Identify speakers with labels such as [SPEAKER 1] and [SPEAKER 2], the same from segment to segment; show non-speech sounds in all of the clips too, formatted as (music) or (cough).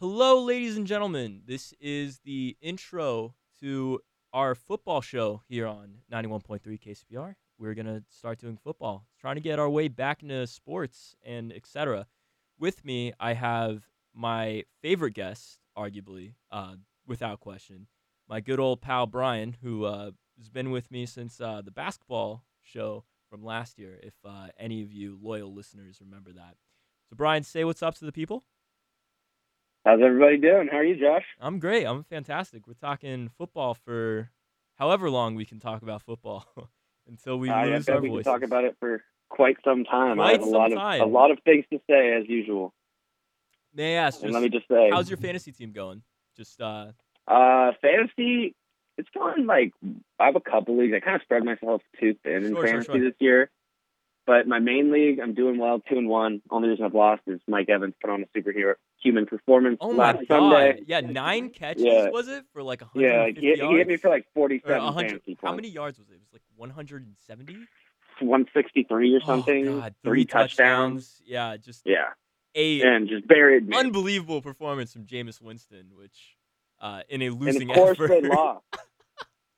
[SPEAKER 1] Hello, ladies and gentlemen. This is the intro to our football show here on 91.3 KCPR. We're going to start doing football, trying to get our way back into sports and etc. With me, I have my favorite guest, arguably, uh, without question, my good old pal Brian, who uh, has been with me since uh, the basketball show from last year, if uh, any of you loyal listeners remember that. So, Brian, say what's up to the people.
[SPEAKER 2] How's everybody doing? How are you, Josh?
[SPEAKER 1] I'm great. I'm fantastic. We're talking football for however long we can talk about football (laughs) until we
[SPEAKER 2] I, I
[SPEAKER 1] lose
[SPEAKER 2] bet
[SPEAKER 1] our
[SPEAKER 2] we
[SPEAKER 1] voices.
[SPEAKER 2] can talk about it for quite some time.
[SPEAKER 1] Quite
[SPEAKER 2] I have a
[SPEAKER 1] some
[SPEAKER 2] lot
[SPEAKER 1] time.
[SPEAKER 2] of a lot of things to say as usual.
[SPEAKER 1] May I ask,
[SPEAKER 2] and
[SPEAKER 1] just
[SPEAKER 2] let me just say,
[SPEAKER 1] how's your fantasy team going? Just uh,
[SPEAKER 2] uh, fantasy? It's going like I have a couple leagues. I kind of spread myself too thin
[SPEAKER 1] Sure,
[SPEAKER 2] in
[SPEAKER 1] sure,
[SPEAKER 2] fantasy
[SPEAKER 1] sure.
[SPEAKER 2] this year. But my main league, I'm doing well, two and one. Only reason I've lost is Mike Evans put on a superhero human performance
[SPEAKER 1] oh my god,
[SPEAKER 2] last Sunday.
[SPEAKER 1] yeah, nine catches
[SPEAKER 2] Yeah.
[SPEAKER 1] was it for like 150
[SPEAKER 2] Yeah, like, he,
[SPEAKER 1] yards?
[SPEAKER 2] he hit me for like
[SPEAKER 1] Or
[SPEAKER 2] 47
[SPEAKER 1] 100
[SPEAKER 2] fantasy points.
[SPEAKER 1] How many yards was it? It was like 170
[SPEAKER 2] 163 or something.
[SPEAKER 1] Oh, god,
[SPEAKER 2] three touchdowns.
[SPEAKER 1] touchdowns. Yeah, just
[SPEAKER 2] Yeah,
[SPEAKER 1] a
[SPEAKER 2] and just buried me.
[SPEAKER 1] unbelievable performance from Jameis Winston, which uh, in a losing (laughs)
[SPEAKER 2] and of course
[SPEAKER 1] effort.
[SPEAKER 2] they lost.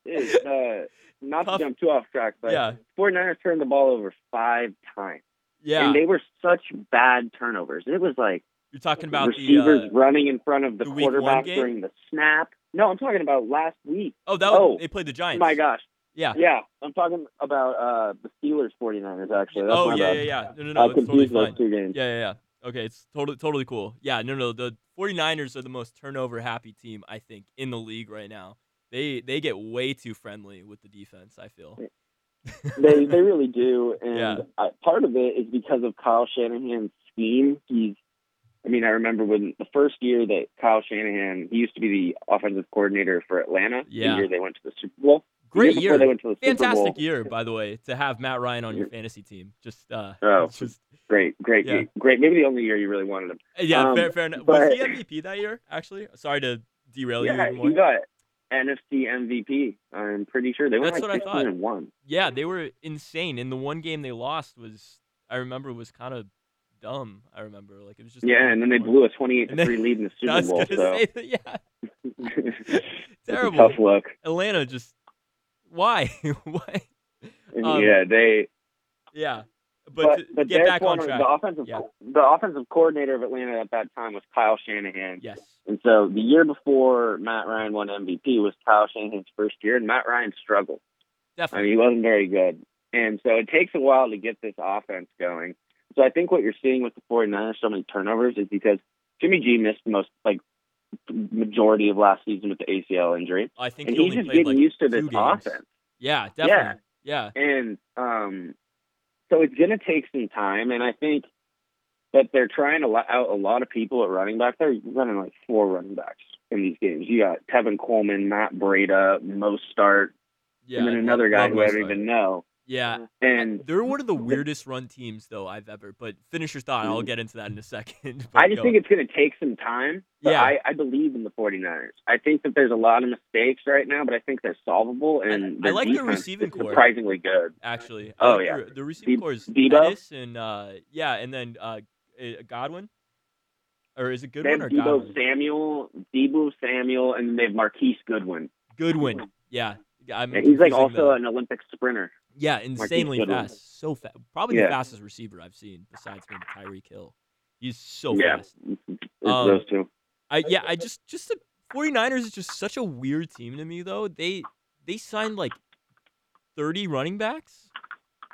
[SPEAKER 2] It's, uh, not
[SPEAKER 1] Tough.
[SPEAKER 2] to jump too off track, but
[SPEAKER 1] yeah,
[SPEAKER 2] 49ers turned the ball over five times.
[SPEAKER 1] yeah.
[SPEAKER 2] And they were such bad turnovers. It was like
[SPEAKER 1] You're talking about the uh,
[SPEAKER 2] receivers running in front of the,
[SPEAKER 1] the week one
[SPEAKER 2] quarterback
[SPEAKER 1] game?
[SPEAKER 2] during the snap. No, I'm talking about last week.
[SPEAKER 1] oh that was,
[SPEAKER 2] oh,
[SPEAKER 1] they played the
[SPEAKER 2] Oh
[SPEAKER 1] Giants.
[SPEAKER 2] my gosh.
[SPEAKER 1] Yeah.
[SPEAKER 2] Yeah. I'm talking about uh, the Steelers 49ers, actually. That's
[SPEAKER 1] oh
[SPEAKER 2] my
[SPEAKER 1] yeah,
[SPEAKER 2] bad.
[SPEAKER 1] yeah, yeah. No, no,
[SPEAKER 2] I
[SPEAKER 1] no. It's
[SPEAKER 2] confused
[SPEAKER 1] totally
[SPEAKER 2] those
[SPEAKER 1] fine.
[SPEAKER 2] two games.
[SPEAKER 1] Yeah, yeah, yeah. Okay, it's totally totally cool. Yeah, no, no. The 49ers are the most turnover happy team I think in the league right now. They they get way too friendly with the defense. I feel.
[SPEAKER 2] they they really do, and
[SPEAKER 1] Yeah.
[SPEAKER 2] I, part of it is because of Kyle Shanahan's scheme. He's, I mean, I remember when the first year that Kyle Shanahan, he used to be the offensive coordinator for Atlanta.
[SPEAKER 1] Yeah.
[SPEAKER 2] the year they went to the Super Bowl. The
[SPEAKER 1] Great
[SPEAKER 2] before
[SPEAKER 1] year,
[SPEAKER 2] They went to the Super Bowl.
[SPEAKER 1] fantastic year, by the way, to have Matt Ryan on your fantasy team. Just uh,
[SPEAKER 2] (laughs) Oh.
[SPEAKER 1] just
[SPEAKER 2] Great, great,
[SPEAKER 1] Yeah.
[SPEAKER 2] great. Maybe the only year you really wanted him.
[SPEAKER 1] yeah,
[SPEAKER 2] Um,
[SPEAKER 1] fair, fair enough.
[SPEAKER 2] but-
[SPEAKER 1] Was he MVP that year? Actually, sorry to derail you
[SPEAKER 2] yeah,
[SPEAKER 1] even more.
[SPEAKER 2] he got NFC MVP. I'm pretty sure they went
[SPEAKER 1] That's what
[SPEAKER 2] like
[SPEAKER 1] I
[SPEAKER 2] 16
[SPEAKER 1] thought.
[SPEAKER 2] and one.
[SPEAKER 1] yeah, they were insane. And the one game they lost was, I remember, was kind of dumb. I remember, like it was just a
[SPEAKER 2] Yeah,
[SPEAKER 1] bad
[SPEAKER 2] and then they
[SPEAKER 1] performance.
[SPEAKER 2] blew a 28
[SPEAKER 1] And then-
[SPEAKER 2] three lead in
[SPEAKER 1] (laughs)
[SPEAKER 2] the
[SPEAKER 1] I
[SPEAKER 2] Super
[SPEAKER 1] was
[SPEAKER 2] Bowl.
[SPEAKER 1] gonna
[SPEAKER 2] So
[SPEAKER 1] say that- yeah,
[SPEAKER 2] (laughs) it's a
[SPEAKER 1] terrible.
[SPEAKER 2] tough look.
[SPEAKER 1] Atlanta just why (laughs) why? Um,
[SPEAKER 2] yeah, they
[SPEAKER 1] Yeah,
[SPEAKER 2] but,
[SPEAKER 1] but, to
[SPEAKER 2] but
[SPEAKER 1] get
[SPEAKER 2] their
[SPEAKER 1] back on
[SPEAKER 2] corner-
[SPEAKER 1] track.
[SPEAKER 2] The offensive,
[SPEAKER 1] Yeah.
[SPEAKER 2] the offensive coordinator of Atlanta at that time was Kyle Shanahan.
[SPEAKER 1] Yes,
[SPEAKER 2] And so the year before Matt Ryan won MVP was Kyle Shanahan's first year, and Matt Ryan struggled. I
[SPEAKER 1] definitely.
[SPEAKER 2] mean, he wasn't very good. And so it takes a while to get this offense going. So I think what you're seeing with the 49ers, so many turnovers, is because Jimmy G missed the most, like, majority of last season with the ACL injury.
[SPEAKER 1] I think
[SPEAKER 2] And
[SPEAKER 1] he
[SPEAKER 2] he's
[SPEAKER 1] only
[SPEAKER 2] just
[SPEAKER 1] played
[SPEAKER 2] getting
[SPEAKER 1] like
[SPEAKER 2] used to
[SPEAKER 1] two
[SPEAKER 2] this
[SPEAKER 1] games.
[SPEAKER 2] offense.
[SPEAKER 1] Yeah, definitely. Yeah,
[SPEAKER 2] And um, so it's going to take some time. And I think that they're trying to let out a lot of people at running back. They're running like four running backs in these games. You got Tevin Coleman, Matt Breda, Mo Start,
[SPEAKER 1] yeah.
[SPEAKER 2] and then another guy
[SPEAKER 1] Love
[SPEAKER 2] who I
[SPEAKER 1] West
[SPEAKER 2] don't
[SPEAKER 1] Side.
[SPEAKER 2] even know.
[SPEAKER 1] Yeah,
[SPEAKER 2] And
[SPEAKER 1] they're one of the weirdest run teams though I've ever. But finish your thought. I'll
[SPEAKER 2] Mhm.
[SPEAKER 1] get into that in a second. (laughs) but
[SPEAKER 2] I just
[SPEAKER 1] go.
[SPEAKER 2] think it's going to take some time. But
[SPEAKER 1] Yeah.
[SPEAKER 2] I, I believe in the 49ers. I think that there's a lot of mistakes right now, but I think they're solvable. And
[SPEAKER 1] I
[SPEAKER 2] their
[SPEAKER 1] like their
[SPEAKER 2] defense
[SPEAKER 1] receiving
[SPEAKER 2] is
[SPEAKER 1] core.
[SPEAKER 2] surprisingly good.
[SPEAKER 1] actually. I
[SPEAKER 2] Oh,
[SPEAKER 1] like
[SPEAKER 2] yeah.
[SPEAKER 1] the, the receiving
[SPEAKER 2] Debo-
[SPEAKER 1] core is
[SPEAKER 2] Debo?
[SPEAKER 1] Pettis and uh, yeah, and then uh, eh, Godwin, or is it
[SPEAKER 2] They have
[SPEAKER 1] Goodwin or Godwin?
[SPEAKER 2] Debo Samuel, Debo Samuel, and they have Marquise Goodwin.
[SPEAKER 1] Goodwin. Yeah. I'm
[SPEAKER 2] And he's
[SPEAKER 1] confusing
[SPEAKER 2] like also
[SPEAKER 1] the-
[SPEAKER 2] an Olympic sprinter.
[SPEAKER 1] yeah, insanely
[SPEAKER 2] Goodwin.
[SPEAKER 1] fast. So fast. Probably the
[SPEAKER 2] Yeah.
[SPEAKER 1] fastest receiver I've seen besides maybe Tyreek Hill. He's so
[SPEAKER 2] Yeah.
[SPEAKER 1] fast.
[SPEAKER 2] It's
[SPEAKER 1] Um,
[SPEAKER 2] those two.
[SPEAKER 1] I yeah, I just just the 49ers is just such a weird team to me though. They they signed like 30 running backs.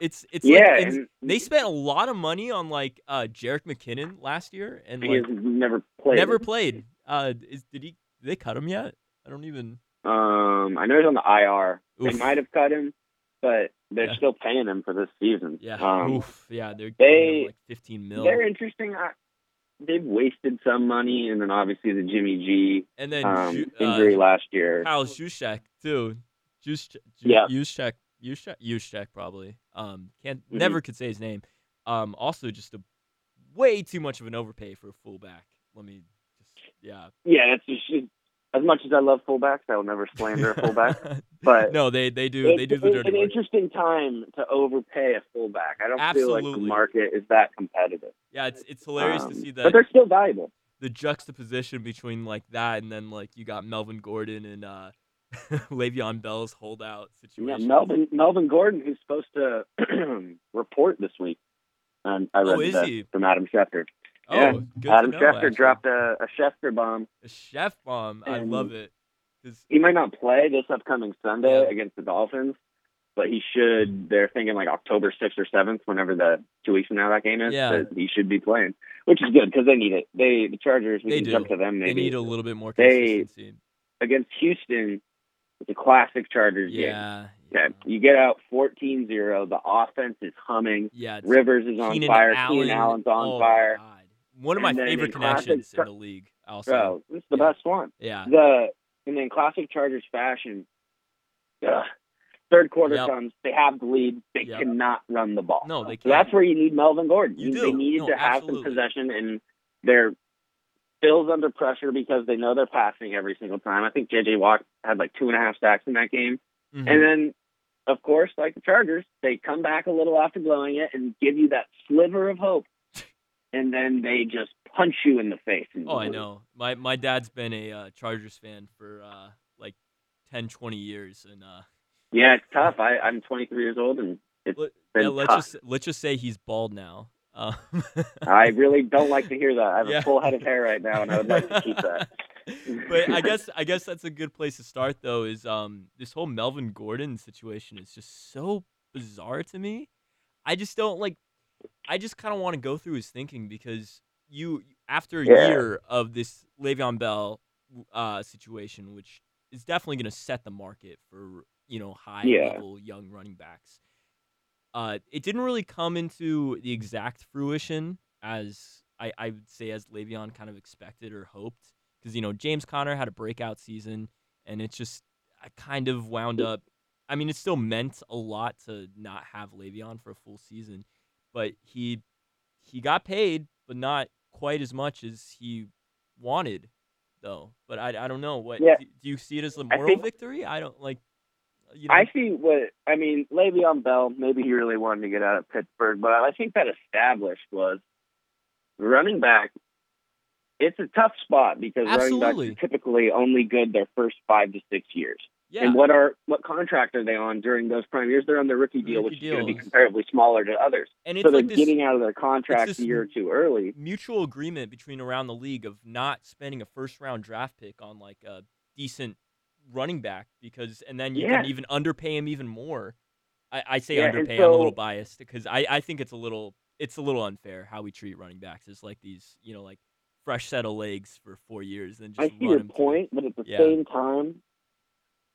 [SPEAKER 1] It's it's like-
[SPEAKER 2] yeah,
[SPEAKER 1] and
[SPEAKER 2] and
[SPEAKER 1] they spent a lot of money on like uh Jarek McKinnon last year and
[SPEAKER 2] he
[SPEAKER 1] like
[SPEAKER 2] has never played.
[SPEAKER 1] never played. Uh is did he did they cut him yet? I don't even
[SPEAKER 2] Um, I know he's on the IR.
[SPEAKER 1] Oof.
[SPEAKER 2] They might have cut him, but they're
[SPEAKER 1] Yeah.
[SPEAKER 2] still paying him for this season.
[SPEAKER 1] yeah.
[SPEAKER 2] Um,
[SPEAKER 1] Oof. Yeah, they're giving him,
[SPEAKER 2] they-
[SPEAKER 1] like 15 mil.
[SPEAKER 2] they're interesting. I, they've wasted some money, and then obviously the Jimmy G
[SPEAKER 1] And then
[SPEAKER 2] um,
[SPEAKER 1] Ju- uh,
[SPEAKER 2] injury last year.
[SPEAKER 1] Kyle Juszczyk too. Juszczyk,
[SPEAKER 2] Yeah.
[SPEAKER 1] Juszczyk, Juszczyk, Juszczyk probably. Um, can't
[SPEAKER 2] Mm-hmm.
[SPEAKER 1] never could say his name. Um, also just a way too much of an overpay for a fullback. Let me just yeah.
[SPEAKER 2] Yeah, that's just, just- as much as I love fullbacks, I will never
[SPEAKER 1] (laughs)
[SPEAKER 2] slander a fullback. But
[SPEAKER 1] no, they they do
[SPEAKER 2] it's
[SPEAKER 1] they do the
[SPEAKER 2] it's
[SPEAKER 1] dirty
[SPEAKER 2] an
[SPEAKER 1] work.
[SPEAKER 2] interesting time to overpay a fullback. I don't feel like
[SPEAKER 1] Absolutely.
[SPEAKER 2] the market is that competitive.
[SPEAKER 1] Yeah, it's it's hilarious
[SPEAKER 2] Um,
[SPEAKER 1] to see
[SPEAKER 2] But
[SPEAKER 1] that
[SPEAKER 2] they're still valuable.
[SPEAKER 1] the juxtaposition between like that and then like you got Melvin Gordon and uh (laughs) Le'Veon Bell's holdout
[SPEAKER 2] Yeah,
[SPEAKER 1] situation.
[SPEAKER 2] Melvin Melvin Gordon, who's supposed to (clears throat) report this week. Um, I read
[SPEAKER 1] Oh, is
[SPEAKER 2] that
[SPEAKER 1] he?
[SPEAKER 2] from Adam Schefter.
[SPEAKER 1] Oh,
[SPEAKER 2] yeah.
[SPEAKER 1] good
[SPEAKER 2] Adam
[SPEAKER 1] to know,
[SPEAKER 2] Schefter
[SPEAKER 1] actually.
[SPEAKER 2] dropped a, a Schefter bomb.
[SPEAKER 1] a chef bomb. I
[SPEAKER 2] And-
[SPEAKER 1] love it. 'Cause-
[SPEAKER 2] He might not play this upcoming Sunday
[SPEAKER 1] Yeah.
[SPEAKER 2] against the Dolphins, but he should. They're thinking like October sixth or seventh, whenever the two weeks from now that game is.
[SPEAKER 1] Yeah.
[SPEAKER 2] That he should be playing, which is good because they need it. They the Chargers. We
[SPEAKER 1] They
[SPEAKER 2] can
[SPEAKER 1] do.
[SPEAKER 2] jump to them.
[SPEAKER 1] they
[SPEAKER 2] Maybe
[SPEAKER 1] need a little bit more
[SPEAKER 2] They-
[SPEAKER 1] consistency.
[SPEAKER 2] against Houston. It's a classic Chargers game.
[SPEAKER 1] yeah, yeah,
[SPEAKER 2] Yeah, you get out 14-0. The offense is humming.
[SPEAKER 1] yeah. it's
[SPEAKER 2] Rivers is on
[SPEAKER 1] Keenan
[SPEAKER 2] fire.
[SPEAKER 1] Allen.
[SPEAKER 2] Keenan Allen's on
[SPEAKER 1] oh, my
[SPEAKER 2] fire.
[SPEAKER 1] God. One of my
[SPEAKER 2] And then
[SPEAKER 1] favorite
[SPEAKER 2] in classic
[SPEAKER 1] connections
[SPEAKER 2] Char-
[SPEAKER 1] in the league. Also,
[SPEAKER 2] Bro, this is the
[SPEAKER 1] Yeah. Uh.
[SPEAKER 2] best one.
[SPEAKER 1] yeah,
[SPEAKER 2] The and then classic Chargers fashion. ugh, third quarter
[SPEAKER 1] Yep.
[SPEAKER 2] comes. They have the lead. They
[SPEAKER 1] Yep.
[SPEAKER 2] cannot run the ball.
[SPEAKER 1] No, they
[SPEAKER 2] So that's
[SPEAKER 1] can't.
[SPEAKER 2] where you need Melvin Gordon.
[SPEAKER 1] You
[SPEAKER 2] They
[SPEAKER 1] do.
[SPEAKER 2] needed
[SPEAKER 1] No,
[SPEAKER 2] to have
[SPEAKER 1] absolutely.
[SPEAKER 2] some possession, and they're Bill's under pressure because they know they're passing every single time. I think JJ Watt had like two and a half sacks in that game.
[SPEAKER 1] Mhm.
[SPEAKER 2] And then, of course, like the Chargers, they come back a little after blowing it and give you that sliver
[SPEAKER 1] (laughs)
[SPEAKER 2] of hope. And then they just punch you in the face. and-
[SPEAKER 1] Oh, I know. My my dad's been a uh, Chargers fan for uh, like 10, 20 years, and uh,
[SPEAKER 2] Yeah, it's tough. I, I'm 23 years old, and it's
[SPEAKER 1] let,
[SPEAKER 2] been
[SPEAKER 1] yeah, let's
[SPEAKER 2] tough.
[SPEAKER 1] just let's just say he's bald now. Um,
[SPEAKER 2] I really don't like to hear that. I have
[SPEAKER 1] (laughs) Yeah.
[SPEAKER 2] a full head of hair right now, and I would like to keep that.
[SPEAKER 1] (laughs) but
[SPEAKER 2] (laughs)
[SPEAKER 1] I guess I guess that's a good place to start though. Is um this whole Melvin Gordon situation is just so bizarre to me. I just don't like. I just kind of want to go through his thinking because you after a
[SPEAKER 2] Yeah.
[SPEAKER 1] year of this Le'Veon Bell uh, situation, which is definitely going to set the market for you know high
[SPEAKER 2] Yeah.
[SPEAKER 1] level young running backs. Uh, it didn't really come into the exact fruition as I, I would say as Le'Veon kind of expected or hoped because you know James Conner had a breakout season and it just I kind of wound up. I mean, it still meant a lot to not have Le'Veon for a full season, but he he got paid, but not quite as much as he wanted, though. But I, I don't know what
[SPEAKER 2] Yeah.
[SPEAKER 1] do, do you see it as a
[SPEAKER 2] I
[SPEAKER 1] moral
[SPEAKER 2] think-
[SPEAKER 1] victory? I don't like. You know,
[SPEAKER 2] I see what I mean. Le'Veon Bell, maybe he really wanted to get out of Pittsburgh, but I think that established was running back. It's a tough spot because running
[SPEAKER 1] Absolutely.
[SPEAKER 2] backs are typically only good their first five to six years.
[SPEAKER 1] yeah,
[SPEAKER 2] And what are what contract are they on during those prime years? They're on the rookie deal,
[SPEAKER 1] Rookie
[SPEAKER 2] which is going to be
[SPEAKER 1] deals.
[SPEAKER 2] comparably smaller to others.
[SPEAKER 1] and it's
[SPEAKER 2] So they're
[SPEAKER 1] like this
[SPEAKER 2] getting out of their contract
[SPEAKER 1] this-
[SPEAKER 2] a year or two early.
[SPEAKER 1] mutual agreement between around the league of not spending a first round draft pick on like a decent running back because and then you can
[SPEAKER 2] Yeah.
[SPEAKER 1] even underpay him even more. I, I say
[SPEAKER 2] Yeah, and
[SPEAKER 1] underpay, I'm a little
[SPEAKER 2] so-
[SPEAKER 1] biased because I, I think it's a little it's a little unfair how we treat running backs. It's like these, you know, like fresh set of legs for four years and
[SPEAKER 2] I
[SPEAKER 1] just
[SPEAKER 2] see
[SPEAKER 1] run
[SPEAKER 2] your
[SPEAKER 1] them
[SPEAKER 2] point, but at the
[SPEAKER 1] Yeah.
[SPEAKER 2] same time,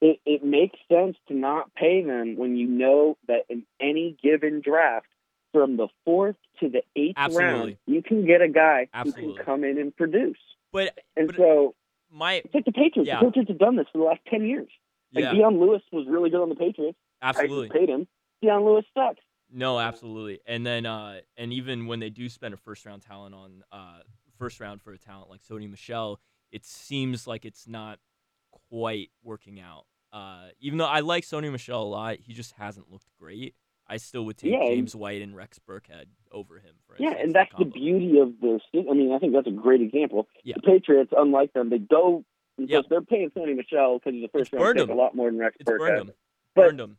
[SPEAKER 2] it, it makes sense to not pay them when you know that in any given draft, from the fourth to the eighth round,
[SPEAKER 1] Absolutely.
[SPEAKER 2] you can get a guy who
[SPEAKER 1] Absolutely.
[SPEAKER 2] can come in and produce.
[SPEAKER 1] But
[SPEAKER 2] And
[SPEAKER 1] But-
[SPEAKER 2] so
[SPEAKER 1] my
[SPEAKER 2] it's like the Patriots.
[SPEAKER 1] Yeah.
[SPEAKER 2] The Patriots have done this for the last ten years. Like
[SPEAKER 1] yeah,
[SPEAKER 2] Deion Lewis was really good on the Patriots.
[SPEAKER 1] absolutely.
[SPEAKER 2] I just paid him. Deion Lewis sucks.
[SPEAKER 1] No, absolutely. And then uh and even when they do spend a first round talent on uh first round for a talent like Sony Michelle, it seems like it's not quite working out. Uh even though I like Sony Michelle a lot, he just hasn't looked great. I still would take
[SPEAKER 2] Yeah, and-
[SPEAKER 1] James White and Rex Burkhead over him for
[SPEAKER 2] Yeah,
[SPEAKER 1] instance,
[SPEAKER 2] and
[SPEAKER 1] that
[SPEAKER 2] that's the
[SPEAKER 1] combo.
[SPEAKER 2] beauty of the. I mean, I think that's a great example.
[SPEAKER 1] Yeah.
[SPEAKER 2] The Patriots, unlike them, they go because
[SPEAKER 1] Yep.
[SPEAKER 2] they're paying Sonny Michelle because he's a first round
[SPEAKER 1] burned him.
[SPEAKER 2] pick a lot more than Rex
[SPEAKER 1] It's burned
[SPEAKER 2] Burkhead.
[SPEAKER 1] him.
[SPEAKER 2] But-
[SPEAKER 1] Burned him.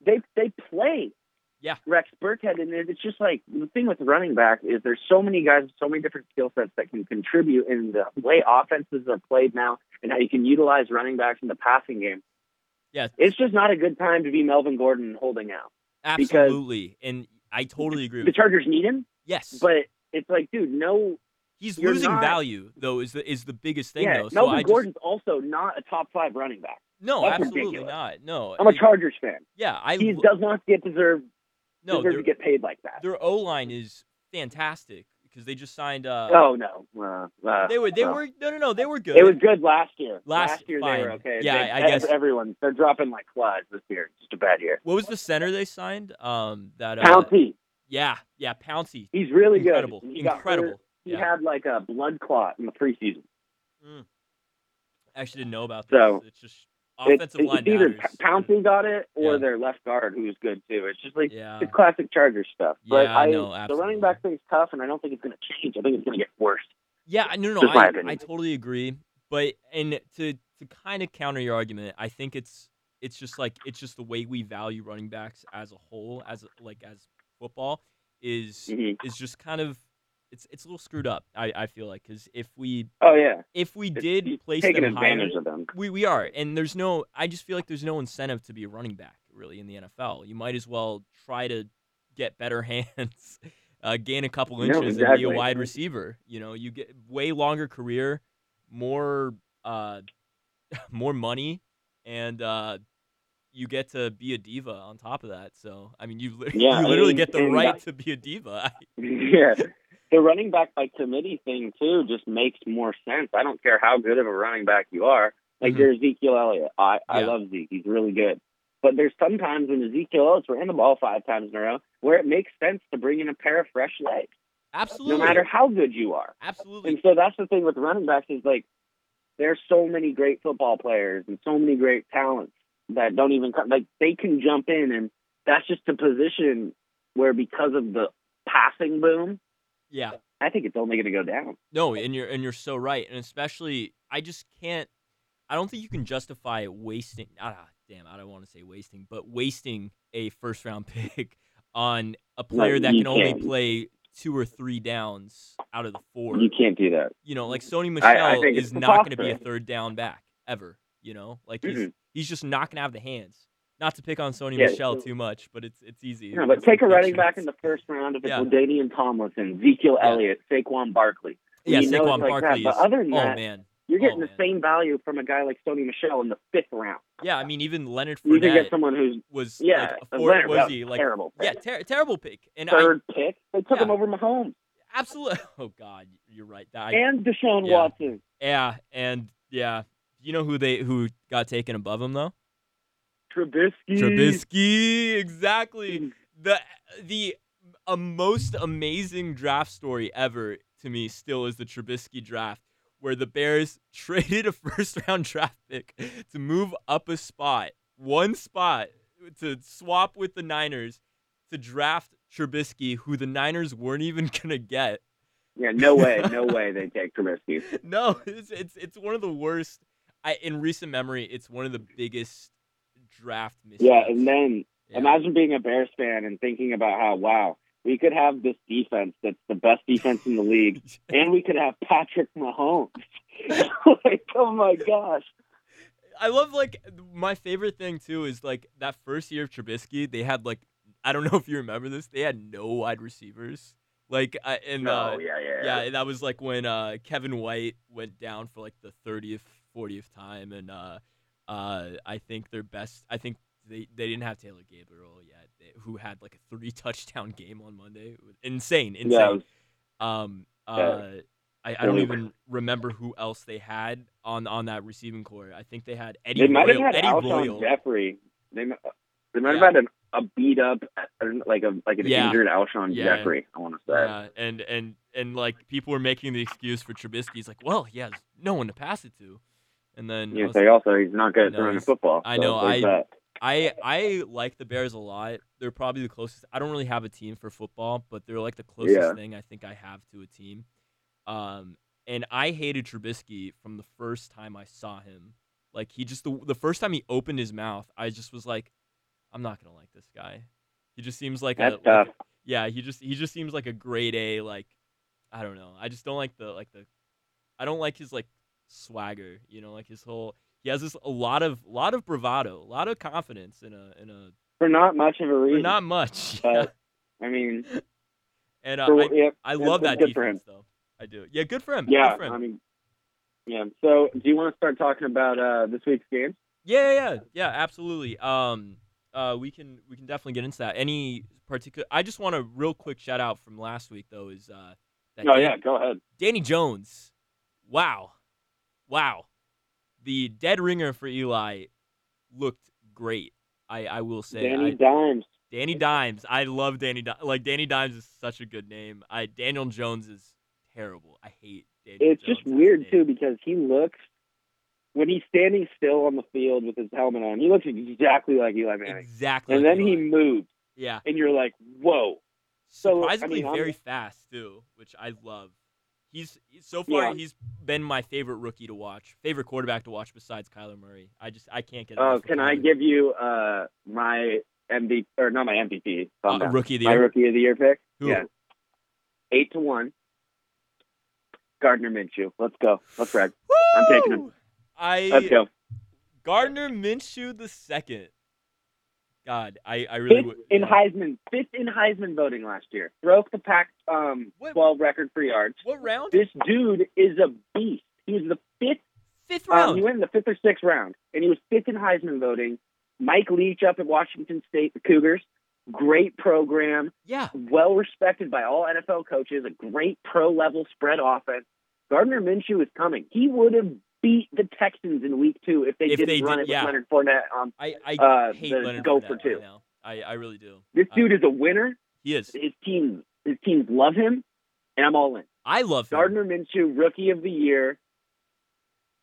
[SPEAKER 2] They they play.
[SPEAKER 1] Yeah.
[SPEAKER 2] Rex Burkhead, and it- it's just like the thing with running back is there's so many guys with so many different skill sets that can contribute in the way offenses are played now, and how you can utilize running backs in the passing game.
[SPEAKER 1] Yeah,
[SPEAKER 2] It's just not a good time to be Melvin Gordon holding out.
[SPEAKER 1] absolutely. And I totally agree
[SPEAKER 2] The
[SPEAKER 1] with you.
[SPEAKER 2] Chargers need him,
[SPEAKER 1] Yes.
[SPEAKER 2] but it's like, dude, no,
[SPEAKER 1] he's
[SPEAKER 2] you're
[SPEAKER 1] losing
[SPEAKER 2] not-
[SPEAKER 1] value though is the is the biggest thing
[SPEAKER 2] yeah,
[SPEAKER 1] though. So
[SPEAKER 2] Melvin
[SPEAKER 1] I just-
[SPEAKER 2] Gordon's also not a top five running back.
[SPEAKER 1] No,
[SPEAKER 2] that's
[SPEAKER 1] absolutely
[SPEAKER 2] ridiculous.
[SPEAKER 1] not. No.
[SPEAKER 2] I'm a
[SPEAKER 1] it-
[SPEAKER 2] Chargers fan.
[SPEAKER 1] yeah, Uh, I
[SPEAKER 2] He
[SPEAKER 1] lo-
[SPEAKER 2] does not get deserve
[SPEAKER 1] no,
[SPEAKER 2] deserve
[SPEAKER 1] they're-
[SPEAKER 2] to get paid like that.
[SPEAKER 1] their O line is fantastic because they just signed. Uh,
[SPEAKER 2] Oh no, uh, uh,
[SPEAKER 1] they were they
[SPEAKER 2] uh,
[SPEAKER 1] were no no no they were good.
[SPEAKER 2] It was good last year.
[SPEAKER 1] Last-
[SPEAKER 2] year
[SPEAKER 1] fine.
[SPEAKER 2] they were okay.
[SPEAKER 1] Yeah,
[SPEAKER 2] They-
[SPEAKER 1] I
[SPEAKER 2] ev-
[SPEAKER 1] guess-
[SPEAKER 2] everyone they're dropping like flies this year. It's just a bad year.
[SPEAKER 1] what was the center they signed? Um, that uh,
[SPEAKER 2] Pouncey,
[SPEAKER 1] Yeah, yeah, Pouncy.
[SPEAKER 2] he's really
[SPEAKER 1] Incredible,
[SPEAKER 2] good. He got hurt.
[SPEAKER 1] incredible.
[SPEAKER 2] He
[SPEAKER 1] Yeah.
[SPEAKER 2] had like a blood clot in the preseason.
[SPEAKER 1] I actually didn't know about this.
[SPEAKER 2] So,
[SPEAKER 1] it's just
[SPEAKER 2] It-
[SPEAKER 1] offensive
[SPEAKER 2] it-
[SPEAKER 1] line
[SPEAKER 2] it's either
[SPEAKER 1] matters.
[SPEAKER 2] Pouncey got it or
[SPEAKER 1] Yeah.
[SPEAKER 2] their left guard, who was good too. It's just like
[SPEAKER 1] Yeah,
[SPEAKER 2] it's classic Charger stuff. But
[SPEAKER 1] Yeah,
[SPEAKER 2] I
[SPEAKER 1] no,
[SPEAKER 2] the
[SPEAKER 1] absolutely.
[SPEAKER 2] running back thing's tough, and I don't think it's going to change. I think it's going to get worse.
[SPEAKER 1] Yeah, no, no, no,
[SPEAKER 2] Just my
[SPEAKER 1] I,
[SPEAKER 2] opinion.
[SPEAKER 1] I totally agree. But and to to kind of counter your argument, I think it's it's just like it's just the way we value running backs as a whole, as like as football is
[SPEAKER 2] Mhm.
[SPEAKER 1] is just kind of it's it's a little screwed up. I, I feel like because if we
[SPEAKER 2] Oh yeah,
[SPEAKER 1] if we
[SPEAKER 2] It's-
[SPEAKER 1] did
[SPEAKER 2] he's
[SPEAKER 1] place
[SPEAKER 2] taking
[SPEAKER 1] them higher,
[SPEAKER 2] advantage of them. (laughs)
[SPEAKER 1] we we are, and there's no. I just feel like there's no incentive to be a running back really in the NFL. You might as well try to get better (laughs) hands, uh, gain a couple
[SPEAKER 2] No,
[SPEAKER 1] inches, and be a
[SPEAKER 2] exactly.
[SPEAKER 1] wide receiver. You know, you get way longer career, more uh, (laughs) more money, and uh, you get to be a diva on top of that. So I mean, (laughs) you literally,
[SPEAKER 2] Yeah,
[SPEAKER 1] you
[SPEAKER 2] I
[SPEAKER 1] literally
[SPEAKER 2] mean,
[SPEAKER 1] get the
[SPEAKER 2] and
[SPEAKER 1] right
[SPEAKER 2] I-
[SPEAKER 1] to be a diva.
[SPEAKER 2] yeah. The running back by committee thing too just makes more sense. I don't care how good of a running back you are. Like
[SPEAKER 1] Mhm.
[SPEAKER 2] there's Ezekiel Elliott. I, I
[SPEAKER 1] Yeah.
[SPEAKER 2] love Zeke. He's really good. But there's sometimes when Ezekiel Elliott's ran the ball five times in a row where it makes sense to bring in a pair of fresh legs,
[SPEAKER 1] Absolutely,
[SPEAKER 2] no matter how good you are.
[SPEAKER 1] absolutely.
[SPEAKER 2] And so that's the thing with running backs is like there's so many great football players and so many great talents that don't even come, like they can jump in and that's just a position where because of the passing boom,
[SPEAKER 1] Yeah.
[SPEAKER 2] I think it's only going to go down.
[SPEAKER 1] No, and you're and you're so right, and especially I just can't. I don't think you can justify wasting. Ah, damn, I don't want to say wasting, but wasting a first round (laughs) pick on a player that
[SPEAKER 2] you
[SPEAKER 1] can only
[SPEAKER 2] can't.
[SPEAKER 1] play two or three downs out of the four.
[SPEAKER 2] You can't do that.
[SPEAKER 1] You know, like Sony Michelle
[SPEAKER 2] I- I think
[SPEAKER 1] is
[SPEAKER 2] it's
[SPEAKER 1] not going to be a
[SPEAKER 2] preposterous.
[SPEAKER 1] third down back ever. You know, like he's
[SPEAKER 2] Mhm.
[SPEAKER 1] he's just not going to have the hands. Not to pick on Sony
[SPEAKER 2] Yeah,
[SPEAKER 1] Michelle
[SPEAKER 2] so-
[SPEAKER 1] too much, but it's it's easy.
[SPEAKER 2] No, but
[SPEAKER 1] It's
[SPEAKER 2] take a
[SPEAKER 1] like
[SPEAKER 2] running
[SPEAKER 1] Patriots.
[SPEAKER 2] back in the first round if it's
[SPEAKER 1] Yeah.
[SPEAKER 2] Ladainian Tomlinson, Ezekiel
[SPEAKER 1] Yeah.
[SPEAKER 2] Elliott, Saquon Barkley.
[SPEAKER 1] yeah,
[SPEAKER 2] you know
[SPEAKER 1] Saquon
[SPEAKER 2] it's like that,
[SPEAKER 1] Barkley.
[SPEAKER 2] but
[SPEAKER 1] is-
[SPEAKER 2] other than
[SPEAKER 1] oh
[SPEAKER 2] that,
[SPEAKER 1] man,
[SPEAKER 2] You're getting
[SPEAKER 1] Oh,
[SPEAKER 2] the
[SPEAKER 1] man.
[SPEAKER 2] same value from a guy like Sony Michelle in the fifth round.
[SPEAKER 1] yeah. I mean, even Leonard
[SPEAKER 2] You can
[SPEAKER 1] Fournette
[SPEAKER 2] get someone who's
[SPEAKER 1] was
[SPEAKER 2] yeah,
[SPEAKER 1] like a
[SPEAKER 2] and
[SPEAKER 1] four,
[SPEAKER 2] Leonard,
[SPEAKER 1] was
[SPEAKER 2] that
[SPEAKER 1] he like
[SPEAKER 2] terrible.
[SPEAKER 1] yeah ter- terrible pick and
[SPEAKER 2] third pick. They took
[SPEAKER 1] Yeah.
[SPEAKER 2] him over Mahomes
[SPEAKER 1] I absolutely (laughs) oh god you're right that I,
[SPEAKER 2] and Deshaun
[SPEAKER 1] yeah.
[SPEAKER 2] Watson.
[SPEAKER 1] yeah and yeah you know who they who got taken above him though
[SPEAKER 2] Trubisky.
[SPEAKER 1] Trubisky
[SPEAKER 2] Mm.
[SPEAKER 1] exactly the the a most amazing draft story ever to me still is the Trubisky draft where the Bears (laughs) traded a first round draft pick to move up a spot one spot to swap with the Niners to draft Trubisky, who the Niners weren't even (laughs) gonna get.
[SPEAKER 2] Yeah, no way, no way they take Trubisky.
[SPEAKER 1] No, it's it's it's one of the worst. I in recent memory, it's one of the biggest draft mistakes.
[SPEAKER 2] Yeah, and then
[SPEAKER 1] Yeah.
[SPEAKER 2] imagine being a Bears fan and thinking about how wow we could have this defense that's the best defense in
[SPEAKER 1] (laughs)
[SPEAKER 2] the league, and we could have Patrick Mahomes. (laughs) like, oh my gosh.
[SPEAKER 1] I love like my favorite thing too is like that first year of Trubisky, they had like I don't (laughs) know if you remember this, they had no wide receivers. Like I and uh,
[SPEAKER 2] oh yeah, yeah,
[SPEAKER 1] yeah, and that was like when uh, Kevin White went down for like the 30th, 40th time, and uh, uh, I think their best. I think they, they didn't have Taylor Gabriel yet, they- who had like a three (laughs) touchdown game on Monday. It was Insane,
[SPEAKER 2] Yeah, it
[SPEAKER 1] insane.
[SPEAKER 2] was-
[SPEAKER 1] Um, uh, I, I don't
[SPEAKER 2] Really?
[SPEAKER 1] even remember who else they had on, on that receiving core. I think they had Eddie
[SPEAKER 2] They might have
[SPEAKER 1] Royal.
[SPEAKER 2] had
[SPEAKER 1] Eddie
[SPEAKER 2] Alshon
[SPEAKER 1] Royal.
[SPEAKER 2] Jeffrey. They mi- they might
[SPEAKER 1] Yeah.
[SPEAKER 2] have had an, a beat up, uh, like a like an
[SPEAKER 1] Yeah.
[SPEAKER 2] injured Alshon
[SPEAKER 1] Yeah.
[SPEAKER 2] Jeffrey. I want to say.
[SPEAKER 1] Yeah, and and and like people were making the excuse for Trubisky. He's like, well, he has no one to pass it to, and then I
[SPEAKER 2] Yeah,
[SPEAKER 1] was
[SPEAKER 2] they also he's not good at
[SPEAKER 1] No,
[SPEAKER 2] throwing the
[SPEAKER 1] he's-
[SPEAKER 2] football.
[SPEAKER 1] I
[SPEAKER 2] so
[SPEAKER 1] know,
[SPEAKER 2] there's
[SPEAKER 1] I-
[SPEAKER 2] that.
[SPEAKER 1] I I like the Bears a lot. They're probably the closest. I don't really have a team for football, but they're like the closest
[SPEAKER 2] Yeah.
[SPEAKER 1] thing I think I have to a team. Um, and I hated Trubisky from the first time I saw him. Like he just the the first time he opened his mouth, I just was like, I'm not gonna like this guy. He just seems like
[SPEAKER 2] That's
[SPEAKER 1] a like
[SPEAKER 2] tough.
[SPEAKER 1] yeah. He just he just seems like a grade A like I don't know. I just don't like the like the I don't like his like swagger. You know, like his whole he has this a lot of lot of bravado, a lot of confidence in a in a
[SPEAKER 2] for not much of a
[SPEAKER 1] for
[SPEAKER 2] reason.
[SPEAKER 1] not much. (laughs)
[SPEAKER 2] Uh, I mean,
[SPEAKER 1] and uh,
[SPEAKER 2] for,
[SPEAKER 1] I,
[SPEAKER 2] yeah,
[SPEAKER 1] I love
[SPEAKER 2] it's
[SPEAKER 1] that
[SPEAKER 2] good for him.
[SPEAKER 1] defense though. I do. Yeah, good for him.
[SPEAKER 2] yeah,
[SPEAKER 1] Good for him.
[SPEAKER 2] I mean, yeah. So, do you want to start talking about uh, this week's games?
[SPEAKER 1] yeah, yeah, yeah, yeah, absolutely. Um, uh, we can we can definitely get into that. Any particular? I just want a real quick shout out from last week though. Is uh, that
[SPEAKER 2] Oh
[SPEAKER 1] Dan-
[SPEAKER 2] yeah, go ahead.
[SPEAKER 1] Danny Jones. Wow. Wow. The dead ringer for Eli looked great. I, I will say
[SPEAKER 2] Danny
[SPEAKER 1] I,
[SPEAKER 2] Dimes.
[SPEAKER 1] Danny Dimes. I love Danny Dimes. Like Danny Dimes is such a good name. I Daniel Jones is terrible. I hate Daniel
[SPEAKER 2] It's
[SPEAKER 1] Jones
[SPEAKER 2] just
[SPEAKER 1] as a
[SPEAKER 2] weird
[SPEAKER 1] name.
[SPEAKER 2] too because he looks when he's standing still on the field with his helmet on, he looks exactly like Eli Manning.
[SPEAKER 1] Exactly.
[SPEAKER 2] And
[SPEAKER 1] like
[SPEAKER 2] then he
[SPEAKER 1] Eli.
[SPEAKER 2] moves,
[SPEAKER 1] yeah.
[SPEAKER 2] and you're like, whoa. So, I
[SPEAKER 1] Surprisingly
[SPEAKER 2] mean, I'm-
[SPEAKER 1] very fast too, which I love. He's so far
[SPEAKER 2] Yeah.
[SPEAKER 1] he's been my favorite rookie to watch, favorite quarterback to watch besides Kyler Murray. I just I can't get.
[SPEAKER 2] Oh,
[SPEAKER 1] enough of
[SPEAKER 2] can I
[SPEAKER 1] Kyler.
[SPEAKER 2] give you uh, my MVP or not my MVP?
[SPEAKER 1] Uh,
[SPEAKER 2] calm down.
[SPEAKER 1] rookie of the
[SPEAKER 2] my
[SPEAKER 1] year?
[SPEAKER 2] rookie of the year pick.
[SPEAKER 1] Who?
[SPEAKER 2] Yeah, eight to one. Gardner Minshew. Let's go. Let's ride. I'm taking him.
[SPEAKER 1] Woo! I
[SPEAKER 2] Let's go.
[SPEAKER 1] Gardner Minshew the second. God, I I really
[SPEAKER 2] fifth
[SPEAKER 1] would.
[SPEAKER 2] in
[SPEAKER 1] yeah.
[SPEAKER 2] Heisman. Fifth in Heisman voting last year. Broke the pack um,
[SPEAKER 1] What-
[SPEAKER 2] 12 record for yards.
[SPEAKER 1] What round?
[SPEAKER 2] This dude is a beast. He was the fifth.
[SPEAKER 1] Fifth
[SPEAKER 2] Um,
[SPEAKER 1] round.
[SPEAKER 2] he went in the fifth or sixth round, and he was fifth in Heisman voting. Mike Leach up at Washington State, the Cougars. Great program.
[SPEAKER 1] yeah.
[SPEAKER 2] well respected by all NFL coaches, a great pro level spread offense. Gardner Minshew is coming. He would have beat the Texans in week two if they
[SPEAKER 1] If
[SPEAKER 2] didn't
[SPEAKER 1] they
[SPEAKER 2] run
[SPEAKER 1] did-
[SPEAKER 2] it
[SPEAKER 1] yeah.
[SPEAKER 2] with Leonard Fournette. Um,
[SPEAKER 1] I I
[SPEAKER 2] Uh,
[SPEAKER 1] hate
[SPEAKER 2] the
[SPEAKER 1] Leonard
[SPEAKER 2] go
[SPEAKER 1] Fournette
[SPEAKER 2] for two.
[SPEAKER 1] right now. I I really do.
[SPEAKER 2] this
[SPEAKER 1] Uh,
[SPEAKER 2] dude is a winner.
[SPEAKER 1] He is.
[SPEAKER 2] His teams, his teams love him, and I'm all in.
[SPEAKER 1] I love him.
[SPEAKER 2] Gardner Minshew, rookie of the year.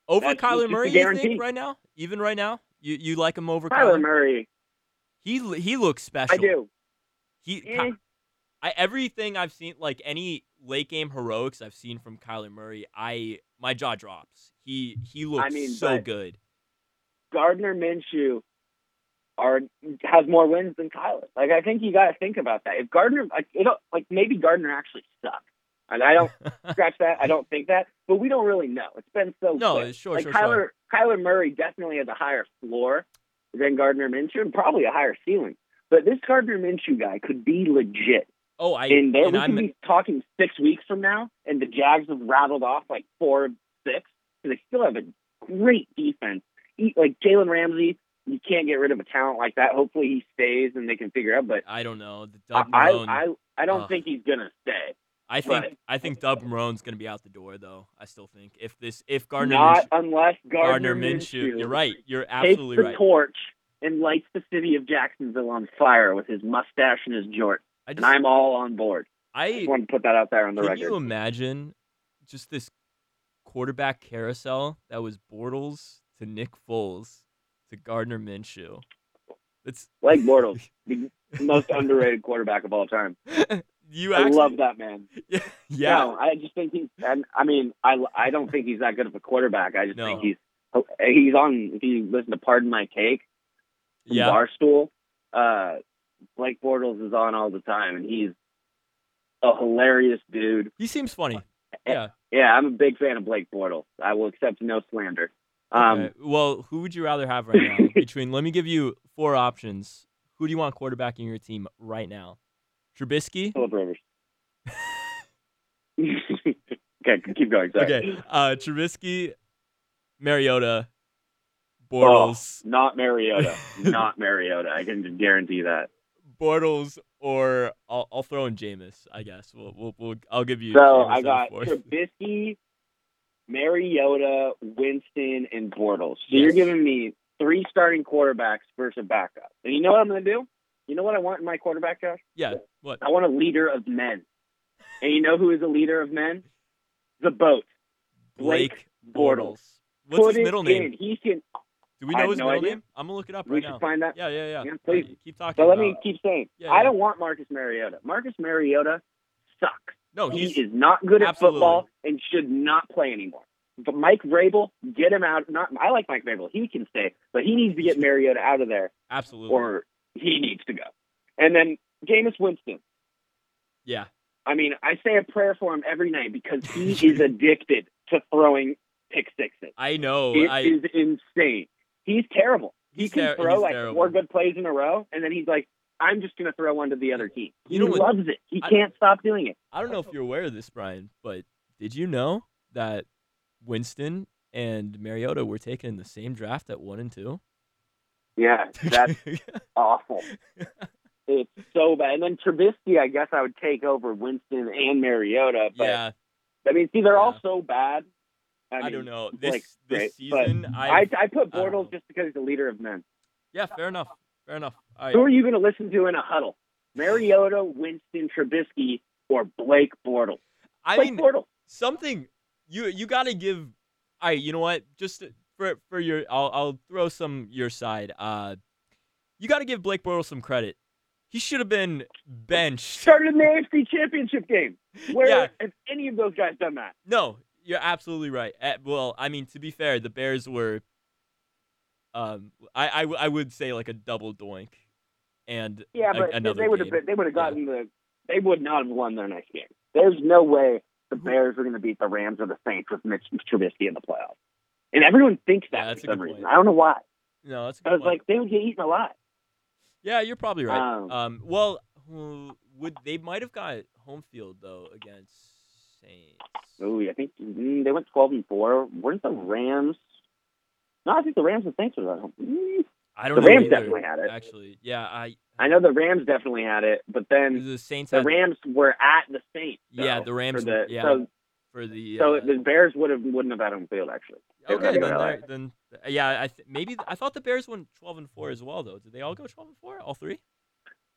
[SPEAKER 1] over
[SPEAKER 2] that's- it's
[SPEAKER 1] Kyler
[SPEAKER 2] just a
[SPEAKER 1] Murray. You
[SPEAKER 2] guarantee.
[SPEAKER 1] think right now? Even right now, you you like him over
[SPEAKER 2] Kyler
[SPEAKER 1] Kyler?
[SPEAKER 2] Murray,
[SPEAKER 1] He he looks special.
[SPEAKER 2] I do.
[SPEAKER 1] He
[SPEAKER 2] Eh.
[SPEAKER 1] Ky- I everything I've seen, like any late game heroics I've seen from Kyler Murray, I my jaw drops. He he looks
[SPEAKER 2] mean,
[SPEAKER 1] so
[SPEAKER 2] but- (laughs)
[SPEAKER 1] good.
[SPEAKER 2] Gardner Minshew are has more wins than Kyler. Like I think you got to think about that. If Gardner, like, you know, like maybe Gardner actually sucks. And I don't scratch that. I don't think that, but we don't really know. It's been so
[SPEAKER 1] (laughs) no,
[SPEAKER 2] quick.
[SPEAKER 1] sure,
[SPEAKER 2] like
[SPEAKER 1] sure,
[SPEAKER 2] Kyler
[SPEAKER 1] sure.
[SPEAKER 2] Kyler Murray definitely has a higher floor than Gardner Minshew, and probably a higher ceiling. But this Gardner Minshew guy could be legit,
[SPEAKER 1] Oh, I
[SPEAKER 2] and, there
[SPEAKER 1] and
[SPEAKER 2] we
[SPEAKER 1] I'm
[SPEAKER 2] could be talking six weeks from now, and the Jags have rattled off like four, of six, because they still have a great defense. He, like Jalen Ramsey, you can't get rid of a talent like that. Hopefully, he stays and they can figure out. But
[SPEAKER 1] (laughs) I don't know. The
[SPEAKER 2] I,
[SPEAKER 1] Doug Marone-
[SPEAKER 2] I, I, I don't
[SPEAKER 1] Ugh.
[SPEAKER 2] think he's gonna stay.
[SPEAKER 1] I think
[SPEAKER 2] Right.
[SPEAKER 1] I think Dub Marone's gonna be out the door though. I still think if this if Gardner
[SPEAKER 2] Not
[SPEAKER 1] Minshew,
[SPEAKER 2] unless Gardner,
[SPEAKER 1] Gardner Minshew, you're right. You're
[SPEAKER 2] takes
[SPEAKER 1] absolutely
[SPEAKER 2] the
[SPEAKER 1] right.
[SPEAKER 2] torch and lights the city of Jacksonville on fire with his mustache and his jorts.
[SPEAKER 1] I
[SPEAKER 2] And
[SPEAKER 1] just
[SPEAKER 2] I'm all on board. (laughs) I
[SPEAKER 1] I
[SPEAKER 2] just wanted to put that out there on the
[SPEAKER 1] can
[SPEAKER 2] record.
[SPEAKER 1] you imagine just this quarterback carousel that was Bortles to Nick Foles to Gardner Minshew? It's
[SPEAKER 2] Blake Bortles,
[SPEAKER 1] (laughs)
[SPEAKER 2] the most underrated quarterback of all time.
[SPEAKER 1] you
[SPEAKER 2] I
[SPEAKER 1] actually
[SPEAKER 2] love that man.
[SPEAKER 1] (laughs) Yeah,
[SPEAKER 2] No, I just think he's. And I mean, I, I don't think he's that good of a quarterback. I just
[SPEAKER 1] No.
[SPEAKER 2] think he's he's on. If you listen to "Pardon My Take" from
[SPEAKER 1] yeah.
[SPEAKER 2] Barstool, uh, Blake Bortles is on all the time, and he's a hilarious dude.
[SPEAKER 1] He seems funny.
[SPEAKER 2] Eh,
[SPEAKER 1] Yeah.
[SPEAKER 2] Yeah, I'm a big fan of Blake Bortles. I will accept no slander. Um,
[SPEAKER 1] Okay. Well, who would you rather have right
[SPEAKER 2] (laughs)
[SPEAKER 1] now? Between let me give you four options. Who do you want quarterbacking your team right now? Trubisky. (laughs)
[SPEAKER 2] Philip Rivers. okay, keep going. Sorry.
[SPEAKER 1] Okay. Uh, Trubisky, Mariota,
[SPEAKER 2] Oh.
[SPEAKER 1] Bortles, (laughs)
[SPEAKER 2] Not Mariota. Not Mariota. I can guarantee that.
[SPEAKER 1] Bortles, or I'll, I'll throw in Jameis. I guess we'll, we'll, we'll I'll give you.
[SPEAKER 2] So
[SPEAKER 1] Jameis
[SPEAKER 2] I
[SPEAKER 1] at
[SPEAKER 2] got
[SPEAKER 1] fourth.
[SPEAKER 2] Trubisky, Mariota, Winston, and Bortles. So you're
[SPEAKER 1] Yes.
[SPEAKER 2] giving me three starting quarterbacks versus a backup. And you know what I'm going to do? You know what I want in my quarterback, Josh?
[SPEAKER 1] (laughs) Yeah. What?
[SPEAKER 2] I want a leader of men. And you know who is a leader of men? The boat.
[SPEAKER 1] Blake
[SPEAKER 2] Blake
[SPEAKER 1] Bortles.
[SPEAKER 2] Bortles.
[SPEAKER 1] What's
[SPEAKER 2] Put
[SPEAKER 1] his
[SPEAKER 2] it
[SPEAKER 1] middle name?
[SPEAKER 2] in. He can.
[SPEAKER 1] Do we
[SPEAKER 2] I
[SPEAKER 1] know
[SPEAKER 2] have
[SPEAKER 1] his
[SPEAKER 2] no
[SPEAKER 1] middle
[SPEAKER 2] idea.
[SPEAKER 1] name? I'm gonna look it up
[SPEAKER 2] We
[SPEAKER 1] right
[SPEAKER 2] should
[SPEAKER 1] now.
[SPEAKER 2] find that.
[SPEAKER 1] Yeah, yeah, yeah.
[SPEAKER 2] Yeah, please.
[SPEAKER 1] Uh, Keep talking.
[SPEAKER 2] But let me
[SPEAKER 1] about-
[SPEAKER 2] keep saying,
[SPEAKER 1] Yeah,
[SPEAKER 2] I
[SPEAKER 1] yeah.
[SPEAKER 2] don't want Marcus Mariota. Marcus Mariota sucks.
[SPEAKER 1] No,
[SPEAKER 2] he
[SPEAKER 1] Oh, he's
[SPEAKER 2] is not good at
[SPEAKER 1] absolutely.
[SPEAKER 2] football and should not play anymore. But Mike Vrabel, get him out. Not I like Mike Vrabel. He can stay, but he needs to get Mariota out of there,
[SPEAKER 1] absolutely.
[SPEAKER 2] or he needs to go. And then Jameis Winston.
[SPEAKER 1] yeah.
[SPEAKER 2] I mean, I say a prayer for him every night
[SPEAKER 1] (laughs)
[SPEAKER 2] because he is addicted to throwing pick sixes.
[SPEAKER 1] I know.
[SPEAKER 2] It is
[SPEAKER 1] Oh, I
[SPEAKER 2] insane. He's terrible. He
[SPEAKER 1] He's
[SPEAKER 2] can
[SPEAKER 1] ter-
[SPEAKER 2] throw
[SPEAKER 1] he's
[SPEAKER 2] like
[SPEAKER 1] terrible.
[SPEAKER 2] four good plays in a row, and then he's like, "I'm just going to throw one to the other team."
[SPEAKER 1] You
[SPEAKER 2] he
[SPEAKER 1] know what-
[SPEAKER 2] loves it. He
[SPEAKER 1] I-
[SPEAKER 2] can't stop doing it.
[SPEAKER 1] I don't know if you're aware of this, Brian, but did you know that Winston and Mariota were taken in the same draft at one and two?
[SPEAKER 2] Yeah,
[SPEAKER 1] (laughs)
[SPEAKER 2] that's awful. It's so bad. And then Trubisky, I guess I would take over Winston and Mariota. But
[SPEAKER 1] yeah.
[SPEAKER 2] I mean, see, they're all
[SPEAKER 1] Yeah.
[SPEAKER 2] so bad. I,
[SPEAKER 1] I,
[SPEAKER 2] mean,
[SPEAKER 1] don't know. This
[SPEAKER 2] like,
[SPEAKER 1] this
[SPEAKER 2] great, but
[SPEAKER 1] season, I,
[SPEAKER 2] I I put
[SPEAKER 1] I don't know.
[SPEAKER 2] Bortles just because he's the leader of men.
[SPEAKER 1] yeah, fair enough, fair enough. All right.
[SPEAKER 2] Who are you going to listen to in a huddle? Mariota, Winston, Trubisky, or Blake Bortles?
[SPEAKER 1] I
[SPEAKER 2] Blake
[SPEAKER 1] mean,
[SPEAKER 2] Bortles.
[SPEAKER 1] something you you got to give all right you know what just for for your i'll i'll throw some your side uh you got to give blake bortles some credit He should have been
[SPEAKER 2] (laughs)
[SPEAKER 1] benched.
[SPEAKER 2] Started in the AFC Championship game. Where
[SPEAKER 1] (laughs) Yeah.
[SPEAKER 2] have any of those guys done that?
[SPEAKER 1] No, you're absolutely right. Eh, well, I mean, to be fair, the Bears were, um, I, I, w- I would say like a double doink, and
[SPEAKER 2] Yeah,
[SPEAKER 1] a-
[SPEAKER 2] but
[SPEAKER 1] another
[SPEAKER 2] they would have
[SPEAKER 1] game.
[SPEAKER 2] been- they would have gotten the they would not have won their next game. There's no way the
[SPEAKER 1] Mm-hmm.
[SPEAKER 2] Bears are going to beat the Rams or the Saints with Mitch Trubisky in the playoffs. And everyone thinks that
[SPEAKER 1] Yeah, that's a
[SPEAKER 2] for
[SPEAKER 1] good
[SPEAKER 2] some reason.
[SPEAKER 1] point.
[SPEAKER 2] I don't know why.
[SPEAKER 1] no, that's a good
[SPEAKER 2] I was
[SPEAKER 1] point.
[SPEAKER 2] like, they would get eaten alive.
[SPEAKER 1] Yeah, you're probably right. Um,
[SPEAKER 2] Um,
[SPEAKER 1] well, who- would they might have got home field though against Saints?
[SPEAKER 2] Ooh, I think mm, they went twelve and four. Weren't the Rams? No, I think the Rams and Saints were at home. Mm,
[SPEAKER 1] I don't
[SPEAKER 2] the
[SPEAKER 1] know.
[SPEAKER 2] Rams
[SPEAKER 1] either,
[SPEAKER 2] definitely had it.
[SPEAKER 1] Actually, yeah, I.
[SPEAKER 2] I know the Rams definitely had it, but then
[SPEAKER 1] the Saints
[SPEAKER 2] the
[SPEAKER 1] had.
[SPEAKER 2] Rams were at the Saints. though,
[SPEAKER 1] yeah, the Rams.
[SPEAKER 2] for the-
[SPEAKER 1] yeah,
[SPEAKER 2] So,
[SPEAKER 1] for the.
[SPEAKER 2] so
[SPEAKER 1] uh,
[SPEAKER 2] the Bears would have wouldn't have had home field actually. they were
[SPEAKER 1] okay, then,
[SPEAKER 2] gonna
[SPEAKER 1] they're-
[SPEAKER 2] like-
[SPEAKER 1] then yeah, I th- maybe I thought the Bears went 12 and four as well though. Did they all go 12 and four? All three?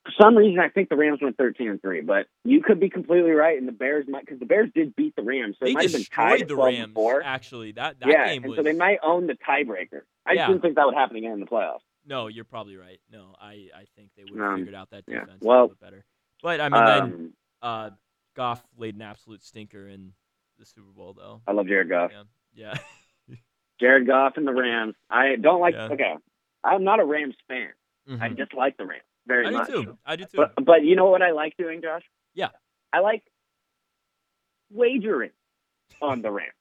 [SPEAKER 2] For some reason, I think the Rams went thirteen and three, but you could be completely right, and the Bears might because the Bears did beat the Rams, so
[SPEAKER 1] they
[SPEAKER 2] it might have been
[SPEAKER 1] destroyed
[SPEAKER 2] tied at
[SPEAKER 1] the
[SPEAKER 2] 12
[SPEAKER 1] Rams.
[SPEAKER 2] Four.
[SPEAKER 1] Actually, that that
[SPEAKER 2] Yeah,
[SPEAKER 1] game
[SPEAKER 2] and
[SPEAKER 1] was.
[SPEAKER 2] so they might own the tiebreaker. I
[SPEAKER 1] Yeah.
[SPEAKER 2] just didn't think that would happen again in the playoffs.
[SPEAKER 1] No, you're probably right. No, I I think they would have
[SPEAKER 2] Um,
[SPEAKER 1] figured out that
[SPEAKER 2] yeah.
[SPEAKER 1] defense a
[SPEAKER 2] Well,
[SPEAKER 1] little bit better. But I mean, then
[SPEAKER 2] Um,
[SPEAKER 1] uh, Goff laid an absolute stinker in the Super Bowl, though.
[SPEAKER 2] I love Jared Goff.
[SPEAKER 1] Yeah,
[SPEAKER 2] Jared Goff and the Rams. I don't like.
[SPEAKER 1] Yeah.
[SPEAKER 2] Okay, I'm not a Rams fan.
[SPEAKER 1] yeah.
[SPEAKER 2] I dislike the Rams very
[SPEAKER 1] I
[SPEAKER 2] much.
[SPEAKER 1] do too. I do too.
[SPEAKER 2] But but you know what I like doing, Josh?
[SPEAKER 1] Yeah.
[SPEAKER 2] I like wagering on
[SPEAKER 1] (laughs)
[SPEAKER 2] the Rams.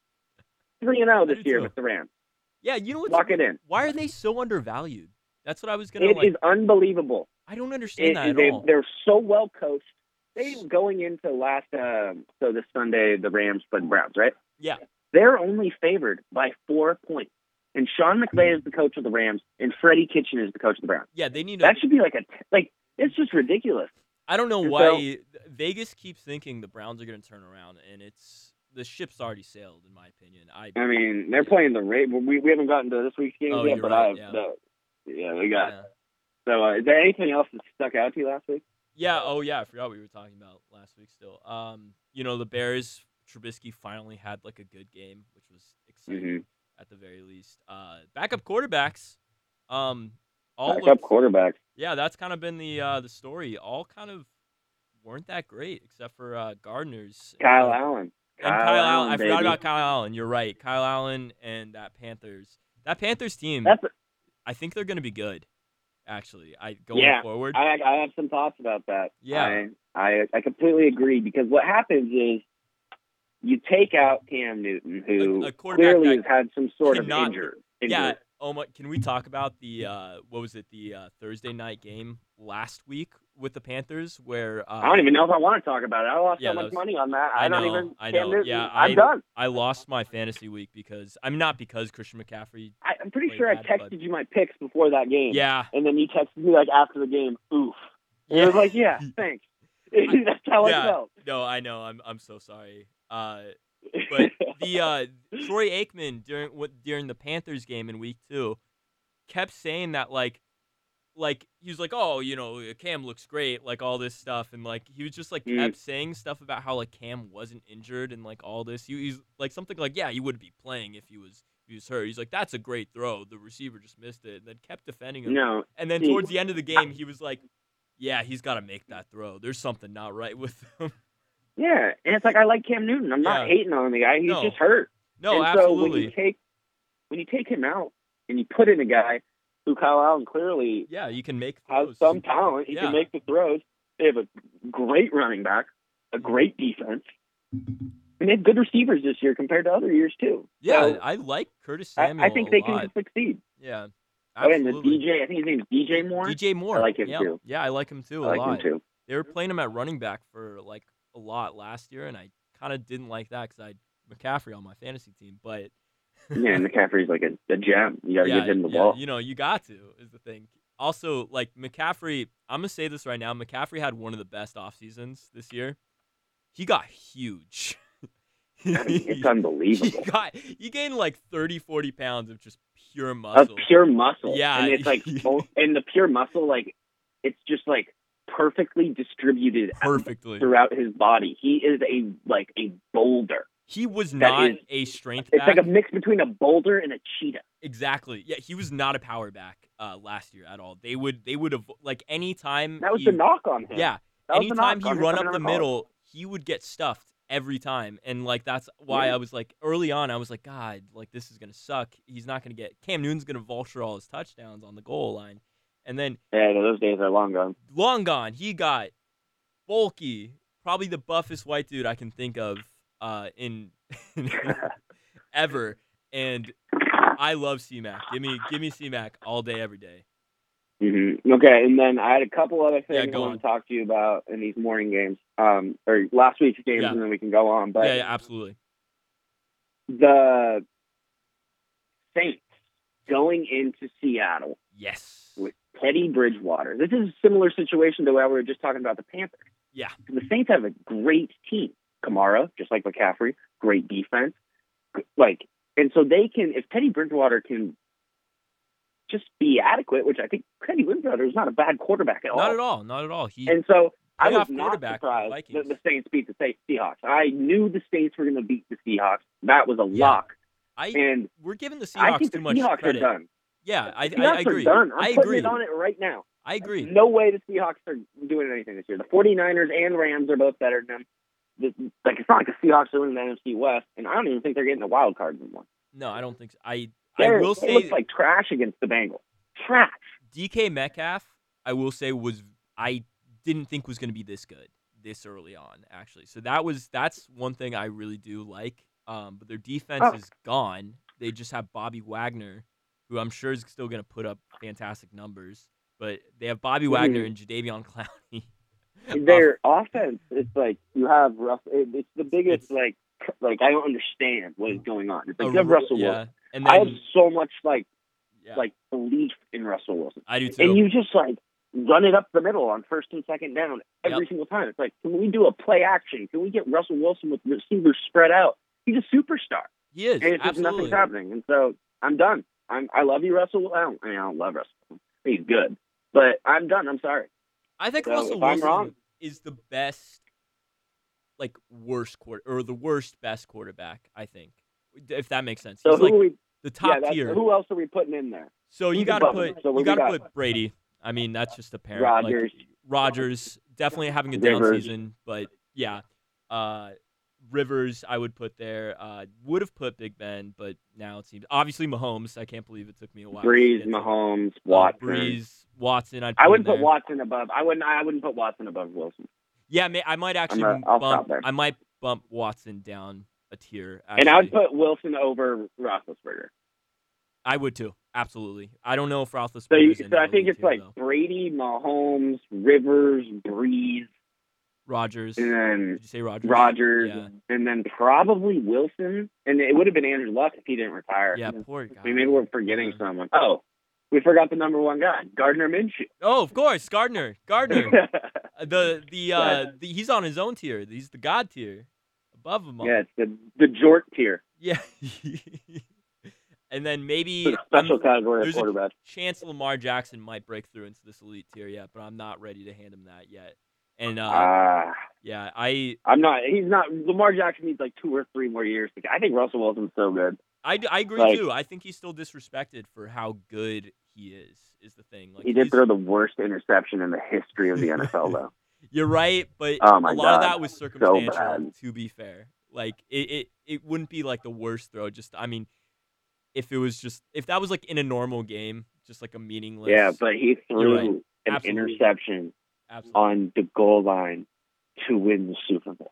[SPEAKER 2] Three and zero
[SPEAKER 1] do
[SPEAKER 2] this year
[SPEAKER 1] too.
[SPEAKER 2] with the Rams.
[SPEAKER 1] yeah, you know what's
[SPEAKER 2] Lock it in.
[SPEAKER 1] Why are they so undervalued? That's what I was gonna
[SPEAKER 2] It
[SPEAKER 1] like.
[SPEAKER 2] is unbelievable.
[SPEAKER 1] I don't understand
[SPEAKER 2] It,
[SPEAKER 1] that at
[SPEAKER 2] they,
[SPEAKER 1] all.
[SPEAKER 2] they're so well coached. They going into last um, so this Sunday the Rams played the Browns, right?
[SPEAKER 1] Yeah,
[SPEAKER 2] They're only favored by four points. And Sean McVay is the coach of the Rams, and Freddie Kitchen is the coach of the Browns.
[SPEAKER 1] yeah. They need. To,
[SPEAKER 2] That should be like a t- like. It's just ridiculous.
[SPEAKER 1] I don't know
[SPEAKER 2] and
[SPEAKER 1] why Vegas keeps thinking the Browns are gonna turn around, and it's the ship's already sailed, in my opinion. I
[SPEAKER 2] I mean, they're playing the Ra We we haven't gotten to this week's game
[SPEAKER 1] Oh,
[SPEAKER 2] yet,
[SPEAKER 1] you're
[SPEAKER 2] but
[SPEAKER 1] right,
[SPEAKER 2] I've
[SPEAKER 1] yeah.
[SPEAKER 2] the- yeah, we got. it.
[SPEAKER 1] yeah.
[SPEAKER 2] So, uh, is there anything else that stuck out to you last week?
[SPEAKER 1] Yeah, Oh yeah. I forgot we were talking about last week. Still, um, you know the Bears. Trubisky finally had like a good game, which was exciting.
[SPEAKER 2] Mm-hmm.
[SPEAKER 1] at the very least. Uh, backup quarterbacks, um, all
[SPEAKER 2] Backup
[SPEAKER 1] looked-
[SPEAKER 2] quarterback.
[SPEAKER 1] yeah, that's kind of been the uh, the story. All kind of weren't that great except for uh, Gardner's
[SPEAKER 2] Kyle
[SPEAKER 1] and,
[SPEAKER 2] Allen.
[SPEAKER 1] and Kyle, Allen. I forgot
[SPEAKER 2] baby.
[SPEAKER 1] about Kyle Allen. You're right, Kyle Allen and that Panthers. That Panthers team,
[SPEAKER 2] That's.
[SPEAKER 1] I think they're going to be good. Actually, I going
[SPEAKER 2] Yeah,
[SPEAKER 1] forward.
[SPEAKER 2] I I have some thoughts about that.
[SPEAKER 1] Yeah.
[SPEAKER 2] I, I I completely agree because what happens is you take out Cam Newton, who
[SPEAKER 1] A- a quarterback
[SPEAKER 2] clearly has
[SPEAKER 1] that
[SPEAKER 2] had some sort of
[SPEAKER 1] cannot-
[SPEAKER 2] injury.
[SPEAKER 1] yeah.
[SPEAKER 2] injury.
[SPEAKER 1] Oh my, can we talk about the uh, what was it the uh, Thursday night game last week with the Panthers where uh,
[SPEAKER 2] I don't even know if I want to talk about it. I lost
[SPEAKER 1] yeah,
[SPEAKER 2] so
[SPEAKER 1] that
[SPEAKER 2] much
[SPEAKER 1] was-
[SPEAKER 2] money on that.
[SPEAKER 1] I
[SPEAKER 2] I, don't
[SPEAKER 1] know,
[SPEAKER 2] even.
[SPEAKER 1] I
[SPEAKER 2] Cam
[SPEAKER 1] know.
[SPEAKER 2] Newton,
[SPEAKER 1] Yeah,
[SPEAKER 2] I'm
[SPEAKER 1] I-
[SPEAKER 2] done.
[SPEAKER 1] I lost my fantasy week because I'm not because Christian McCaffrey.
[SPEAKER 2] I, I'm pretty
[SPEAKER 1] Way
[SPEAKER 2] sure I
[SPEAKER 1] bad, bud.
[SPEAKER 2] texted you my picks before that game.
[SPEAKER 1] Yeah,
[SPEAKER 2] And then you texted me like after the game, oof. And I was like, yeah, thanks. (laughs) That's how
[SPEAKER 1] Yeah.
[SPEAKER 2] I felt.
[SPEAKER 1] (laughs) no, I know. I'm I'm so sorry. Uh, but
[SPEAKER 2] (laughs)
[SPEAKER 1] the uh, Troy Aikman during what during the Panthers game in week two kept saying that like like he was like oh you know Cam looks great like all this stuff and like he was just like
[SPEAKER 2] Mm.
[SPEAKER 1] kept saying stuff about how like Cam wasn't injured and like all this he, he's like something like yeah he would be playing if he was if he was hurt he's like that's a great throw the receiver just missed it and then kept defending him
[SPEAKER 2] no,
[SPEAKER 1] And then
[SPEAKER 2] See-
[SPEAKER 1] towards the end of the game, he was like, "Yeah, he's got to make that throw. There's something not right with him." (laughs)
[SPEAKER 2] yeah, and it's like I like Cam Newton. I'm not
[SPEAKER 1] Yeah.
[SPEAKER 2] hating on the guy. He's
[SPEAKER 1] No.
[SPEAKER 2] just hurt.
[SPEAKER 1] No,
[SPEAKER 2] and so when you
[SPEAKER 1] absolutely.
[SPEAKER 2] take when you take him out and you put in a guy who Kyle Allen clearly
[SPEAKER 1] yeah, you can make
[SPEAKER 2] has
[SPEAKER 1] throws.
[SPEAKER 2] some talent, he
[SPEAKER 1] Oh, Yeah.
[SPEAKER 2] can make the throws. They have a great running back, a great defense, and they have good receivers this year compared to other years too.
[SPEAKER 1] Yeah,
[SPEAKER 2] So
[SPEAKER 1] I like Curtis
[SPEAKER 2] I,
[SPEAKER 1] Samuel.
[SPEAKER 2] I think
[SPEAKER 1] a
[SPEAKER 2] they
[SPEAKER 1] lot.
[SPEAKER 2] can succeed.
[SPEAKER 1] Yeah,
[SPEAKER 2] Oh, and the
[SPEAKER 1] absolutely.
[SPEAKER 2] DJ, I think his name's DJ Moore.
[SPEAKER 1] DJ Moore.
[SPEAKER 2] I like him
[SPEAKER 1] yeah.
[SPEAKER 2] too.
[SPEAKER 1] Yeah, I like him too
[SPEAKER 2] I
[SPEAKER 1] a
[SPEAKER 2] like
[SPEAKER 1] lot.
[SPEAKER 2] him too.
[SPEAKER 1] They were playing him at running back for like a lot last year, and I kind of didn't like that because I had McCaffrey on my fantasy team, but
[SPEAKER 2] Yeah, and McCaffrey's like a, a gem. You gotta give him the
[SPEAKER 1] (laughs) yeah,
[SPEAKER 2] ball.
[SPEAKER 1] You know, you got to is the thing. Also, like McCaffrey, I'm gonna say this right now. McCaffrey had one of the best off seasons this year. He got huge. (laughs)
[SPEAKER 2] I mean, it's
[SPEAKER 1] he (laughs)
[SPEAKER 2] unbelievable.
[SPEAKER 1] got he gained like 30, 40 pounds of just pure
[SPEAKER 2] Of
[SPEAKER 1] muscle.
[SPEAKER 2] pure (laughs) muscle.
[SPEAKER 1] Yeah.
[SPEAKER 2] and
[SPEAKER 1] (laughs)
[SPEAKER 2] it's like, oh, and the pure muscle, like, it's just like perfectly distributed (laughs)
[SPEAKER 1] Perfectly.
[SPEAKER 2] throughout his body. He is a like a boulder.
[SPEAKER 1] He was
[SPEAKER 2] That
[SPEAKER 1] not
[SPEAKER 2] is-
[SPEAKER 1] a strength
[SPEAKER 2] It's
[SPEAKER 1] back.
[SPEAKER 2] like a mix between a boulder and a cheetah.
[SPEAKER 1] exactly. Yeah, he was not a power back uh, last year at all. They would they would have like any time
[SPEAKER 2] That was
[SPEAKER 1] he,
[SPEAKER 2] the knock on him.
[SPEAKER 1] Yeah,
[SPEAKER 2] That was the
[SPEAKER 1] anytime
[SPEAKER 2] knock
[SPEAKER 1] he
[SPEAKER 2] on him
[SPEAKER 1] run
[SPEAKER 2] coming
[SPEAKER 1] up the
[SPEAKER 2] out of college.
[SPEAKER 1] middle, he would get stuffed every time. And like that's why
[SPEAKER 2] Yeah.
[SPEAKER 1] I was like early on, I was like, God, like this is gonna suck. He's not gonna get Cam Newton's gonna vulture all his touchdowns on the goal line. And then
[SPEAKER 2] Yeah, no, those days are long gone.
[SPEAKER 1] long gone, he got bulky, probably the buffest white dude I can think of uh in (laughs) ever. And I love C Mac. Give me give me C Mac all day, every day.
[SPEAKER 2] Mm-hmm. Okay, and then I had a couple other
[SPEAKER 1] Yeah,
[SPEAKER 2] things I
[SPEAKER 1] go
[SPEAKER 2] want
[SPEAKER 1] on.
[SPEAKER 2] to talk to you about in these morning games, um, or last week's games,
[SPEAKER 1] Yeah.
[SPEAKER 2] and then we can go on. But
[SPEAKER 1] yeah, yeah, absolutely.
[SPEAKER 2] the Saints going into Seattle
[SPEAKER 1] Yes.
[SPEAKER 2] with Teddy Bridgewater. This is a similar situation to what we were just talking about the Panthers.
[SPEAKER 1] Yeah.
[SPEAKER 2] The Saints have a great team. Kamara, just like McCaffrey, great defense. G- Like, and so they can, if Teddy Bridgewater can just be adequate, which I think Teddy Bridgewater is not a bad quarterback at all.
[SPEAKER 1] Not at all. Not at all. He
[SPEAKER 2] And so I
[SPEAKER 1] Playoff
[SPEAKER 2] was not
[SPEAKER 1] quarterback for the
[SPEAKER 2] surprised
[SPEAKER 1] Vikings.
[SPEAKER 2] that the Saints beat the Se- Seahawks. I knew the Saints were going to beat the Seahawks. That was a
[SPEAKER 1] Yeah.
[SPEAKER 2] lock.
[SPEAKER 1] I
[SPEAKER 2] And
[SPEAKER 1] we're giving the
[SPEAKER 2] I
[SPEAKER 1] Seahawks
[SPEAKER 2] think
[SPEAKER 1] too
[SPEAKER 2] the
[SPEAKER 1] much
[SPEAKER 2] Seahawks
[SPEAKER 1] credit.
[SPEAKER 2] are done.
[SPEAKER 1] Yeah, I,
[SPEAKER 2] The
[SPEAKER 1] I, I
[SPEAKER 2] Seahawks
[SPEAKER 1] agree.
[SPEAKER 2] are done. I'm
[SPEAKER 1] I
[SPEAKER 2] putting
[SPEAKER 1] agree.
[SPEAKER 2] it on it right now.
[SPEAKER 1] I agree.
[SPEAKER 2] No way the Seahawks are doing anything this year. The 49ers and Rams are both better than them. The- like it's not like the Seahawks are winning the NFC West, and I don't even think they're getting a wild card anymore.
[SPEAKER 1] No, I don't think so. I I
[SPEAKER 2] They're-
[SPEAKER 1] will
[SPEAKER 2] they
[SPEAKER 1] say
[SPEAKER 2] look like trash against the Bengals.
[SPEAKER 1] (laughs)
[SPEAKER 2] Trash.
[SPEAKER 1] DK Metcalf. I will say was I didn't think was going to be this good this early on actually. So that was that's one thing I really do like. Um, but their defense
[SPEAKER 2] Oh.
[SPEAKER 1] is gone. They just have Bobby Wagner, who I'm sure is still going to put up fantastic numbers. But they have Bobby Wagner
[SPEAKER 2] Mhm.
[SPEAKER 1] and Jadavion Clowney. Uh, (laughs)
[SPEAKER 2] Their offense, it's like you have Russ. It, it's the
[SPEAKER 1] It's-
[SPEAKER 2] biggest like cr- like I don't understand what is going on. It's like
[SPEAKER 1] Uh,
[SPEAKER 2] you have Russell
[SPEAKER 1] yeah,
[SPEAKER 2] Wilson.
[SPEAKER 1] and
[SPEAKER 2] I have
[SPEAKER 1] then
[SPEAKER 2] so much like
[SPEAKER 1] yeah,
[SPEAKER 2] like belief in Russell Wilson.
[SPEAKER 1] I do too.
[SPEAKER 2] and you just like run it up the middle on first and second down every single time. It's like, can we do a play action? Can we get Russell Wilson with receivers spread out? He's a superstar,
[SPEAKER 1] he is
[SPEAKER 2] and it's just
[SPEAKER 1] absolutely.
[SPEAKER 2] nothing's happening. And so I'm done. I'm I love you, Russell. Well, I don't, I, mean, I don't love Russell. Wilson. He's good, but I'm done. I'm sorry.
[SPEAKER 1] I think
[SPEAKER 2] So,
[SPEAKER 1] Russell
[SPEAKER 2] if I'm
[SPEAKER 1] Wilson
[SPEAKER 2] wrong-
[SPEAKER 1] is the best, like worst quarter or the worst best quarterback. I think, if that makes sense.
[SPEAKER 2] So
[SPEAKER 1] He's
[SPEAKER 2] who
[SPEAKER 1] like
[SPEAKER 2] are we?
[SPEAKER 1] the
[SPEAKER 2] yeah,
[SPEAKER 1] top
[SPEAKER 2] that's-
[SPEAKER 1] tier.
[SPEAKER 2] Who else are we putting in there?
[SPEAKER 1] so you
[SPEAKER 2] who's
[SPEAKER 1] gotta
[SPEAKER 2] above him?
[SPEAKER 1] put
[SPEAKER 2] So what
[SPEAKER 1] you
[SPEAKER 2] we
[SPEAKER 1] gotta
[SPEAKER 2] got?
[SPEAKER 1] put Brady. I mean, that's just apparent.
[SPEAKER 2] Rodgers.
[SPEAKER 1] Like, Rodgers definitely having a down
[SPEAKER 2] Rivers.
[SPEAKER 1] season, but yeah, uh, Rivers I would put there. Uh, would have put Big Ben, but now it seems obviously Mahomes. I can't believe it took me a while. to
[SPEAKER 2] Breeze,
[SPEAKER 1] get to-
[SPEAKER 2] Mahomes,
[SPEAKER 1] uh,
[SPEAKER 2] Watson.
[SPEAKER 1] Breeze, Watson. I'd
[SPEAKER 2] I
[SPEAKER 1] in
[SPEAKER 2] wouldn't put
[SPEAKER 1] there.
[SPEAKER 2] Watson above. I wouldn't. I wouldn't put Watson above Wilson.
[SPEAKER 1] Yeah, may, I might actually
[SPEAKER 2] not- I'll stop
[SPEAKER 1] bump.
[SPEAKER 2] there.
[SPEAKER 1] I might bump Watson down a tier. Actually.
[SPEAKER 2] And I would put Wilson over Roethlisberger.
[SPEAKER 1] I would too. Absolutely. I don't know if Roethlisberger's
[SPEAKER 2] So, you,
[SPEAKER 1] in
[SPEAKER 2] so I
[SPEAKER 1] that
[SPEAKER 2] think
[SPEAKER 1] league
[SPEAKER 2] it's
[SPEAKER 1] tier,
[SPEAKER 2] like
[SPEAKER 1] though.
[SPEAKER 2] Brady, Mahomes, Rivers, Breeze,
[SPEAKER 1] Rogers.
[SPEAKER 2] and
[SPEAKER 1] Did
[SPEAKER 2] then
[SPEAKER 1] you say Rogers?
[SPEAKER 2] Rogers,
[SPEAKER 1] Yeah.
[SPEAKER 2] and then probably Wilson. And it would have been Andrew Luck if he didn't retire.
[SPEAKER 1] Yeah,
[SPEAKER 2] I
[SPEAKER 1] poor guy.
[SPEAKER 2] mean, maybe we're forgetting
[SPEAKER 1] Yeah.
[SPEAKER 2] someone. Oh, we forgot the number one guy, Gardner Minshew.
[SPEAKER 1] (laughs) Oh, of course, Gardner.
[SPEAKER 2] (laughs)
[SPEAKER 1] Gardner. Uh, the the uh the, he's on his own tier. He's the god tier, above him all.
[SPEAKER 2] yeah, it's the the Jort tier,
[SPEAKER 1] (laughs) Yeah. (laughs) and then maybe
[SPEAKER 2] the special
[SPEAKER 1] I'm-
[SPEAKER 2] category of
[SPEAKER 1] um, there's a-
[SPEAKER 2] quarterback.
[SPEAKER 1] chance Lamar Jackson might break through into this elite tier yet, but I'm not ready to hand him that yet. And uh,
[SPEAKER 2] Ah,
[SPEAKER 1] yeah, I
[SPEAKER 2] I'm not. He's not. Lamar Jackson needs like two or three more years. to- I think Russell Wilson's so good.
[SPEAKER 1] I, d- I agree
[SPEAKER 2] Like-
[SPEAKER 1] too. I think he's still disrespected for how good he is. Is the thing. Like
[SPEAKER 2] He did
[SPEAKER 1] he's-
[SPEAKER 2] throw the worst interception in the history of the NFL, though.
[SPEAKER 1] You're right, but
[SPEAKER 2] Oh my
[SPEAKER 1] a lot of
[SPEAKER 2] God,
[SPEAKER 1] that was circumstantial.
[SPEAKER 2] bad.
[SPEAKER 1] to be fair, like it, it it wouldn't be like the worst throw. Just I mean, if it was just if that was like in a normal game, just like a meaningless.
[SPEAKER 2] Yeah, but he threw
[SPEAKER 1] You're right.
[SPEAKER 2] an
[SPEAKER 1] Absolutely.
[SPEAKER 2] interception
[SPEAKER 1] absolutely.
[SPEAKER 2] on the goal line to win the Super Bowl.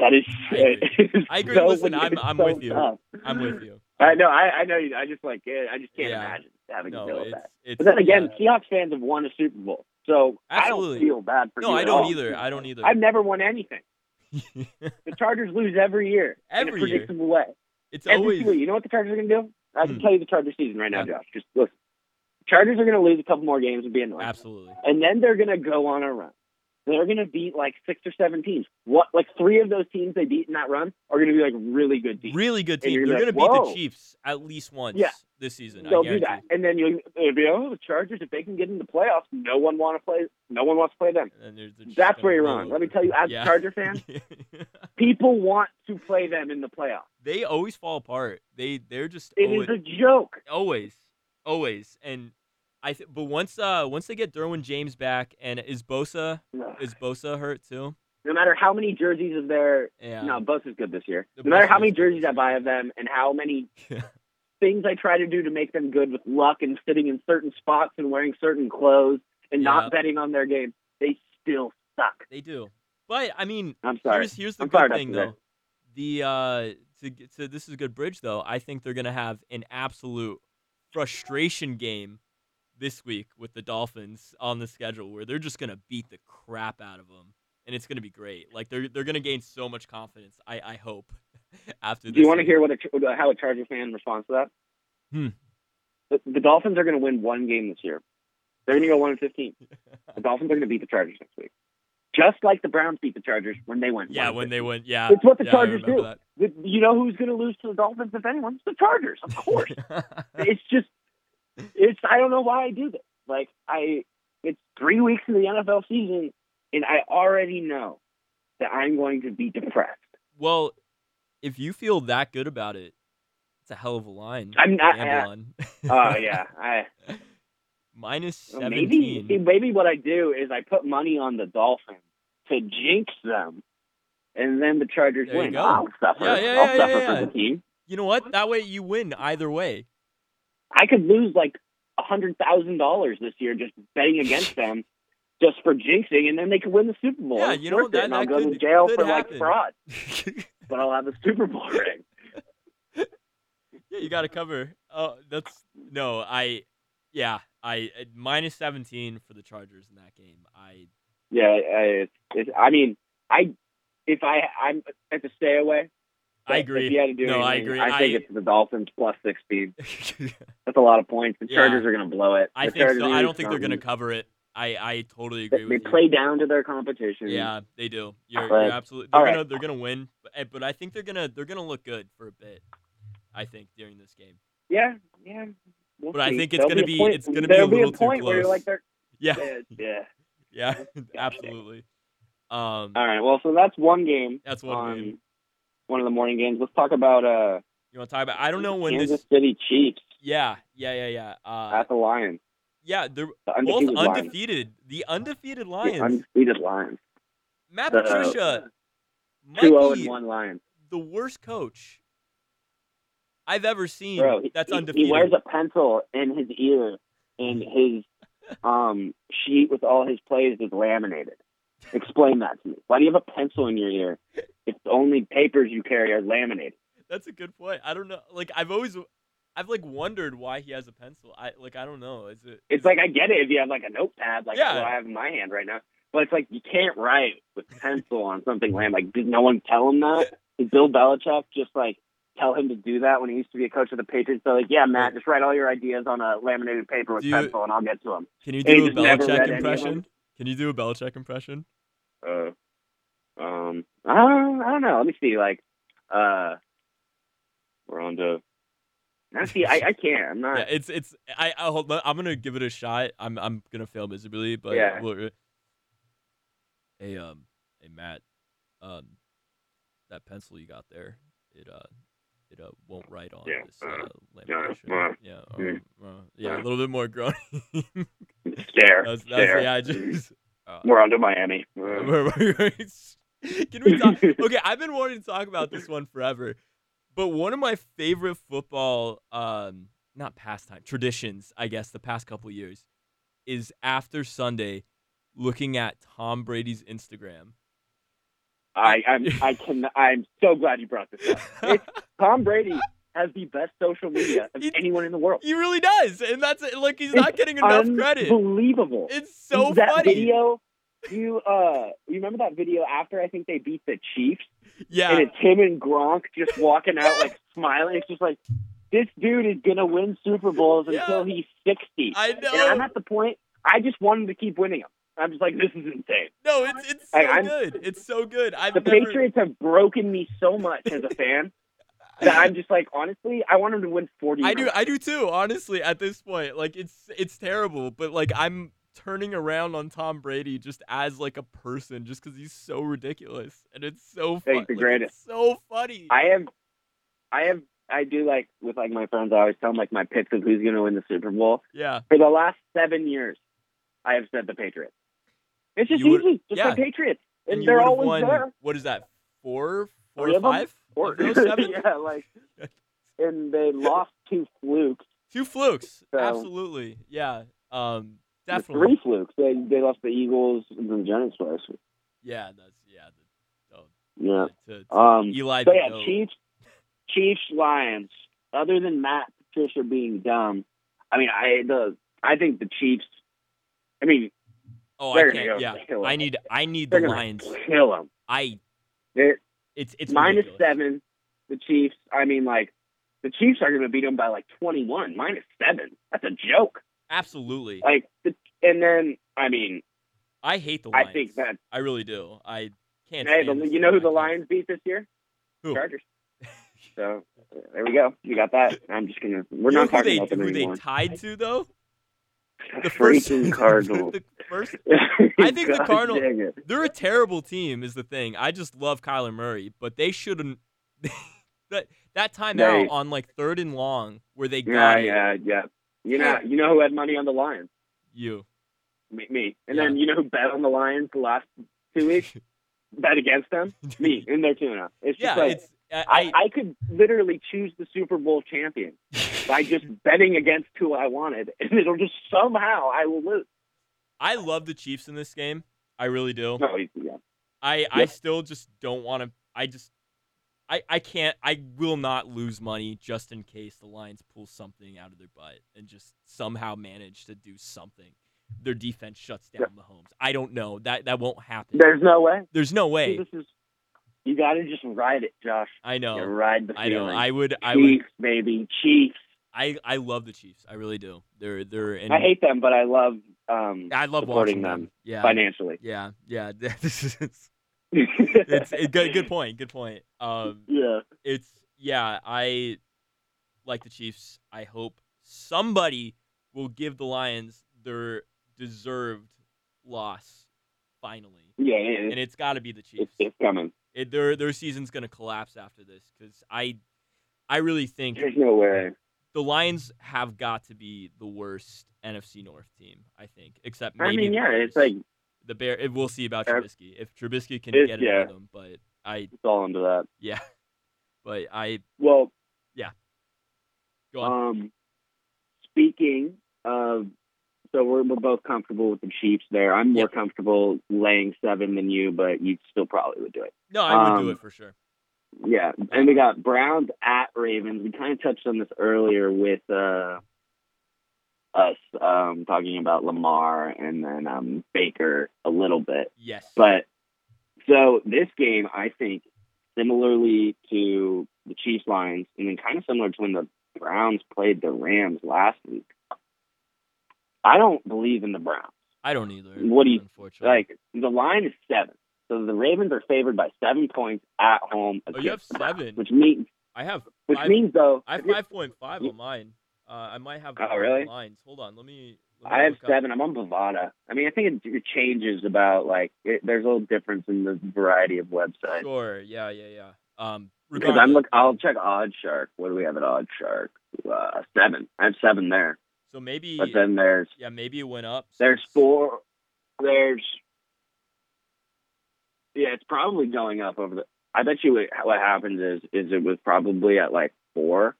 [SPEAKER 2] That is
[SPEAKER 1] I agree.
[SPEAKER 2] (laughs) it is
[SPEAKER 1] I agree.
[SPEAKER 2] so-
[SPEAKER 1] Listen, I'm-
[SPEAKER 2] it's
[SPEAKER 1] I'm
[SPEAKER 2] so
[SPEAKER 1] with you.
[SPEAKER 2] tough.
[SPEAKER 1] I'm
[SPEAKER 2] (laughs)
[SPEAKER 1] with you.
[SPEAKER 2] I know. I, I know. You, I just like. eh, I just can't
[SPEAKER 1] Yeah.
[SPEAKER 2] imagine having
[SPEAKER 1] No,
[SPEAKER 2] to deal with
[SPEAKER 1] it's,
[SPEAKER 2] that.
[SPEAKER 1] it's
[SPEAKER 2] But then again,
[SPEAKER 1] yeah.
[SPEAKER 2] Seahawks fans have won a Super Bowl, so I
[SPEAKER 1] Absolutely.
[SPEAKER 2] don't feel bad for
[SPEAKER 1] no,
[SPEAKER 2] you
[SPEAKER 1] I
[SPEAKER 2] at
[SPEAKER 1] don't
[SPEAKER 2] all.
[SPEAKER 1] either. I don't either.
[SPEAKER 2] I've never
[SPEAKER 1] (laughs)
[SPEAKER 2] won anything. The Chargers lose every year
[SPEAKER 1] Every
[SPEAKER 2] in a
[SPEAKER 1] year.
[SPEAKER 2] predictable way.
[SPEAKER 1] it's
[SPEAKER 2] Every
[SPEAKER 1] always
[SPEAKER 2] single year. You know what the Chargers are going to do? I can
[SPEAKER 1] Hmm.
[SPEAKER 2] tell you the Chargers season right now,
[SPEAKER 1] Yeah.
[SPEAKER 2] Josh. Just listen. Chargers are going to lose a couple more games and be annoying.
[SPEAKER 1] absolutely.
[SPEAKER 2] and then they're going to go on a run. They're going to beat like six or seven teams. What, like three of those teams they beat in that run are going to be like really good teams.
[SPEAKER 1] Really good
[SPEAKER 2] And
[SPEAKER 1] team.
[SPEAKER 2] you're
[SPEAKER 1] They're
[SPEAKER 2] gonna
[SPEAKER 1] going
[SPEAKER 2] be
[SPEAKER 1] to beat
[SPEAKER 2] like,
[SPEAKER 1] the
[SPEAKER 2] "Whoa."
[SPEAKER 1] Chiefs at least once
[SPEAKER 2] Yeah.
[SPEAKER 1] this season. I
[SPEAKER 2] They'll do
[SPEAKER 1] guarantee.
[SPEAKER 2] that, and then you'll it'll be oh the Chargers if they can get in the playoffs. No one want to play. No one wants to play them.
[SPEAKER 1] And then they're- they're just
[SPEAKER 2] That's
[SPEAKER 1] gonna
[SPEAKER 2] where you're
[SPEAKER 1] roll
[SPEAKER 2] wrong. Let
[SPEAKER 1] over.
[SPEAKER 2] me tell you, as
[SPEAKER 1] Yeah.
[SPEAKER 2] a
[SPEAKER 1] (laughs)
[SPEAKER 2] Charger fan, people want to play them in the playoffs.
[SPEAKER 1] they always fall apart. They they're just
[SPEAKER 2] It
[SPEAKER 1] always,
[SPEAKER 2] is a joke.
[SPEAKER 1] always, always. And I th- but once uh once they get Derwin James back and is Bosa
[SPEAKER 2] No
[SPEAKER 1] is Bosa hurt too?
[SPEAKER 2] matter how many jerseys of their
[SPEAKER 1] Yeah.
[SPEAKER 2] no, Bus is good this year.
[SPEAKER 1] The
[SPEAKER 2] No matter
[SPEAKER 1] Bus
[SPEAKER 2] how
[SPEAKER 1] is
[SPEAKER 2] many
[SPEAKER 1] good this
[SPEAKER 2] jerseys I buy of them, and how many
[SPEAKER 1] (laughs) Yeah.
[SPEAKER 2] things I try to do to make them good with luck and sitting in certain spots and wearing certain clothes and
[SPEAKER 1] Yeah.
[SPEAKER 2] not betting on their game, they still suck.
[SPEAKER 1] They do. But I mean,
[SPEAKER 2] I'm sorry.
[SPEAKER 1] Here's, here's the
[SPEAKER 2] I'm
[SPEAKER 1] good
[SPEAKER 2] fired up
[SPEAKER 1] thing
[SPEAKER 2] today.
[SPEAKER 1] though. The uh, to, get to this is a good bridge though. I think they're gonna have an absolute frustration game this week with the Dolphins on the schedule, where they're just gonna beat the crap out of them, and it's gonna be great. Like they're they're gonna gain so much confidence. I I hope (laughs) after.
[SPEAKER 2] Do you
[SPEAKER 1] this
[SPEAKER 2] want to
[SPEAKER 1] week.
[SPEAKER 2] hear what a, uh, how a Charger fan responds to that?
[SPEAKER 1] Hmm.
[SPEAKER 2] The, the Dolphins are going to win one game this year. They're going to go one
[SPEAKER 1] (laughs)
[SPEAKER 2] and fifteen. The Dolphins are going to beat the Chargers next week, just like the Browns beat the Chargers when they went.
[SPEAKER 1] Yeah,
[SPEAKER 2] 1
[SPEAKER 1] when they win. Yeah,
[SPEAKER 2] It's what the
[SPEAKER 1] yeah, I
[SPEAKER 2] Chargers
[SPEAKER 1] remember
[SPEAKER 2] do. The- you know who's going to lose to the Dolphins if anyone? It's the Chargers,
[SPEAKER 1] (laughs)
[SPEAKER 2] of course.
[SPEAKER 1] that.
[SPEAKER 2] it's just, it's I don't know why I do this. Like I, it's three weeks of the NFL season, and I already know that I'm going to be
[SPEAKER 1] (laughs)
[SPEAKER 2] depressed.
[SPEAKER 1] (laughs) well, if you feel that good about it, it's a hell of a line.
[SPEAKER 2] I'm
[SPEAKER 1] to
[SPEAKER 2] not-
[SPEAKER 1] gamble on. (laughs)
[SPEAKER 2] Oh yeah, I
[SPEAKER 1] Minus
[SPEAKER 2] well,
[SPEAKER 1] 17.
[SPEAKER 2] maybe see, maybe what I do is I put money on the Dolphins to jinx them, and then the Chargers
[SPEAKER 1] There you
[SPEAKER 2] win.
[SPEAKER 1] go.
[SPEAKER 2] I'll suffer.
[SPEAKER 1] Yeah, yeah, yeah,
[SPEAKER 2] I'll suffer
[SPEAKER 1] yeah,
[SPEAKER 2] for the team.
[SPEAKER 1] You know what? That way you win either way. (laughs)
[SPEAKER 2] I could lose like a hundred thousand dollars this year just
[SPEAKER 1] (laughs)
[SPEAKER 2] betting against them, just for jinxing, and then they could win the Super Bowl.
[SPEAKER 1] Yeah,
[SPEAKER 2] It's
[SPEAKER 1] you know,
[SPEAKER 2] worth it,
[SPEAKER 1] that-
[SPEAKER 2] and
[SPEAKER 1] that
[SPEAKER 2] I'll go to
[SPEAKER 1] could-
[SPEAKER 2] jail
[SPEAKER 1] could
[SPEAKER 2] for
[SPEAKER 1] happen.
[SPEAKER 2] like fraud,
[SPEAKER 1] yeah,
[SPEAKER 2] but I'll have a Super Bowl ring.
[SPEAKER 1] you got to cover. Oh, that's no, I yeah, I uh, minus 17 for the Chargers in that game. I
[SPEAKER 2] Yeah, I, it's, it's, I mean, I if I I'm at the stay away.
[SPEAKER 1] I
[SPEAKER 2] but
[SPEAKER 1] agree.
[SPEAKER 2] If you had to do
[SPEAKER 1] No, I
[SPEAKER 2] anything,
[SPEAKER 1] agree.
[SPEAKER 2] I think
[SPEAKER 1] I-
[SPEAKER 2] it's the Dolphins plus sixteen. That's a lot of points. The
[SPEAKER 1] Yeah.
[SPEAKER 2] Chargers are going to blow it.
[SPEAKER 1] (laughs) I
[SPEAKER 2] The
[SPEAKER 1] think
[SPEAKER 2] Chargers
[SPEAKER 1] so.
[SPEAKER 2] are
[SPEAKER 1] I
[SPEAKER 2] gonna
[SPEAKER 1] don't think they're going to
[SPEAKER 2] something.
[SPEAKER 1] cover it. I I totally
[SPEAKER 2] They,
[SPEAKER 1] agree
[SPEAKER 2] they
[SPEAKER 1] with you.
[SPEAKER 2] play down to their competition.
[SPEAKER 1] Yeah, they do. You're,
[SPEAKER 2] But-
[SPEAKER 1] you're absolutely. They're
[SPEAKER 2] all right.
[SPEAKER 1] gonna they're gonna win, but, eh, but I think they're gonna they're gonna look good for a bit. I think during this game.
[SPEAKER 2] yeah, yeah. We'll
[SPEAKER 1] But I
[SPEAKER 2] see.
[SPEAKER 1] think it's
[SPEAKER 2] There'll
[SPEAKER 1] gonna
[SPEAKER 2] a
[SPEAKER 1] be-
[SPEAKER 2] point-
[SPEAKER 1] it's gonna be a
[SPEAKER 2] there'll
[SPEAKER 1] little too
[SPEAKER 2] point Where you're
[SPEAKER 1] close.
[SPEAKER 2] like, they're,
[SPEAKER 1] Yeah, (laughs)
[SPEAKER 2] yeah, yeah.
[SPEAKER 1] yeah, (laughs) absolutely. Um,
[SPEAKER 2] All right. Well, so that's one game
[SPEAKER 1] that's one
[SPEAKER 2] on
[SPEAKER 1] game.
[SPEAKER 2] one of the morning games. Let's talk about uh,
[SPEAKER 1] You want to talk about? I don't know when
[SPEAKER 2] Kansas
[SPEAKER 1] this.
[SPEAKER 2] City Chiefs
[SPEAKER 1] Yeah, yeah, yeah, yeah. Uh,
[SPEAKER 2] at the Lions.
[SPEAKER 1] yeah, they're
[SPEAKER 2] The
[SPEAKER 1] both
[SPEAKER 2] undefeated Lions.
[SPEAKER 1] undefeated. The undefeated
[SPEAKER 2] The
[SPEAKER 1] Lions.
[SPEAKER 2] undefeated Lions.
[SPEAKER 1] Matt
[SPEAKER 2] the-
[SPEAKER 1] Patricia might
[SPEAKER 2] Two zero and
[SPEAKER 1] be
[SPEAKER 2] one Lions.
[SPEAKER 1] the worst coach I've ever seen.
[SPEAKER 2] Bro, he,
[SPEAKER 1] that's
[SPEAKER 2] he-
[SPEAKER 1] undefeated.
[SPEAKER 2] He wears a pencil in his ear,
[SPEAKER 1] (laughs)
[SPEAKER 2] and his um sheet with all his plays is laminated. Explain that to me. Why do you have a pencil in your ear if the only papers you carry are laminated?
[SPEAKER 1] That's a good point. I don't know. Like I've always, I've like wondered why he has a pencil. I like I don't know. Is it?
[SPEAKER 2] It's like I get it if you have like a notepad, like
[SPEAKER 1] Yeah.
[SPEAKER 2] what I have in my hand right now. But it's like you can't write with pencil on something lam. Like did no one tell him that? Did Bill Belichick just like tell him to do that when he used to be a coach of the Patriots? So like, yeah, Matt, just write all your ideas on a laminated paper with
[SPEAKER 1] Do you-
[SPEAKER 2] pencil, and I'll get to him.
[SPEAKER 1] Can you
[SPEAKER 2] And he
[SPEAKER 1] do a
[SPEAKER 2] just never read
[SPEAKER 1] Belichick
[SPEAKER 2] any of
[SPEAKER 1] impression?
[SPEAKER 2] them.
[SPEAKER 1] Can you do a Belichick impression?
[SPEAKER 2] Uh, um, I don't, I don't know. Let me see. Like, uh, we're on to. I see. I, I can't. I'm
[SPEAKER 1] Yeah, (laughs)
[SPEAKER 2] not.
[SPEAKER 1] it's it's. I I hold. on. I'm gonna give it a shot. I'm I'm gonna fail miserably, but
[SPEAKER 2] Yeah.
[SPEAKER 1] we'll- hey um hey Matt, um that pencil you got there, it uh it uh won't write on
[SPEAKER 2] Yeah,
[SPEAKER 1] this
[SPEAKER 2] uh,
[SPEAKER 1] uh,
[SPEAKER 2] yeah,
[SPEAKER 1] lamination.
[SPEAKER 2] uh,
[SPEAKER 1] yeah,
[SPEAKER 2] mm,
[SPEAKER 1] uh, uh, yeah,
[SPEAKER 2] uh.
[SPEAKER 1] a little bit more (laughs) groaning.
[SPEAKER 2] Stare.
[SPEAKER 1] that's that's
[SPEAKER 2] stare.
[SPEAKER 1] yeah. I just (laughs) uh,
[SPEAKER 2] We're on to Miami. Uh,
[SPEAKER 1] We're- we're- Can we
[SPEAKER 2] (laughs)
[SPEAKER 1] talk? Okay, I've been wanting to talk about this one forever, but one of my favorite football, um, not pastime traditions, I guess, the past couple years, is after Sunday, looking at Tom Brady's Instagram.
[SPEAKER 2] I, I'm. I can. I'm so glad you brought this up. It's- Tom Brady has the best social media of
[SPEAKER 1] He-
[SPEAKER 2] anyone in the world.
[SPEAKER 1] (laughs) he really does, and that's it. Like he's not
[SPEAKER 2] It's
[SPEAKER 1] getting enough credit.
[SPEAKER 2] Unbelievable.
[SPEAKER 1] It's so
[SPEAKER 2] that
[SPEAKER 1] funny.
[SPEAKER 2] video. You uh, you remember that video after I think they beat the Chiefs? and
[SPEAKER 1] yeah,
[SPEAKER 2] it's him and Gronk just walking out
[SPEAKER 1] (laughs)
[SPEAKER 2] like smiling. It's just like this dude is gonna win Super Bowls
[SPEAKER 1] Yeah.
[SPEAKER 2] until he's sixty.
[SPEAKER 1] I
[SPEAKER 2] And I'm
[SPEAKER 1] know.
[SPEAKER 2] at the point I just want him to keep winning them. I'm just like, this is insane.
[SPEAKER 1] No, it's it's so
[SPEAKER 2] I- I'm-
[SPEAKER 1] good. It's so good. I've
[SPEAKER 2] The
[SPEAKER 1] never.
[SPEAKER 2] Patriots have broken me so much as a fan that I'm just like, honestly, I want them to win 40.
[SPEAKER 1] I do.
[SPEAKER 2] rounds.
[SPEAKER 1] I do too. Honestly, at this point, like it's it's terrible. But like I'm turning around on Tom Brady just as like a person, just because he's so ridiculous and it's so
[SPEAKER 2] Take
[SPEAKER 1] funny.
[SPEAKER 2] for granted.
[SPEAKER 1] so funny.
[SPEAKER 2] I have, I have, I do like with like my friends. I always tell them like my picks of who's going to win the Super Bowl.
[SPEAKER 1] yeah.
[SPEAKER 2] For the last seven years, I have said the Patriots. It's just
[SPEAKER 1] You would-
[SPEAKER 2] easy, just
[SPEAKER 1] yeah.
[SPEAKER 2] the Patriots, and,
[SPEAKER 1] you
[SPEAKER 2] they're
[SPEAKER 1] would've
[SPEAKER 2] always
[SPEAKER 1] won,
[SPEAKER 2] there.
[SPEAKER 1] What is that? Four, four
[SPEAKER 2] Three
[SPEAKER 1] or
[SPEAKER 2] of 'em?
[SPEAKER 1] five?
[SPEAKER 2] Or- (laughs)
[SPEAKER 1] No, seven.
[SPEAKER 2] yeah, like,
[SPEAKER 1] (laughs)
[SPEAKER 2] and they lost two flukes,
[SPEAKER 1] Two flukes.
[SPEAKER 2] So-
[SPEAKER 1] Absolutely. Yeah. Um.
[SPEAKER 2] the
[SPEAKER 1] Definitely.
[SPEAKER 2] three flukes. They they lost the Eagles and the Giants twice.
[SPEAKER 1] Yeah. That's yeah. The,
[SPEAKER 2] Yeah.
[SPEAKER 1] to, to
[SPEAKER 2] Um.
[SPEAKER 1] Eli.
[SPEAKER 2] So
[SPEAKER 1] the
[SPEAKER 2] yeah,
[SPEAKER 1] goat.
[SPEAKER 2] Chiefs, Chiefs, Lions. Other than Matt Patricia being dumb, I mean, I the I think the Chiefs. I mean,
[SPEAKER 1] Oh, I
[SPEAKER 2] they're
[SPEAKER 1] can't.
[SPEAKER 2] gonna go
[SPEAKER 1] yeah.
[SPEAKER 2] kill 'em.
[SPEAKER 1] I need. I need
[SPEAKER 2] they're
[SPEAKER 1] the
[SPEAKER 2] gonna
[SPEAKER 1] Lions.
[SPEAKER 2] kill them.
[SPEAKER 1] I.
[SPEAKER 2] They're
[SPEAKER 1] It's it's
[SPEAKER 2] minus
[SPEAKER 1] ridiculous.
[SPEAKER 2] seven. The Chiefs. I mean, like the Chiefs are going to beat them by like twenty one. Minus seven. That's a joke.
[SPEAKER 1] Absolutely.
[SPEAKER 2] Like, the, and then I mean,
[SPEAKER 1] I hate the Lions.
[SPEAKER 2] I think that
[SPEAKER 1] I really do. I can't.
[SPEAKER 2] hey,
[SPEAKER 1] stand
[SPEAKER 2] the,
[SPEAKER 1] this
[SPEAKER 2] you know
[SPEAKER 1] team.
[SPEAKER 2] who
[SPEAKER 1] I can't-
[SPEAKER 2] the Lions beat this year?
[SPEAKER 1] Who?
[SPEAKER 2] Chargers. So there we go. You got that. I'm just gonna. We're
[SPEAKER 1] You know
[SPEAKER 2] not
[SPEAKER 1] who
[SPEAKER 2] talking
[SPEAKER 1] they,
[SPEAKER 2] about them
[SPEAKER 1] who
[SPEAKER 2] anymore.
[SPEAKER 1] they tied to though.
[SPEAKER 2] (laughs)
[SPEAKER 1] The first (laughs)
[SPEAKER 2] freaking Cardinals.
[SPEAKER 1] the first.
[SPEAKER 2] I
[SPEAKER 1] think the Cardinal- They're a terrible team. Is the thing. I just love Kyler Murray, but they shouldn't. (laughs) that that timeout
[SPEAKER 2] They-
[SPEAKER 1] on like third and long where they got
[SPEAKER 2] Yeah,
[SPEAKER 1] it,
[SPEAKER 2] yeah, yeah. You know,
[SPEAKER 1] Yeah.
[SPEAKER 2] you know who had money on the Lions?
[SPEAKER 1] you.
[SPEAKER 2] Me. me. And
[SPEAKER 1] Yeah.
[SPEAKER 2] then you know who bet on the Lions the last
[SPEAKER 1] (laughs)
[SPEAKER 2] two weeks? bet against them? Me. And they're two and oh. It's
[SPEAKER 1] Yeah,
[SPEAKER 2] just like
[SPEAKER 1] it's I.
[SPEAKER 2] I, I could literally choose the Super Bowl champion by just betting against who I wanted, and it'll just somehow I will lose.
[SPEAKER 1] (laughs) I love the Chiefs in this game. I really do.
[SPEAKER 2] No, yeah.
[SPEAKER 1] I I
[SPEAKER 2] Yeah.
[SPEAKER 1] still just don't want to. I just I I can't. I will not lose money just in case the Lions pull something out of their butt and just somehow manage to do something. Their defense shuts down the homes. I don't know. That that won't happen.
[SPEAKER 2] There's no way.
[SPEAKER 1] There's no way.
[SPEAKER 2] (laughs) This is you got to just ride it, Josh.
[SPEAKER 1] I
[SPEAKER 2] You
[SPEAKER 1] know.
[SPEAKER 2] ride the
[SPEAKER 1] I know.
[SPEAKER 2] feeling.
[SPEAKER 1] I would. I would.
[SPEAKER 2] Chiefs, baby, Chiefs.
[SPEAKER 1] I I love the Chiefs. I really do. They're they're. And
[SPEAKER 2] I hate them, but I love um,
[SPEAKER 1] I love watching
[SPEAKER 2] supporting
[SPEAKER 1] them.
[SPEAKER 2] them.
[SPEAKER 1] Yeah.
[SPEAKER 2] financially. (laughs)
[SPEAKER 1] Yeah. Yeah. (laughs) This is. It's
[SPEAKER 2] it's
[SPEAKER 1] a good. Good point. Good point. Um.
[SPEAKER 2] Yeah.
[SPEAKER 1] it's yeah, I like the Chiefs. I hope somebody will give the Lions their deserved loss finally.
[SPEAKER 2] Yeah, it,
[SPEAKER 1] And it's got to be the
[SPEAKER 2] it's, (laughs)
[SPEAKER 1] Chiefs.
[SPEAKER 2] it's coming.
[SPEAKER 1] It, their their season's going to collapse after this cuz I I really think
[SPEAKER 2] There's no way.
[SPEAKER 1] the Lions have got to be the worst NFC North team, I think. Except maybe
[SPEAKER 2] I mean,
[SPEAKER 1] the
[SPEAKER 2] yeah, it's
[SPEAKER 1] Bears.
[SPEAKER 2] like it's
[SPEAKER 1] the Bear it, we'll see about
[SPEAKER 2] Uh,
[SPEAKER 1] Trubisky. If Trubisky can
[SPEAKER 2] it's-
[SPEAKER 1] get it
[SPEAKER 2] yeah.
[SPEAKER 1] out of them, but I (laughs)
[SPEAKER 2] all into that.
[SPEAKER 1] yeah. But I
[SPEAKER 2] Well,
[SPEAKER 1] go on.
[SPEAKER 2] um, speaking of, so we're we're both comfortable with the Chiefs there. I'm more
[SPEAKER 1] Yep.
[SPEAKER 2] comfortable laying seven than you, but you still probably would do it.
[SPEAKER 1] no, I would do
[SPEAKER 2] um,
[SPEAKER 1] it for sure.
[SPEAKER 2] Yeah, and we got Browns at Ravens. We kind of touched on this earlier with uh, us um, talking about Lamar and then um, Baker a little bit.
[SPEAKER 1] Yes.
[SPEAKER 2] But so this game, I think, similarly to the Chiefs Lions, and then kind of similar to when the Browns played the Rams last week. I don't believe in the Browns.
[SPEAKER 1] I don't either.
[SPEAKER 2] What do you-
[SPEAKER 1] unfortunately.
[SPEAKER 2] Like the line is seven, so the Ravens are favored by seven points at home.
[SPEAKER 1] Oh, you have
[SPEAKER 2] against the Browns,
[SPEAKER 1] seven.
[SPEAKER 2] which means
[SPEAKER 1] I have
[SPEAKER 2] which
[SPEAKER 1] five,
[SPEAKER 2] means though
[SPEAKER 1] I have five point five on mine. Uh, I might have.
[SPEAKER 2] Oh,
[SPEAKER 1] the
[SPEAKER 2] really?
[SPEAKER 1] Lines. Hold on. Let me. Let me
[SPEAKER 2] I have
[SPEAKER 1] look up-
[SPEAKER 2] seven. I'm on Bovada. I mean, I think it, it changes about like it, there's a little difference in the variety of websites.
[SPEAKER 1] Sure. Yeah. Yeah. Yeah. Um.
[SPEAKER 2] Because
[SPEAKER 1] regardless-
[SPEAKER 2] I'm look, I'll check Odd Shark. What do we have at Odd Shark? Uh, seven. I have seven there.
[SPEAKER 1] So maybe.
[SPEAKER 2] But then there's
[SPEAKER 1] yeah. Maybe it went up.
[SPEAKER 2] there's
[SPEAKER 1] since-
[SPEAKER 2] four. There's yeah, it's probably going up over the. I bet you what, what happens is is it was probably at like four,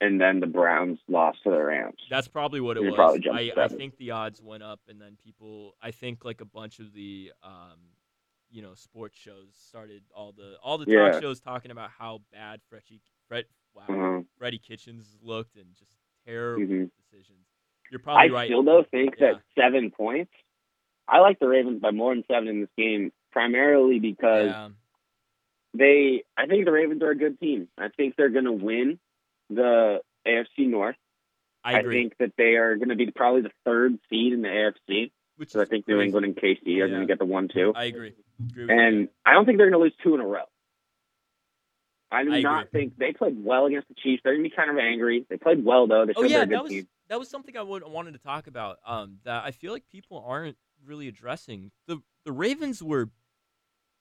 [SPEAKER 2] and then the Browns lost to the Rams.
[SPEAKER 1] That's probably what it
[SPEAKER 2] It
[SPEAKER 1] was.
[SPEAKER 2] probably jumped
[SPEAKER 1] I, I
[SPEAKER 2] seven.
[SPEAKER 1] think the odds went up, and then people. I think like a bunch of the, um, you know, sports shows started all the all the talk
[SPEAKER 2] Yeah.
[SPEAKER 1] shows talking about how bad Freddie Fred wow
[SPEAKER 2] Uh-huh.
[SPEAKER 1] Freddie Kitchens looked and just terrible
[SPEAKER 2] Mhm.
[SPEAKER 1] decisions. You're probably
[SPEAKER 2] I
[SPEAKER 1] right.
[SPEAKER 2] still though think that seven points. I like the Ravens by more than seven in this game, primarily because
[SPEAKER 1] yeah.
[SPEAKER 2] they I think the Ravens are a good team. I think they're going to win the AFC North.
[SPEAKER 1] I agree.
[SPEAKER 2] think that they are going to be probably the third seed in the AFC.
[SPEAKER 1] Which
[SPEAKER 2] because I
[SPEAKER 1] is
[SPEAKER 2] think New
[SPEAKER 1] crazy.
[SPEAKER 2] England and KC are going
[SPEAKER 1] Yeah.
[SPEAKER 2] to get the one two,
[SPEAKER 1] I agree. Agree with
[SPEAKER 2] and I don't think they're going to lose two in a row. I do
[SPEAKER 1] I
[SPEAKER 2] not think they played well against the Chiefs. They're going to be kind of angry. They played well though. They
[SPEAKER 1] Oh
[SPEAKER 2] showed
[SPEAKER 1] yeah,
[SPEAKER 2] they're a good
[SPEAKER 1] that was
[SPEAKER 2] team.
[SPEAKER 1] that was something I would, wanted to talk about. Um, that I feel like people aren't really addressing. the The Ravens were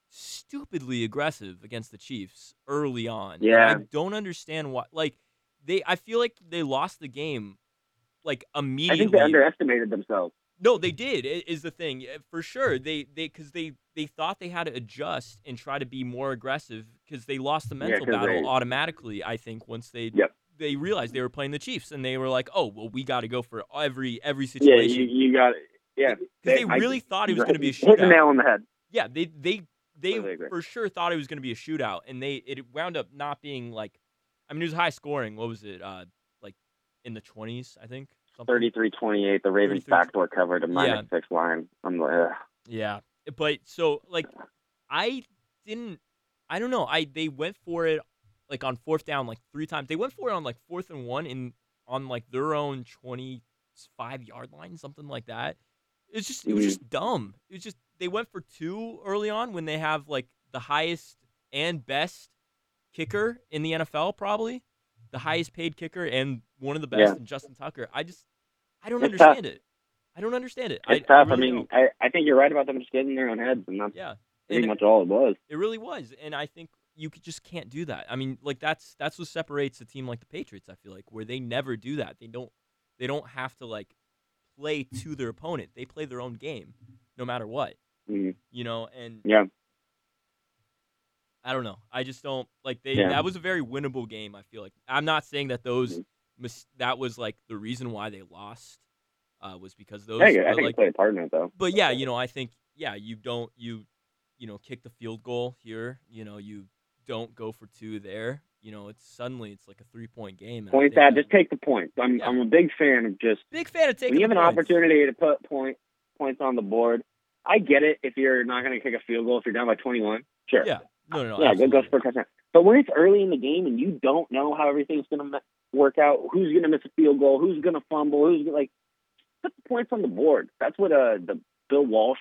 [SPEAKER 1] stupidly aggressive against the Chiefs early on. and
[SPEAKER 2] Yeah.
[SPEAKER 1] I don't understand why. Like they, I feel like they lost the game like
[SPEAKER 2] I
[SPEAKER 1] immediately.
[SPEAKER 2] think they underestimated themselves.
[SPEAKER 1] No, they did. i- Is the thing Uh, for sure? They they because they they thought they had to adjust and try to be more aggressive because they lost the mental
[SPEAKER 2] 'cause
[SPEAKER 1] battle
[SPEAKER 2] they-
[SPEAKER 1] automatically. I think once they
[SPEAKER 2] Yep.
[SPEAKER 1] they realized they were playing the Chiefs and they were like, oh well, we got to go for every every
[SPEAKER 2] Yeah,
[SPEAKER 1] situation
[SPEAKER 2] you, you got it. Yeah,
[SPEAKER 1] because they,
[SPEAKER 2] they- I-
[SPEAKER 1] really thought it was
[SPEAKER 2] (laughs) Right.
[SPEAKER 1] going to be a
[SPEAKER 2] Hit the
[SPEAKER 1] shootout.
[SPEAKER 2] nail on the head.
[SPEAKER 1] Yeah, they they they
[SPEAKER 2] Completely agree.
[SPEAKER 1] for sure thought it was going to be a shootout, and they it wound up not being like. I mean, it was high scoring. What was it? Uh, like in the twenties, I think. something.
[SPEAKER 2] 33-28, the Ravens
[SPEAKER 1] 33.
[SPEAKER 2] backdoor covered a minus six line. I'm like, ugh.
[SPEAKER 1] Yeah, but so like, I didn't. I don't know. I they went for it like on fourth down like three times. They went for it on like fourth and one in on like their own twenty five yard line, something like that. It's just it was
[SPEAKER 2] Mhm.
[SPEAKER 1] just dumb. It was just they went for two early on when they have like the highest and best kicker in the NFL, probably the highest paid kicker and one of the best,
[SPEAKER 2] Mm-hmm. Yeah.
[SPEAKER 1] in Justin Tucker. I just I don't
[SPEAKER 2] It's tough.
[SPEAKER 1] understand it. I don't understand it. I-
[SPEAKER 2] it's tough. I,
[SPEAKER 1] really
[SPEAKER 2] mean,
[SPEAKER 1] don't.
[SPEAKER 2] I, I think you're right about them just getting in their own heads, and that's
[SPEAKER 1] yeah.
[SPEAKER 2] pretty
[SPEAKER 1] And-
[SPEAKER 2] much all it was.
[SPEAKER 1] it really was, and I think you could, just can't do that. I mean, like that's that's what separates a team like the Patriots. I feel like where they never do that. They don't they don't have to like play to their opponent. They play their own game, no matter what.
[SPEAKER 2] Mhm.
[SPEAKER 1] You know, and
[SPEAKER 2] Yeah.
[SPEAKER 1] I don't know. I just don't like they.
[SPEAKER 2] Yeah.
[SPEAKER 1] That was a very winnable game. I feel like I'm not saying that those
[SPEAKER 2] Mhm.
[SPEAKER 1] mis- that was like the reason why they lost uh, was because those.
[SPEAKER 2] Hey, I
[SPEAKER 1] but,
[SPEAKER 2] think
[SPEAKER 1] like,
[SPEAKER 2] it played a part in it, though.
[SPEAKER 1] but yeah, you know, I think yeah, you don't you you know kick the field goal here. You know, you don't go for two there. You know, it's suddenly it's like a three point game. and I
[SPEAKER 2] Point
[SPEAKER 1] think
[SPEAKER 2] that. Just take the points. I'm
[SPEAKER 1] Yeah.
[SPEAKER 2] I'm a big fan of just
[SPEAKER 1] big fan of taking.
[SPEAKER 2] when you have
[SPEAKER 1] the
[SPEAKER 2] an
[SPEAKER 1] points.
[SPEAKER 2] opportunity to put point points on the board. I get it if you're not going to kick a field goal if you're down by 21. Sure.
[SPEAKER 1] Yeah. No, no, no.
[SPEAKER 2] yeah, go go
[SPEAKER 1] absolutely.
[SPEAKER 2] for a touchdown. But when it's early in the game and you don't know how everything's going to work out, who's going to miss a field goal, who's going to fumble, who's gonna, like put the points on the board. That's what uh the Bill Walsh,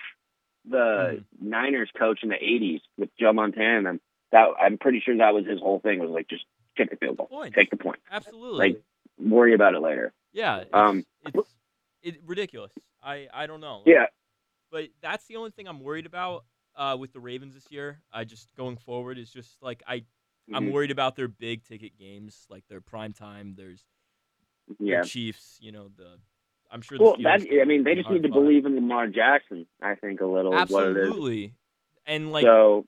[SPEAKER 1] Mm.
[SPEAKER 2] the Niners coach in the '80s with Joe Montana, and them, that I'm pretty sure that was his whole thing was like just kick the field goal,
[SPEAKER 1] Points.
[SPEAKER 2] take the point,
[SPEAKER 1] Absolutely.
[SPEAKER 2] like worry about it later.
[SPEAKER 1] yeah. It's,
[SPEAKER 2] um,
[SPEAKER 1] it's it, ridiculous. I I don't know.
[SPEAKER 2] Yeah,
[SPEAKER 1] but that's the only thing I'm worried about uh, with the Ravens this year. I just going forward is just like I I'm
[SPEAKER 2] Mhm.
[SPEAKER 1] worried about their big ticket games, like their prime time. There's the
[SPEAKER 2] yeah.
[SPEAKER 1] Chiefs, you know, the I'm sure the
[SPEAKER 2] Well,
[SPEAKER 1] Steelers
[SPEAKER 2] that
[SPEAKER 1] game
[SPEAKER 2] I mean,
[SPEAKER 1] would
[SPEAKER 2] they
[SPEAKER 1] be
[SPEAKER 2] just
[SPEAKER 1] hard
[SPEAKER 2] need to
[SPEAKER 1] fought.
[SPEAKER 2] believe in Lamar Jackson. I think a little is what it is.
[SPEAKER 1] Absolutely. And like
[SPEAKER 2] so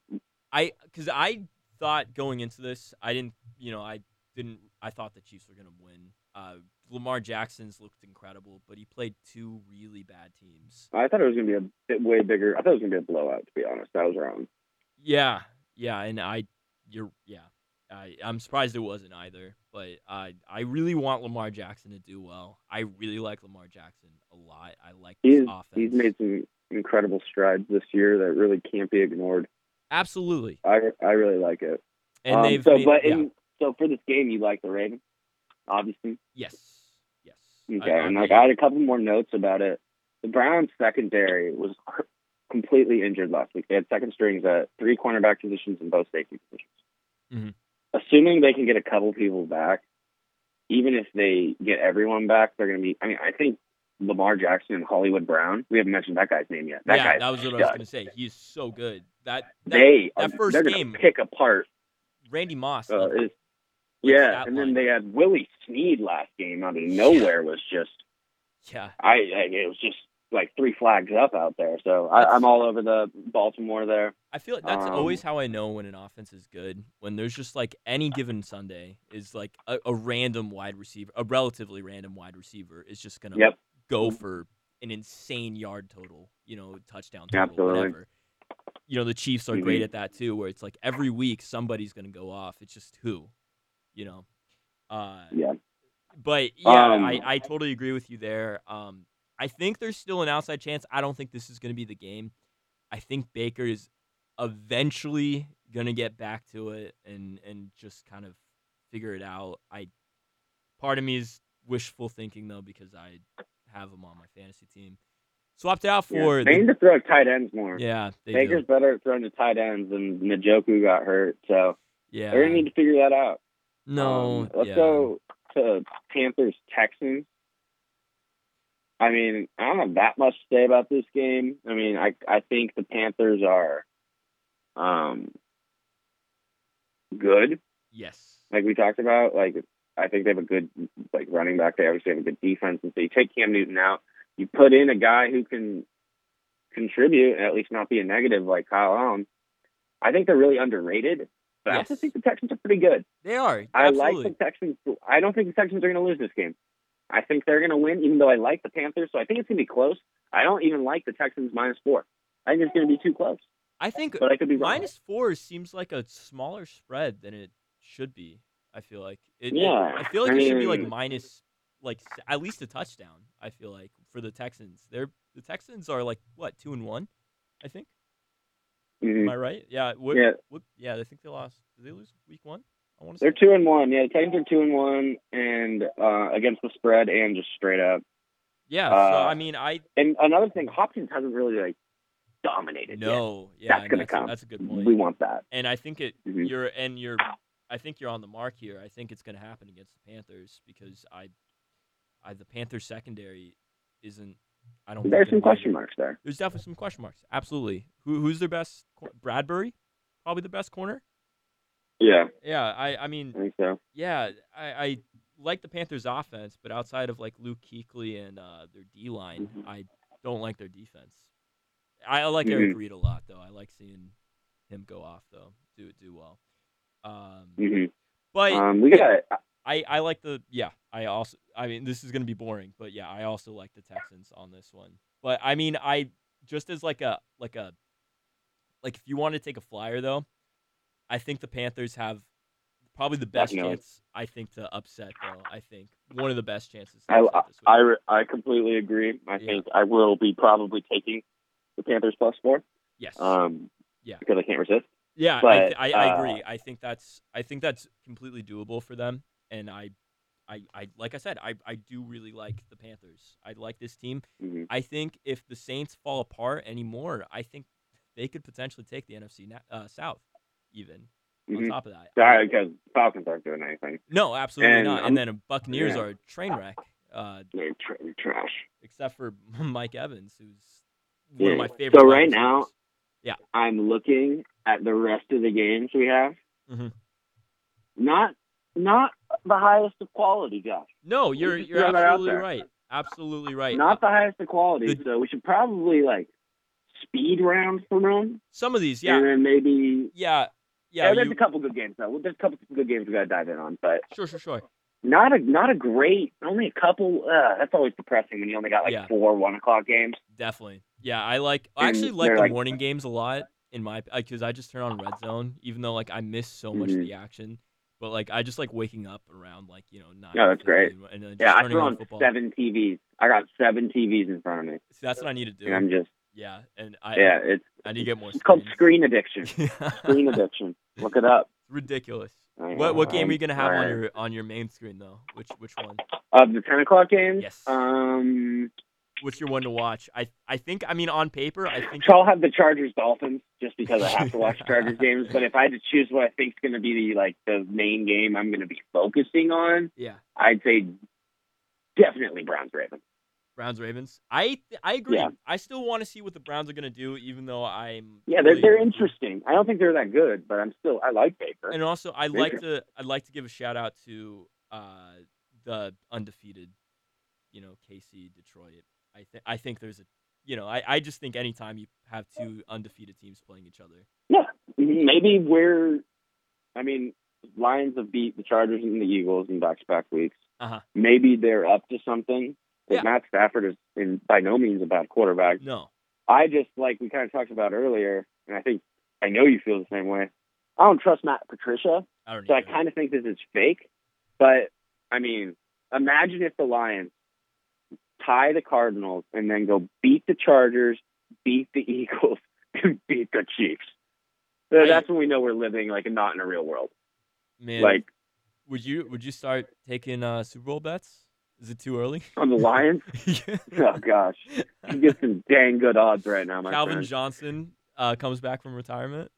[SPEAKER 1] I cuz I thought going into this, I didn't, you know, I didn't I thought the Chiefs were going to win. Uh Lamar Jackson's looked incredible, but he played two really bad teams.
[SPEAKER 2] I thought it was going to be a bit way bigger. I thought it was going to be a blowout. To be honest, I was wrong.
[SPEAKER 1] Yeah. Yeah, and I you're yeah. I I'm surprised it wasn't either, but I I really want Lamar Jackson to do well. I really like Lamar Jackson a lot. I like
[SPEAKER 2] He's-
[SPEAKER 1] his offense.
[SPEAKER 2] He's made some incredible strides this year that really can't be ignored.
[SPEAKER 1] Absolutely.
[SPEAKER 2] I I really like it.
[SPEAKER 1] And
[SPEAKER 2] Um,
[SPEAKER 1] they've
[SPEAKER 2] so,
[SPEAKER 1] made-
[SPEAKER 2] but
[SPEAKER 1] yeah.
[SPEAKER 2] in, so for this game, you like the Ravens, obviously.
[SPEAKER 1] Yes. Yes. I-
[SPEAKER 2] Okay,
[SPEAKER 1] I-
[SPEAKER 2] and like
[SPEAKER 1] yeah.
[SPEAKER 2] I had a couple more notes about it. The Browns secondary was completely injured last week. They had second strings at three cornerback positions and both safety positions.
[SPEAKER 1] Mm-hmm.
[SPEAKER 2] Assuming they can get a couple people back, even if they get everyone back, they're going to be. I mean, I think Lamar Jackson and Hollywood Brown. We haven't mentioned that guy's name yet. That
[SPEAKER 1] yeah,
[SPEAKER 2] guy,
[SPEAKER 1] that was what I was
[SPEAKER 2] stud.
[SPEAKER 1] going to say. He's so good. That, that
[SPEAKER 2] they
[SPEAKER 1] that
[SPEAKER 2] are-
[SPEAKER 1] first
[SPEAKER 2] they're
[SPEAKER 1] game-
[SPEAKER 2] going to pick apart
[SPEAKER 1] Randy Moss.
[SPEAKER 2] uh,
[SPEAKER 1] like,
[SPEAKER 2] is
[SPEAKER 1] like
[SPEAKER 2] yeah,
[SPEAKER 1] stat
[SPEAKER 2] and
[SPEAKER 1] line.
[SPEAKER 2] then they had Willie Sneed last game out of nowhere was just
[SPEAKER 1] yeah,
[SPEAKER 2] I, I it was just like three flags up out there. So I, I'm all over the Baltimore there.
[SPEAKER 1] I feel like that's
[SPEAKER 2] um,
[SPEAKER 1] always how I know when an offense is good. When there's just like any given Sunday is like a, a random wide receiver, a relatively random wide receiver is just going to
[SPEAKER 2] Yep.
[SPEAKER 1] go for an insane yard total, you know, touchdown total,
[SPEAKER 2] Absolutely. Mm-hmm.
[SPEAKER 1] whatever. You know, the Chiefs are great at that too, where it's like every week somebody's going to go off. It's just who, you know. Uh,
[SPEAKER 2] Yeah.
[SPEAKER 1] But yeah,
[SPEAKER 2] Um,
[SPEAKER 1] I, I totally agree with you there. Um, I think there's still an outside chance. I don't think this is going to be the game. I think Baker is eventually going to get back to it and and just kind of figure it out. I part of me is wishful thinking though because I have him on my fantasy team. Swapped out for the-
[SPEAKER 2] yeah. They need to throw tight ends more.
[SPEAKER 1] yeah they do.
[SPEAKER 2] Baker's better at throwing to tight ends, and Najoku got hurt, so
[SPEAKER 1] yeah.
[SPEAKER 2] they're gonna need to figure that out.
[SPEAKER 1] no,
[SPEAKER 2] Um, let's
[SPEAKER 1] yeah.
[SPEAKER 2] go to Panthers Texans. I mean, I don't have that much to say about this game. I mean, I I think the Panthers are um good,
[SPEAKER 1] Yes.
[SPEAKER 2] like we talked about. Like I think they have a good like running back. They obviously have a good defense, and so you take Cam Newton out, you put in a guy who can contribute, and at least not be a negative like Kyle Allen. I think they're really underrated, but I also
[SPEAKER 1] Yes.
[SPEAKER 2] think the Texans are pretty good.
[SPEAKER 1] They are.
[SPEAKER 2] I
[SPEAKER 1] Absolutely.
[SPEAKER 2] like the Texans. I don't think the Texans are going to lose this game. I think they're going to win, even though I like the Panthers. So I think it's going to be close. I don't even like the Texans minus four. I think it's going to be too close,
[SPEAKER 1] I think
[SPEAKER 2] but I could be wrong.
[SPEAKER 1] minus four seems like a smaller spread than it should be. I feel like. It, it-
[SPEAKER 2] Yeah,
[SPEAKER 1] I feel like
[SPEAKER 2] I
[SPEAKER 1] it should be like
[SPEAKER 2] mean-
[SPEAKER 1] minus, like s- at least a touchdown. I feel like for the Texans, they're the Texans are like what two and one, I think.
[SPEAKER 2] Mhm.
[SPEAKER 1] Am I right? Yeah. What,
[SPEAKER 2] Yeah.
[SPEAKER 1] What, yeah. I think they lost. Did they lose week one? I want to.
[SPEAKER 2] They're two and one. Yeah, the Texans are two and one, and uh, against the spread and just straight up.
[SPEAKER 1] Yeah. so
[SPEAKER 2] uh,
[SPEAKER 1] I mean, I
[SPEAKER 2] And another thing, Hopkins hasn't really like dominated.
[SPEAKER 1] no. Yeah.
[SPEAKER 2] That's
[SPEAKER 1] and
[SPEAKER 2] gonna
[SPEAKER 1] that's, a-
[SPEAKER 2] come.
[SPEAKER 1] That's a good
[SPEAKER 2] yet.
[SPEAKER 1] point.
[SPEAKER 2] We want that.
[SPEAKER 1] and I think it
[SPEAKER 2] Mhm.
[SPEAKER 1] you're and you're I think you're on the mark here. I think it's going to happen against the Panthers because I, I the Panthers secondary isn't. I don't. think
[SPEAKER 2] There's
[SPEAKER 1] they're
[SPEAKER 2] some question
[SPEAKER 1] good.
[SPEAKER 2] marks there.
[SPEAKER 1] There's definitely some question marks. Absolutely. Who who's their best? cor- Bradbury, probably the best corner.
[SPEAKER 2] Yeah,
[SPEAKER 1] Yeah. I I mean
[SPEAKER 2] I think so.
[SPEAKER 1] yeah, I, I like the Panthers' offense, but outside of like Luke Kuechly and uh, their D line,
[SPEAKER 2] Mhm.
[SPEAKER 1] I don't like their defense. I like Eric Reed a lot though. I like seeing him go off though, do do well. Um,
[SPEAKER 2] hmm
[SPEAKER 1] but
[SPEAKER 2] Um, we got
[SPEAKER 1] (laughs) I, I like the yeah. I also I mean this is gonna be boring, but yeah, I also like the Texans on this one. But I mean I just as like a like a like if you want to take a flyer though, I think the Panthers have probably the best
[SPEAKER 2] Definitely.
[SPEAKER 1] chance I think to upset though. I think one of the best chances. To
[SPEAKER 2] I-
[SPEAKER 1] upset this week.
[SPEAKER 2] I, re- I completely agree. I
[SPEAKER 1] Yeah.
[SPEAKER 2] think I will be probably taking the Panthers plus four.
[SPEAKER 1] yes.
[SPEAKER 2] Um,
[SPEAKER 1] Yeah.
[SPEAKER 2] because I can't resist.
[SPEAKER 1] Yeah, I,
[SPEAKER 2] But,
[SPEAKER 1] th- I, I
[SPEAKER 2] uh,
[SPEAKER 1] agree. I think that's I think that's completely doable for them. And I, I, I like I said, I, I do really like the Panthers. I like this team.
[SPEAKER 2] Mhm.
[SPEAKER 1] I think if the Saints fall apart anymore, I think they could potentially take the NFC na- uh, South. Even on
[SPEAKER 2] Mhm.
[SPEAKER 1] top of that,
[SPEAKER 2] Sorry, because Falcons aren't doing anything.
[SPEAKER 1] no, absolutely
[SPEAKER 2] And
[SPEAKER 1] not.
[SPEAKER 2] I'm-
[SPEAKER 1] And then Buccaneeers
[SPEAKER 2] yeah.
[SPEAKER 1] are a train wreck, uh,
[SPEAKER 2] They're tr- they're trash.
[SPEAKER 1] except for (laughs) Mike Evans, who's one of
[SPEAKER 2] Yeah.
[SPEAKER 1] my favorite.
[SPEAKER 2] So
[SPEAKER 1] wide
[SPEAKER 2] right now-
[SPEAKER 1] receivers.
[SPEAKER 2] I'm looking at the rest of the games we have.
[SPEAKER 1] Mhm.
[SPEAKER 2] Not not the highest of quality, Josh.
[SPEAKER 1] no, you're
[SPEAKER 2] just
[SPEAKER 1] you're
[SPEAKER 2] throwing that out
[SPEAKER 1] absolutely
[SPEAKER 2] there.
[SPEAKER 1] right. Absolutely right.
[SPEAKER 2] Not the highest of quality.
[SPEAKER 1] The-
[SPEAKER 2] so we should probably like speed round for them,
[SPEAKER 1] Some of these, yeah,
[SPEAKER 2] and then maybe
[SPEAKER 1] yeah,
[SPEAKER 2] yeah.
[SPEAKER 1] yeah.
[SPEAKER 2] there's
[SPEAKER 1] you-
[SPEAKER 2] a couple good games though. There's a couple good games we gotta dive in on, but
[SPEAKER 1] Sure, sure, sure.
[SPEAKER 2] not a not a great only a couple uh, that's always depressing when you only got like
[SPEAKER 1] Yeah.
[SPEAKER 2] four one o'clock games
[SPEAKER 1] Definitely. Yeah, I like. I actually
[SPEAKER 2] And
[SPEAKER 1] like
[SPEAKER 2] they're
[SPEAKER 1] the
[SPEAKER 2] like-
[SPEAKER 1] morning games a lot in my because I just turn on Red Zone, even though like I miss so much of
[SPEAKER 2] Mhm.
[SPEAKER 1] the action. But like I just like waking up around like you know nine.
[SPEAKER 2] Yeah, that's great.
[SPEAKER 1] 15, And then just
[SPEAKER 2] yeah i
[SPEAKER 1] turning
[SPEAKER 2] threw
[SPEAKER 1] on
[SPEAKER 2] on
[SPEAKER 1] football.
[SPEAKER 2] seven tvs i got seven tvs in front of me
[SPEAKER 1] See, that's what I need to do.
[SPEAKER 2] and i'm just
[SPEAKER 1] yeah, and I
[SPEAKER 2] yeah it's,
[SPEAKER 1] I need to get more.
[SPEAKER 2] it's called
[SPEAKER 1] screens. (laughs)
[SPEAKER 2] screen addiction screen addiction look it up
[SPEAKER 1] Ridiculous. What what game are you gonna have on your on your main screen though? Which which one?
[SPEAKER 2] of Uh, the 10 o'clock games
[SPEAKER 1] Yes.
[SPEAKER 2] um
[SPEAKER 1] What's your one to watch? I I think I mean on paper I think
[SPEAKER 2] so i'll have the chargers dolphins just because i have to watch
[SPEAKER 1] (laughs)
[SPEAKER 2] chargers games but if i had to choose what i think's going to be the like the main game i'm going to be focusing on
[SPEAKER 1] yeah.
[SPEAKER 2] i'd say definitely browns ravens
[SPEAKER 1] Browns Ravens. I th- I agree.
[SPEAKER 2] Yeah.
[SPEAKER 1] I still want to see what the Browns are gonna do, even though I'm
[SPEAKER 2] Yeah, they're
[SPEAKER 1] really-
[SPEAKER 2] they're interesting. I don't think they're that good, but I'm still I like Baker.
[SPEAKER 1] And also, I like to I'd like to give a shout out to uh, the undefeated, you know, KC Detroit. I think I think there's a you know I, I just think anytime you have two undefeated teams playing each other,
[SPEAKER 2] Maybe we're, I mean, Lions have beat the Chargers and the Eagles in back to back weeks.
[SPEAKER 1] Uh-huh.
[SPEAKER 2] Maybe they're up to something. But
[SPEAKER 1] Yeah.
[SPEAKER 2] Matt Stafford is in by no means a bad quarterback.
[SPEAKER 1] no,
[SPEAKER 2] I just like we kind of talked about earlier, and I think I know you feel the same way. I don't trust Matt Patricia,
[SPEAKER 1] I don't.
[SPEAKER 2] so I
[SPEAKER 1] either.
[SPEAKER 2] kind of think this is fake. But I mean, imagine if the Lions tie the Cardinals and then go beat the Chargers, beat the (laughs) Eagles, and beat the Chiefs. So
[SPEAKER 1] I-
[SPEAKER 2] that's when we know we're living like not in a real world.
[SPEAKER 1] man,
[SPEAKER 2] Like
[SPEAKER 1] would you would you start taking uh, Super Bowl bets? Is it too early? (laughs)
[SPEAKER 2] on the Lions. oh gosh, you get some dang good odds right now, my
[SPEAKER 1] Calvin
[SPEAKER 2] friend.
[SPEAKER 1] Johnson uh, comes back from retirement.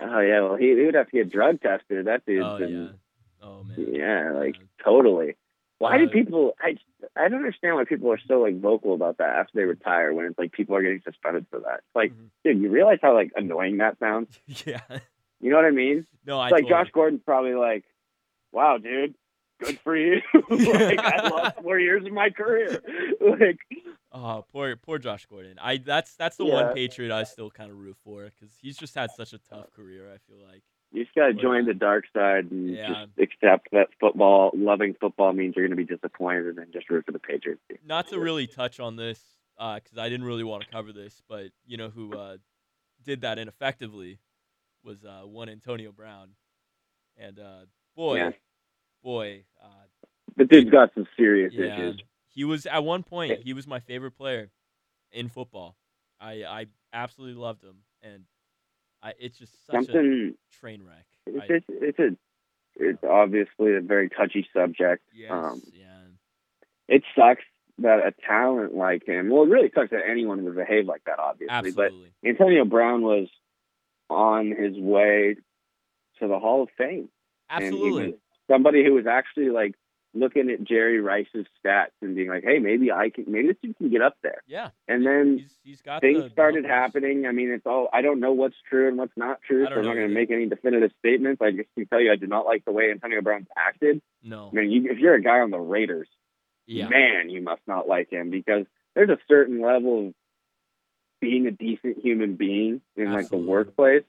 [SPEAKER 2] Oh yeah, well he, he would have to get drug tested. That dude's
[SPEAKER 1] oh yeah.
[SPEAKER 2] been
[SPEAKER 1] Oh man.
[SPEAKER 2] yeah, like
[SPEAKER 1] Yeah.
[SPEAKER 2] totally. Why do
[SPEAKER 1] Uh,
[SPEAKER 2] people? I I don't understand why people are so like vocal about that after they retire when it's like people are getting suspended for that. Like,
[SPEAKER 1] Mhm.
[SPEAKER 2] dude, you realize how like annoying that sounds?
[SPEAKER 1] (laughs) Yeah.
[SPEAKER 2] You know what I mean?
[SPEAKER 1] No, I
[SPEAKER 2] It's like
[SPEAKER 1] totally-
[SPEAKER 2] Josh Gordon's probably like, "Wow, dude, good
[SPEAKER 1] (laughs)
[SPEAKER 2] for you! (laughs) like I lost four years of my career. (laughs) like,
[SPEAKER 1] Oh, poor poor Josh Gordon. I that's that's the
[SPEAKER 2] Yeah.
[SPEAKER 1] one Patriot I still kind of root for because he's just had such a tough career. I feel like.
[SPEAKER 2] you just gotta
[SPEAKER 1] Yeah.
[SPEAKER 2] join the dark side and
[SPEAKER 1] Yeah.
[SPEAKER 2] just accept that football, loving football, means you're gonna be disappointed, and then just root for the Patriots." team.
[SPEAKER 1] Not to really touch on this because I didn't really want to cover this, but you know who uh, did that ineffectively was uh, one Antonio Brown, and uh, boy,
[SPEAKER 2] Yeah.
[SPEAKER 1] boy, uh,
[SPEAKER 2] The dude's got some serious
[SPEAKER 1] Yeah.
[SPEAKER 2] issues.
[SPEAKER 1] He was at one point. He was my favorite player in football. I I absolutely loved him, and I it's just such a
[SPEAKER 2] Something.
[SPEAKER 1] train wreck.
[SPEAKER 2] It's
[SPEAKER 1] I,
[SPEAKER 2] just, it's a. It's obviously a very touchy subject.
[SPEAKER 1] yes,
[SPEAKER 2] um,
[SPEAKER 1] yeah,
[SPEAKER 2] It sucks that a talent like him. Well, it really sucks that anyone would behave like that. Obviously, but
[SPEAKER 1] absolutely.
[SPEAKER 2] Antonio Brown was on his way to the Hall of Fame. And he
[SPEAKER 1] Absolutely.
[SPEAKER 2] was somebody who was actually like looking at Jerry Rice's stats and being like, hey, maybe I can, maybe this dude can get up there.
[SPEAKER 1] Yeah.
[SPEAKER 2] And then
[SPEAKER 1] He's, he's got the
[SPEAKER 2] things started
[SPEAKER 1] numbers.
[SPEAKER 2] happening. I mean, it's all, I don't know what's true and what's not true,
[SPEAKER 1] I
[SPEAKER 2] so
[SPEAKER 1] don't
[SPEAKER 2] I'm not
[SPEAKER 1] know
[SPEAKER 2] going to
[SPEAKER 1] either.
[SPEAKER 2] make any definitive statements. I just can tell you I did not like the way Antonio Brown acted.
[SPEAKER 1] No.
[SPEAKER 2] I mean, you, if you're a guy on the Raiders,
[SPEAKER 1] Yeah.
[SPEAKER 2] man, you must not like him because there's a certain level of being a decent human being in like the
[SPEAKER 1] Absolutely.
[SPEAKER 2] workplace,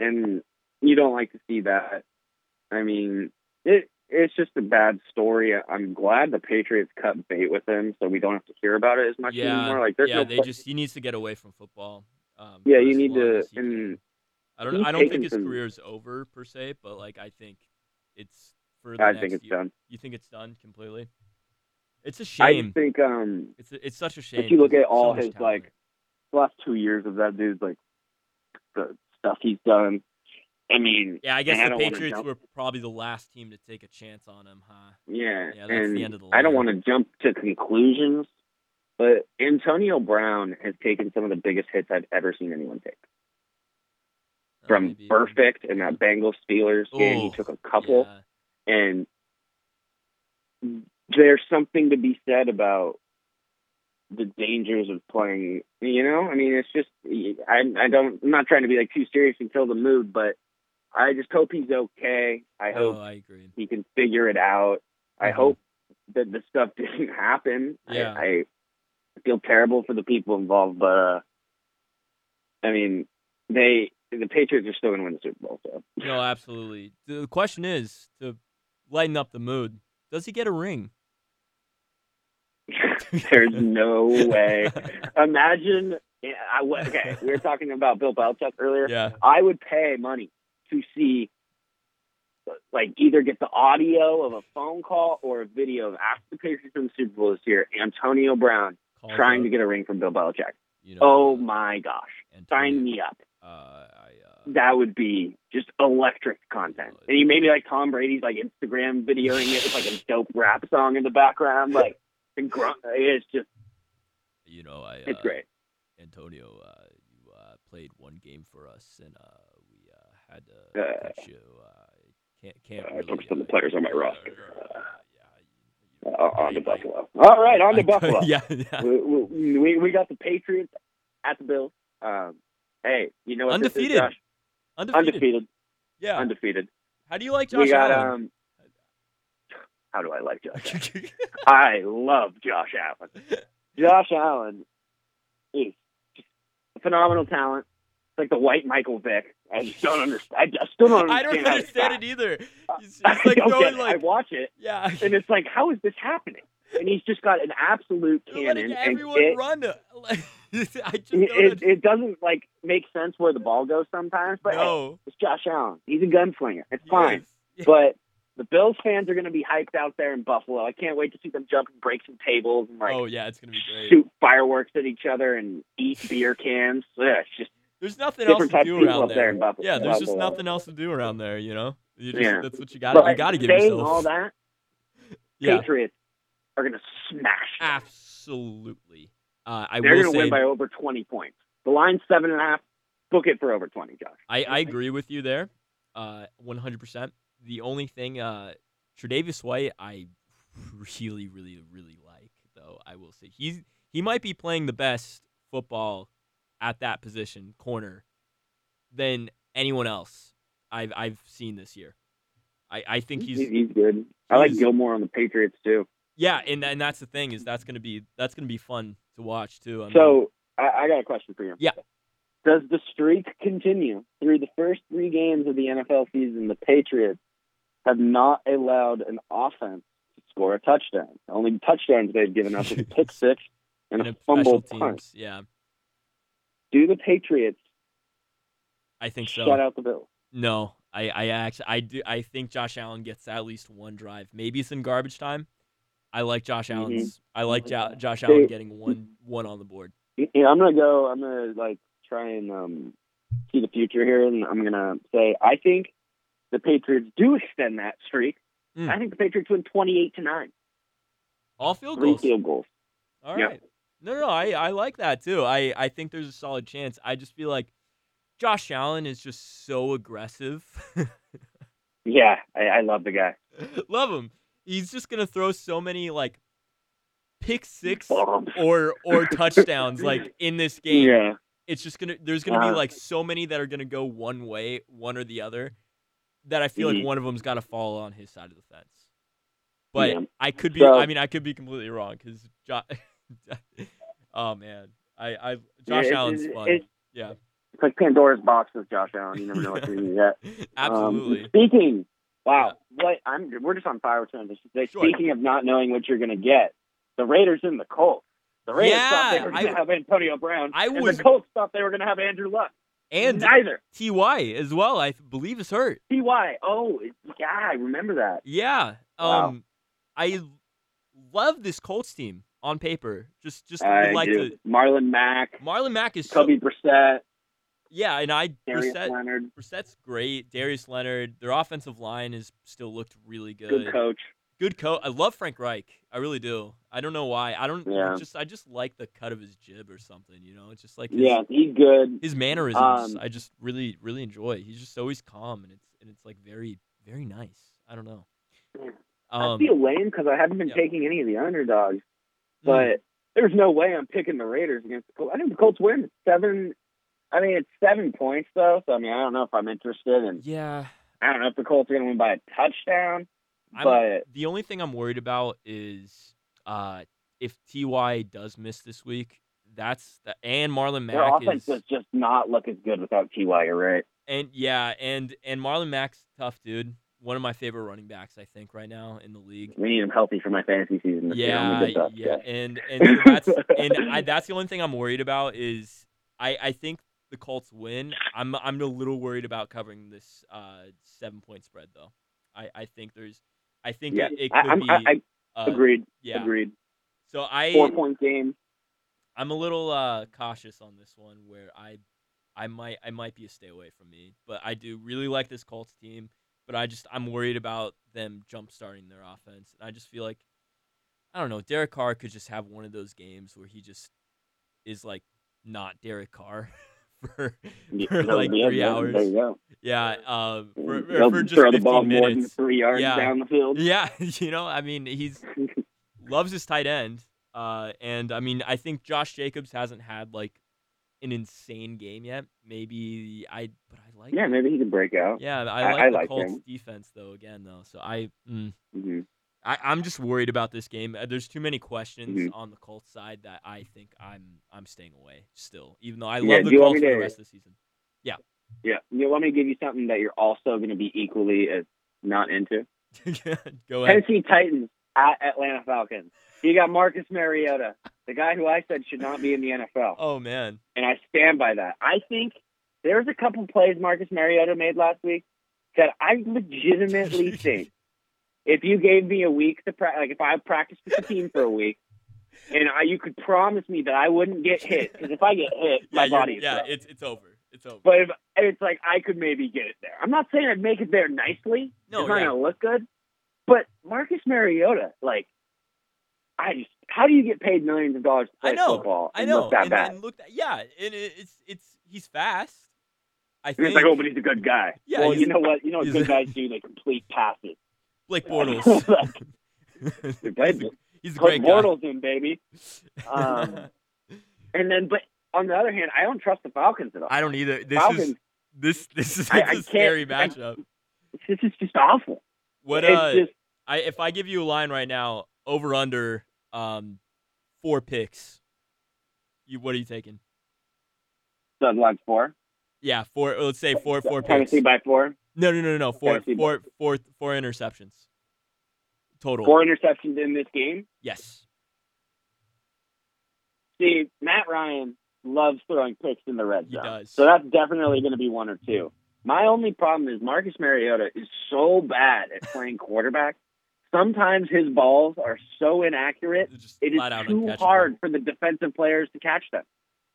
[SPEAKER 2] and you don't like to see that. I mean, it it's just a bad story. I'm glad the Patriots cut bait with him, so we don't have to hear about it as much
[SPEAKER 1] Yeah,
[SPEAKER 2] anymore. Like, there's
[SPEAKER 1] Yeah.
[SPEAKER 2] no
[SPEAKER 1] they
[SPEAKER 2] point-
[SPEAKER 1] just he needs to get away from football. Um,
[SPEAKER 2] Yeah,
[SPEAKER 1] for
[SPEAKER 2] you
[SPEAKER 1] as
[SPEAKER 2] need
[SPEAKER 1] long
[SPEAKER 2] to-
[SPEAKER 1] as he can.
[SPEAKER 2] and
[SPEAKER 1] I don't.
[SPEAKER 2] he's
[SPEAKER 1] I don't
[SPEAKER 2] taken
[SPEAKER 1] think his
[SPEAKER 2] some-
[SPEAKER 1] career's over per se, but like I think it's for the
[SPEAKER 2] I
[SPEAKER 1] next
[SPEAKER 2] think it's
[SPEAKER 1] year.
[SPEAKER 2] done.
[SPEAKER 1] You think it's done completely? It's a
[SPEAKER 2] I
[SPEAKER 1] shame.
[SPEAKER 2] just think um
[SPEAKER 1] It's it's such a shame.
[SPEAKER 2] If you look
[SPEAKER 1] 'cause
[SPEAKER 2] at all
[SPEAKER 1] so much
[SPEAKER 2] his,
[SPEAKER 1] talent.
[SPEAKER 2] like- the last two years of that dude's like the stuff he's done. I mean,
[SPEAKER 1] yeah, I
[SPEAKER 2] and I
[SPEAKER 1] guess the
[SPEAKER 2] don't wanna
[SPEAKER 1] Patriots
[SPEAKER 2] jump-
[SPEAKER 1] were probably the last team to take a chance on him, huh?
[SPEAKER 2] Yeah,
[SPEAKER 1] Yeah, that's the
[SPEAKER 2] and
[SPEAKER 1] end of the
[SPEAKER 2] I don't
[SPEAKER 1] line.
[SPEAKER 2] want to jump to conclusions, but Antonio Brown has taken some of the biggest hits I've ever seen anyone take.
[SPEAKER 1] Uh,
[SPEAKER 2] From
[SPEAKER 1] maybe-
[SPEAKER 2] perfect in that Bengals Steelers game, he
[SPEAKER 1] Ooh,
[SPEAKER 2] took a couple,
[SPEAKER 1] yeah.
[SPEAKER 2] and there's something to be said about the dangers of playing. You know, I mean, it's just I I don't I'm not trying to be like too serious and kill the mood, but I just hope he's okay. I hope
[SPEAKER 1] Oh, I agree.
[SPEAKER 2] he can figure it out. I
[SPEAKER 1] Mhm.
[SPEAKER 2] hope that the stuff (laughs) didn't happen.
[SPEAKER 1] Yeah.
[SPEAKER 2] I, I feel terrible for the people involved, but uh, I mean, they the Patriots are still going to win the Super Bowl. So (laughs)
[SPEAKER 1] No, absolutely. The question is to lighten up the mood. Does he get a ring?
[SPEAKER 2] (laughs)
[SPEAKER 1] (laughs)
[SPEAKER 2] there's no way. Imagine, yeah, I, wa- okay, we were talking about Bill Belichick earlier.
[SPEAKER 1] yeah.
[SPEAKER 2] I would pay money to see, like, either get the audio of a phone call or a video of after the Patriots win the Super Bowl this year, Antonio Brown
[SPEAKER 1] calls
[SPEAKER 2] trying
[SPEAKER 1] up,
[SPEAKER 2] to get a ring from Bill Belichick.
[SPEAKER 1] You
[SPEAKER 2] Oh my gosh.
[SPEAKER 1] and
[SPEAKER 2] Sign
[SPEAKER 1] Tony,
[SPEAKER 2] me up.
[SPEAKER 1] Uh, I, uh,
[SPEAKER 2] That would be just electric content. And you maybe like Tom Brady's like Instagram videoing it with like a dope rap song in the background. Like and gr- it's just
[SPEAKER 1] you know, I. Uh,
[SPEAKER 2] it's great.
[SPEAKER 1] Antonio, uh, you uh, played one game for us, and uh, we uh, had to
[SPEAKER 2] Uh,
[SPEAKER 1] cut you. Uh, can't can't.
[SPEAKER 2] I
[SPEAKER 1] really,
[SPEAKER 2] took some
[SPEAKER 1] uh,
[SPEAKER 2] players on my
[SPEAKER 1] uh,
[SPEAKER 2] roster.
[SPEAKER 1] uh,
[SPEAKER 2] Uh,
[SPEAKER 1] yeah, you- you-
[SPEAKER 2] on to
[SPEAKER 1] I- I-
[SPEAKER 2] Buffalo. All right,
[SPEAKER 1] (laughs)
[SPEAKER 2] on
[SPEAKER 1] I
[SPEAKER 2] to
[SPEAKER 1] could-
[SPEAKER 2] Buffalo.
[SPEAKER 1] Yeah, (laughs) yeah.
[SPEAKER 2] We, we, we- we got the Patriots at the Bills. Um, hey, you know what this is,
[SPEAKER 1] Undefeated.
[SPEAKER 2] Josh?
[SPEAKER 1] Undefeated.
[SPEAKER 2] Undefeated.
[SPEAKER 1] Yeah.
[SPEAKER 2] Undefeated.
[SPEAKER 1] How do you like Josh
[SPEAKER 2] we
[SPEAKER 1] (laughs)
[SPEAKER 2] got
[SPEAKER 1] Allen?
[SPEAKER 2] um how do I like Josh? Allen? I love
[SPEAKER 1] (laughs)
[SPEAKER 2] Josh Allen. Josh Allen is just a phenomenal talent. It's like the white Michael Vick. I just don't
[SPEAKER 1] (laughs)
[SPEAKER 2] understand. I still don't understand.
[SPEAKER 1] I
[SPEAKER 2] (laughs)
[SPEAKER 1] don't
[SPEAKER 2] how
[SPEAKER 1] understand
[SPEAKER 2] it's
[SPEAKER 1] it either. He's, he's
[SPEAKER 2] back. (laughs) I
[SPEAKER 1] like
[SPEAKER 2] don't get
[SPEAKER 1] throwing
[SPEAKER 2] it. Uh, I
[SPEAKER 1] like
[SPEAKER 2] watch it,
[SPEAKER 1] (laughs) yeah.
[SPEAKER 2] and it's like, how is this happening? And he's just got an absolute
[SPEAKER 1] they're
[SPEAKER 2] cannon.
[SPEAKER 1] letting
[SPEAKER 2] And
[SPEAKER 1] everyone
[SPEAKER 2] it,
[SPEAKER 1] run. (laughs) to- like, I just don't
[SPEAKER 2] it, it,
[SPEAKER 1] understand.
[SPEAKER 2] it doesn't like make sense where the ball goes sometimes, but hey,
[SPEAKER 1] no.
[SPEAKER 2] it's Josh Allen. He's a gunslinger. It's
[SPEAKER 1] He (laughs)
[SPEAKER 2] fine.
[SPEAKER 1] is. Yeah.
[SPEAKER 2] But the Bills fans are going to be hyped out there in Buffalo. I can't wait to see them jump and break some tables and like
[SPEAKER 1] oh yeah, it's gonna be great.
[SPEAKER 2] shoot fireworks at each other and
[SPEAKER 1] (laughs)
[SPEAKER 2] eat beer cans. Ugh, it's just
[SPEAKER 1] There's nothing else
[SPEAKER 2] different
[SPEAKER 1] to
[SPEAKER 2] types of
[SPEAKER 1] do
[SPEAKER 2] people
[SPEAKER 1] around
[SPEAKER 2] up there in Buffalo.
[SPEAKER 1] Yeah, there's just
[SPEAKER 2] Buffalo.
[SPEAKER 1] nothing else to do around there, you know. You just,
[SPEAKER 2] Yeah.
[SPEAKER 1] That's what you got. to You
[SPEAKER 2] But
[SPEAKER 1] got to give
[SPEAKER 2] saying
[SPEAKER 1] yourself.
[SPEAKER 2] all that.
[SPEAKER 1] yeah,
[SPEAKER 2] Patriots are going to smash. them.
[SPEAKER 1] Absolutely. Uh, I
[SPEAKER 2] They're
[SPEAKER 1] will
[SPEAKER 2] going to
[SPEAKER 1] say
[SPEAKER 2] win by over 20 points. The line's seven and a half. Book it for over 20, Josh.
[SPEAKER 1] I, I agree with you there, uh, 100%. The only thing, uh, Tre'Davious White, I really, really, really like. Though I will say he's he might be playing the best football at that position, corner, than anyone else I've I've seen this year. I, I think he's
[SPEAKER 2] he's good. I like
[SPEAKER 1] he's-
[SPEAKER 2] Gilmore on the Patriots too.
[SPEAKER 1] yeah, and and that's the thing is that's gonna be that's gonna be fun to watch too. I mean,
[SPEAKER 2] So I, I got a question for you.
[SPEAKER 1] Um, Yeah.
[SPEAKER 2] Does the streak continue through the first three games of the NFL season? The Patriots have not allowed an offense to score a touchdown. The only touchdowns they've given up
[SPEAKER 1] (laughs)
[SPEAKER 2] is a pick six and,
[SPEAKER 1] and
[SPEAKER 2] a
[SPEAKER 1] if
[SPEAKER 2] fumble
[SPEAKER 1] special
[SPEAKER 2] punt.
[SPEAKER 1] teams, yeah,
[SPEAKER 2] Do the Patriots
[SPEAKER 1] I think so.
[SPEAKER 2] shut out the Bills?
[SPEAKER 1] No, I, I actually, I do. I think Josh Allen gets at least one drive. Maybe it's in garbage time. I like Josh
[SPEAKER 2] Mhm.
[SPEAKER 1] Allen's. I like jo- Josh
[SPEAKER 2] They-
[SPEAKER 1] Allen getting one one on the board.
[SPEAKER 2] Yeah, I'm gonna go. I'm gonna like try and um, see the future here, and I'm gonna say I think the Patriots do extend that streak.
[SPEAKER 1] Mm.
[SPEAKER 2] I think the Patriots win 28 to nine,
[SPEAKER 1] All field
[SPEAKER 2] three
[SPEAKER 1] goals.
[SPEAKER 2] field goals.
[SPEAKER 1] All
[SPEAKER 2] yeah.
[SPEAKER 1] right. No, no, I, I like that too. I, I think there's a solid chance. I just feel like Josh Allen is just so aggressive. (laughs)
[SPEAKER 2] Yeah, I, I love the guy.
[SPEAKER 1] Love him. He's just gonna throw so many like pick six
[SPEAKER 2] Bombs.
[SPEAKER 1] or
[SPEAKER 2] (laughs)
[SPEAKER 1] or touchdowns like in this game.
[SPEAKER 2] Yeah,
[SPEAKER 1] it's just gonna there's gonna
[SPEAKER 2] Uh,
[SPEAKER 1] be like so many that are gonna go one way, one or the other, that I feel like
[SPEAKER 2] Mhm.
[SPEAKER 1] one of them's gotta fall on his side of the fence. But
[SPEAKER 2] Yeah.
[SPEAKER 1] I could be
[SPEAKER 2] So-
[SPEAKER 1] I mean I could be completely wrong because jo- (laughs) oh man I I
[SPEAKER 2] Yeah,
[SPEAKER 1] Josh
[SPEAKER 2] it's-
[SPEAKER 1] Allen's
[SPEAKER 2] it's-
[SPEAKER 1] fun
[SPEAKER 2] it's-
[SPEAKER 1] yeah
[SPEAKER 2] it's like Pandora's box with Josh Allen. You never know what you're gonna
[SPEAKER 1] (laughs)
[SPEAKER 2] get.
[SPEAKER 1] absolutely
[SPEAKER 2] Um, speaking, wow, what I'm we're just on fire with transitions. today.
[SPEAKER 1] Sure.
[SPEAKER 2] Speaking of not knowing what you're gonna get, the Raiders and the Colts. The Raiders thought they
[SPEAKER 1] Yeah,
[SPEAKER 2] were
[SPEAKER 1] I-
[SPEAKER 2] gonna have Antonio Brown,
[SPEAKER 1] I
[SPEAKER 2] and
[SPEAKER 1] was-
[SPEAKER 2] the Colts thought they were gonna have Andrew Luck.
[SPEAKER 1] and
[SPEAKER 2] neither.
[SPEAKER 1] Ty as well I believe is hurt
[SPEAKER 2] TY. Oh, yeah, I remember that.
[SPEAKER 1] yeah um
[SPEAKER 2] Wow.
[SPEAKER 1] I love this Colts team on paper just just
[SPEAKER 2] I
[SPEAKER 1] would like
[SPEAKER 2] do.
[SPEAKER 1] to
[SPEAKER 2] Marlon Mack,
[SPEAKER 1] Marlon Mack is so,
[SPEAKER 2] Kobe Brissett,
[SPEAKER 1] yeah and I
[SPEAKER 2] Darius
[SPEAKER 1] Brissett-
[SPEAKER 2] Leonard.
[SPEAKER 1] Brissett's great. Darius Leonard, their offensive line has still looked really good.
[SPEAKER 2] Good coach.
[SPEAKER 1] Good coach. I love Frank Reich. I really do. I don't know why. I don't
[SPEAKER 2] Yeah.
[SPEAKER 1] just I just like the cut of his jib or something, you know? It's just like his,
[SPEAKER 2] Yeah, he's good.
[SPEAKER 1] his mannerisms.
[SPEAKER 2] Um,
[SPEAKER 1] I just really really enjoy. He's just always calm and it's and it's like very very nice. I don't know.
[SPEAKER 2] Yeah. I
[SPEAKER 1] Um
[SPEAKER 2] feel lame because I haven't been
[SPEAKER 1] yeah.
[SPEAKER 2] taking any of the underdogs, but
[SPEAKER 1] mm,
[SPEAKER 2] there's no way I'm picking the Raiders against the Colts. I think the Colts win seven. I mean, it's seven points though, so I mean, I don't know if I'm interested, and
[SPEAKER 1] yeah.
[SPEAKER 2] I don't know if the Colts are going to win by a touchdown.
[SPEAKER 1] I'm,
[SPEAKER 2] but
[SPEAKER 1] the only thing I'm worried about is uh if TY does miss this week, that's the, and Marlon Mack
[SPEAKER 2] their offense
[SPEAKER 1] is
[SPEAKER 2] does just not look as good without Ty. You're right.
[SPEAKER 1] And yeah, and and Marlon Mack's tough dude. One of my favorite running backs, I think, right now in the league.
[SPEAKER 2] We need him healthy for my fantasy season. This year. I'm
[SPEAKER 1] Yeah,
[SPEAKER 2] gonna get that.
[SPEAKER 1] yeah,
[SPEAKER 2] (laughs)
[SPEAKER 1] and and so that's and I, that's the only thing I'm worried about is I I think the Colts win. I'm I'm a little worried about covering this uh seven point spread though. I I think there's I think
[SPEAKER 2] yeah.
[SPEAKER 1] it, it
[SPEAKER 2] I,
[SPEAKER 1] could
[SPEAKER 2] I'm-
[SPEAKER 1] be
[SPEAKER 2] I, I
[SPEAKER 1] uh,
[SPEAKER 2] agreed.
[SPEAKER 1] yeah.
[SPEAKER 2] Agreed.
[SPEAKER 1] So I
[SPEAKER 2] Four point game.
[SPEAKER 1] I'm a little uh, cautious on this one, where I, I might, I might be a stay away from me, but I do really like this Colts team, but I just I'm worried about them jump starting their offense, and I just feel like, I don't know, Derek Carr could just have one of those games where he just is like not Derek Carr (laughs) for,
[SPEAKER 2] Yeah,
[SPEAKER 1] (laughs) for like
[SPEAKER 2] yeah,
[SPEAKER 1] three
[SPEAKER 2] yeah, Mm, There
[SPEAKER 1] hours,
[SPEAKER 2] you go.
[SPEAKER 1] yeah, um, for,
[SPEAKER 2] They'll
[SPEAKER 1] for just
[SPEAKER 2] throw the ball
[SPEAKER 1] 15
[SPEAKER 2] more than
[SPEAKER 1] minutes,
[SPEAKER 2] three yards
[SPEAKER 1] Yeah.
[SPEAKER 2] down the (laughs) field.
[SPEAKER 1] yeah, (laughs) you know, I mean, he's loves his tight end. Uh, and I mean, I think Josh Jacobs hasn't had like an insane game yet. Maybe I, but I like.
[SPEAKER 2] yeah, maybe he can break out.
[SPEAKER 1] Yeah, I
[SPEAKER 2] I-
[SPEAKER 1] like
[SPEAKER 2] I
[SPEAKER 1] the
[SPEAKER 2] like
[SPEAKER 1] Colts
[SPEAKER 2] him.
[SPEAKER 1] defense though. Again, though, so I, mm,
[SPEAKER 2] hmm
[SPEAKER 1] I, I'm just worried about this game. Uh, There's too many questions
[SPEAKER 2] Mhm.
[SPEAKER 1] on the Colts side that I think I'm, I'm staying away still. Even though I
[SPEAKER 2] Yeah,
[SPEAKER 1] love
[SPEAKER 2] do
[SPEAKER 1] the
[SPEAKER 2] you want
[SPEAKER 1] Colts
[SPEAKER 2] me
[SPEAKER 1] for
[SPEAKER 2] to-
[SPEAKER 1] the rest of the season.
[SPEAKER 2] Yeah. You want me to give you something that you're also going to be equally as not into?
[SPEAKER 1] (laughs) Go ahead.
[SPEAKER 2] Tennessee Titans at Atlanta Falcons. You got Marcus Mariota, the guy who I said should not be in the NFL.
[SPEAKER 1] Oh man,
[SPEAKER 2] and I stand by that. I think there was a couple plays Marcus Mariota made last week that I
[SPEAKER 1] (laughs)
[SPEAKER 2] legitimately think if you gave me a week to pra- like if I practiced with the team for a week, and I, you could promise me that I wouldn't get hit because if I get hit,
[SPEAKER 1] yeah,
[SPEAKER 2] my
[SPEAKER 1] you're-
[SPEAKER 2] body is
[SPEAKER 1] yeah,
[SPEAKER 2] broke.
[SPEAKER 1] it's, it's over. It's over.
[SPEAKER 2] But if, it's like I could maybe get it there. I'm not saying I'd make it there nicely.
[SPEAKER 1] No,
[SPEAKER 2] it's not
[SPEAKER 1] yeah.
[SPEAKER 2] gonna look good. But Marcus Mariota, like I just how do you get paid millions of dollars to play
[SPEAKER 1] I know,
[SPEAKER 2] football?
[SPEAKER 1] I
[SPEAKER 2] and
[SPEAKER 1] know.
[SPEAKER 2] look that
[SPEAKER 1] and,
[SPEAKER 2] bad.
[SPEAKER 1] and looked at, yeah, and it, it's it's he's fast. I
[SPEAKER 2] And
[SPEAKER 1] think
[SPEAKER 2] it's like, oh, but he's a good guy.
[SPEAKER 1] Yeah,
[SPEAKER 2] well,
[SPEAKER 1] he's-
[SPEAKER 2] you know what? You know what
[SPEAKER 1] he's
[SPEAKER 2] good
[SPEAKER 1] a-
[SPEAKER 2] guys do? They complete
[SPEAKER 1] (laughs)
[SPEAKER 2] passes. (laughs)
[SPEAKER 1] Blake
[SPEAKER 2] Like,
[SPEAKER 1] (laughs) Bortles. he's,
[SPEAKER 2] played
[SPEAKER 1] a, he's a
[SPEAKER 2] put
[SPEAKER 1] great guy.
[SPEAKER 2] Bortles
[SPEAKER 1] (laughs)
[SPEAKER 2] in, baby. Um, And then, but on the other hand, I don't trust the Falcons at all.
[SPEAKER 1] I don't either. This
[SPEAKER 2] Falcons,
[SPEAKER 1] is this this is
[SPEAKER 2] I-
[SPEAKER 1] like
[SPEAKER 2] I
[SPEAKER 1] a
[SPEAKER 2] can't-
[SPEAKER 1] scary
[SPEAKER 2] I-
[SPEAKER 1] matchup.
[SPEAKER 2] this is just awful.
[SPEAKER 1] What
[SPEAKER 2] it's
[SPEAKER 1] uh,
[SPEAKER 2] just
[SPEAKER 1] I if I give you a line right now, over under, um, four picks. You what are you taking?
[SPEAKER 2] sub line four.
[SPEAKER 1] Yeah, four. Let's say four four picks.
[SPEAKER 2] Tennessee by four.
[SPEAKER 1] No, no, no, no, no. Four,
[SPEAKER 2] Tennessee-
[SPEAKER 1] four, four, four interceptions total.
[SPEAKER 2] Four interceptions in this game.
[SPEAKER 1] Yes.
[SPEAKER 2] See, Matt Ryan loves throwing picks in the red
[SPEAKER 1] He
[SPEAKER 2] zone.
[SPEAKER 1] does.
[SPEAKER 2] So that's definitely going to be one or two. My only problem is Marcus Mariota is so bad at playing quarterback. Sometimes his balls are so inaccurate,
[SPEAKER 1] It's Just
[SPEAKER 2] it
[SPEAKER 1] flat out
[SPEAKER 2] is too
[SPEAKER 1] uncatchable.
[SPEAKER 2] hard for the defensive players to catch them.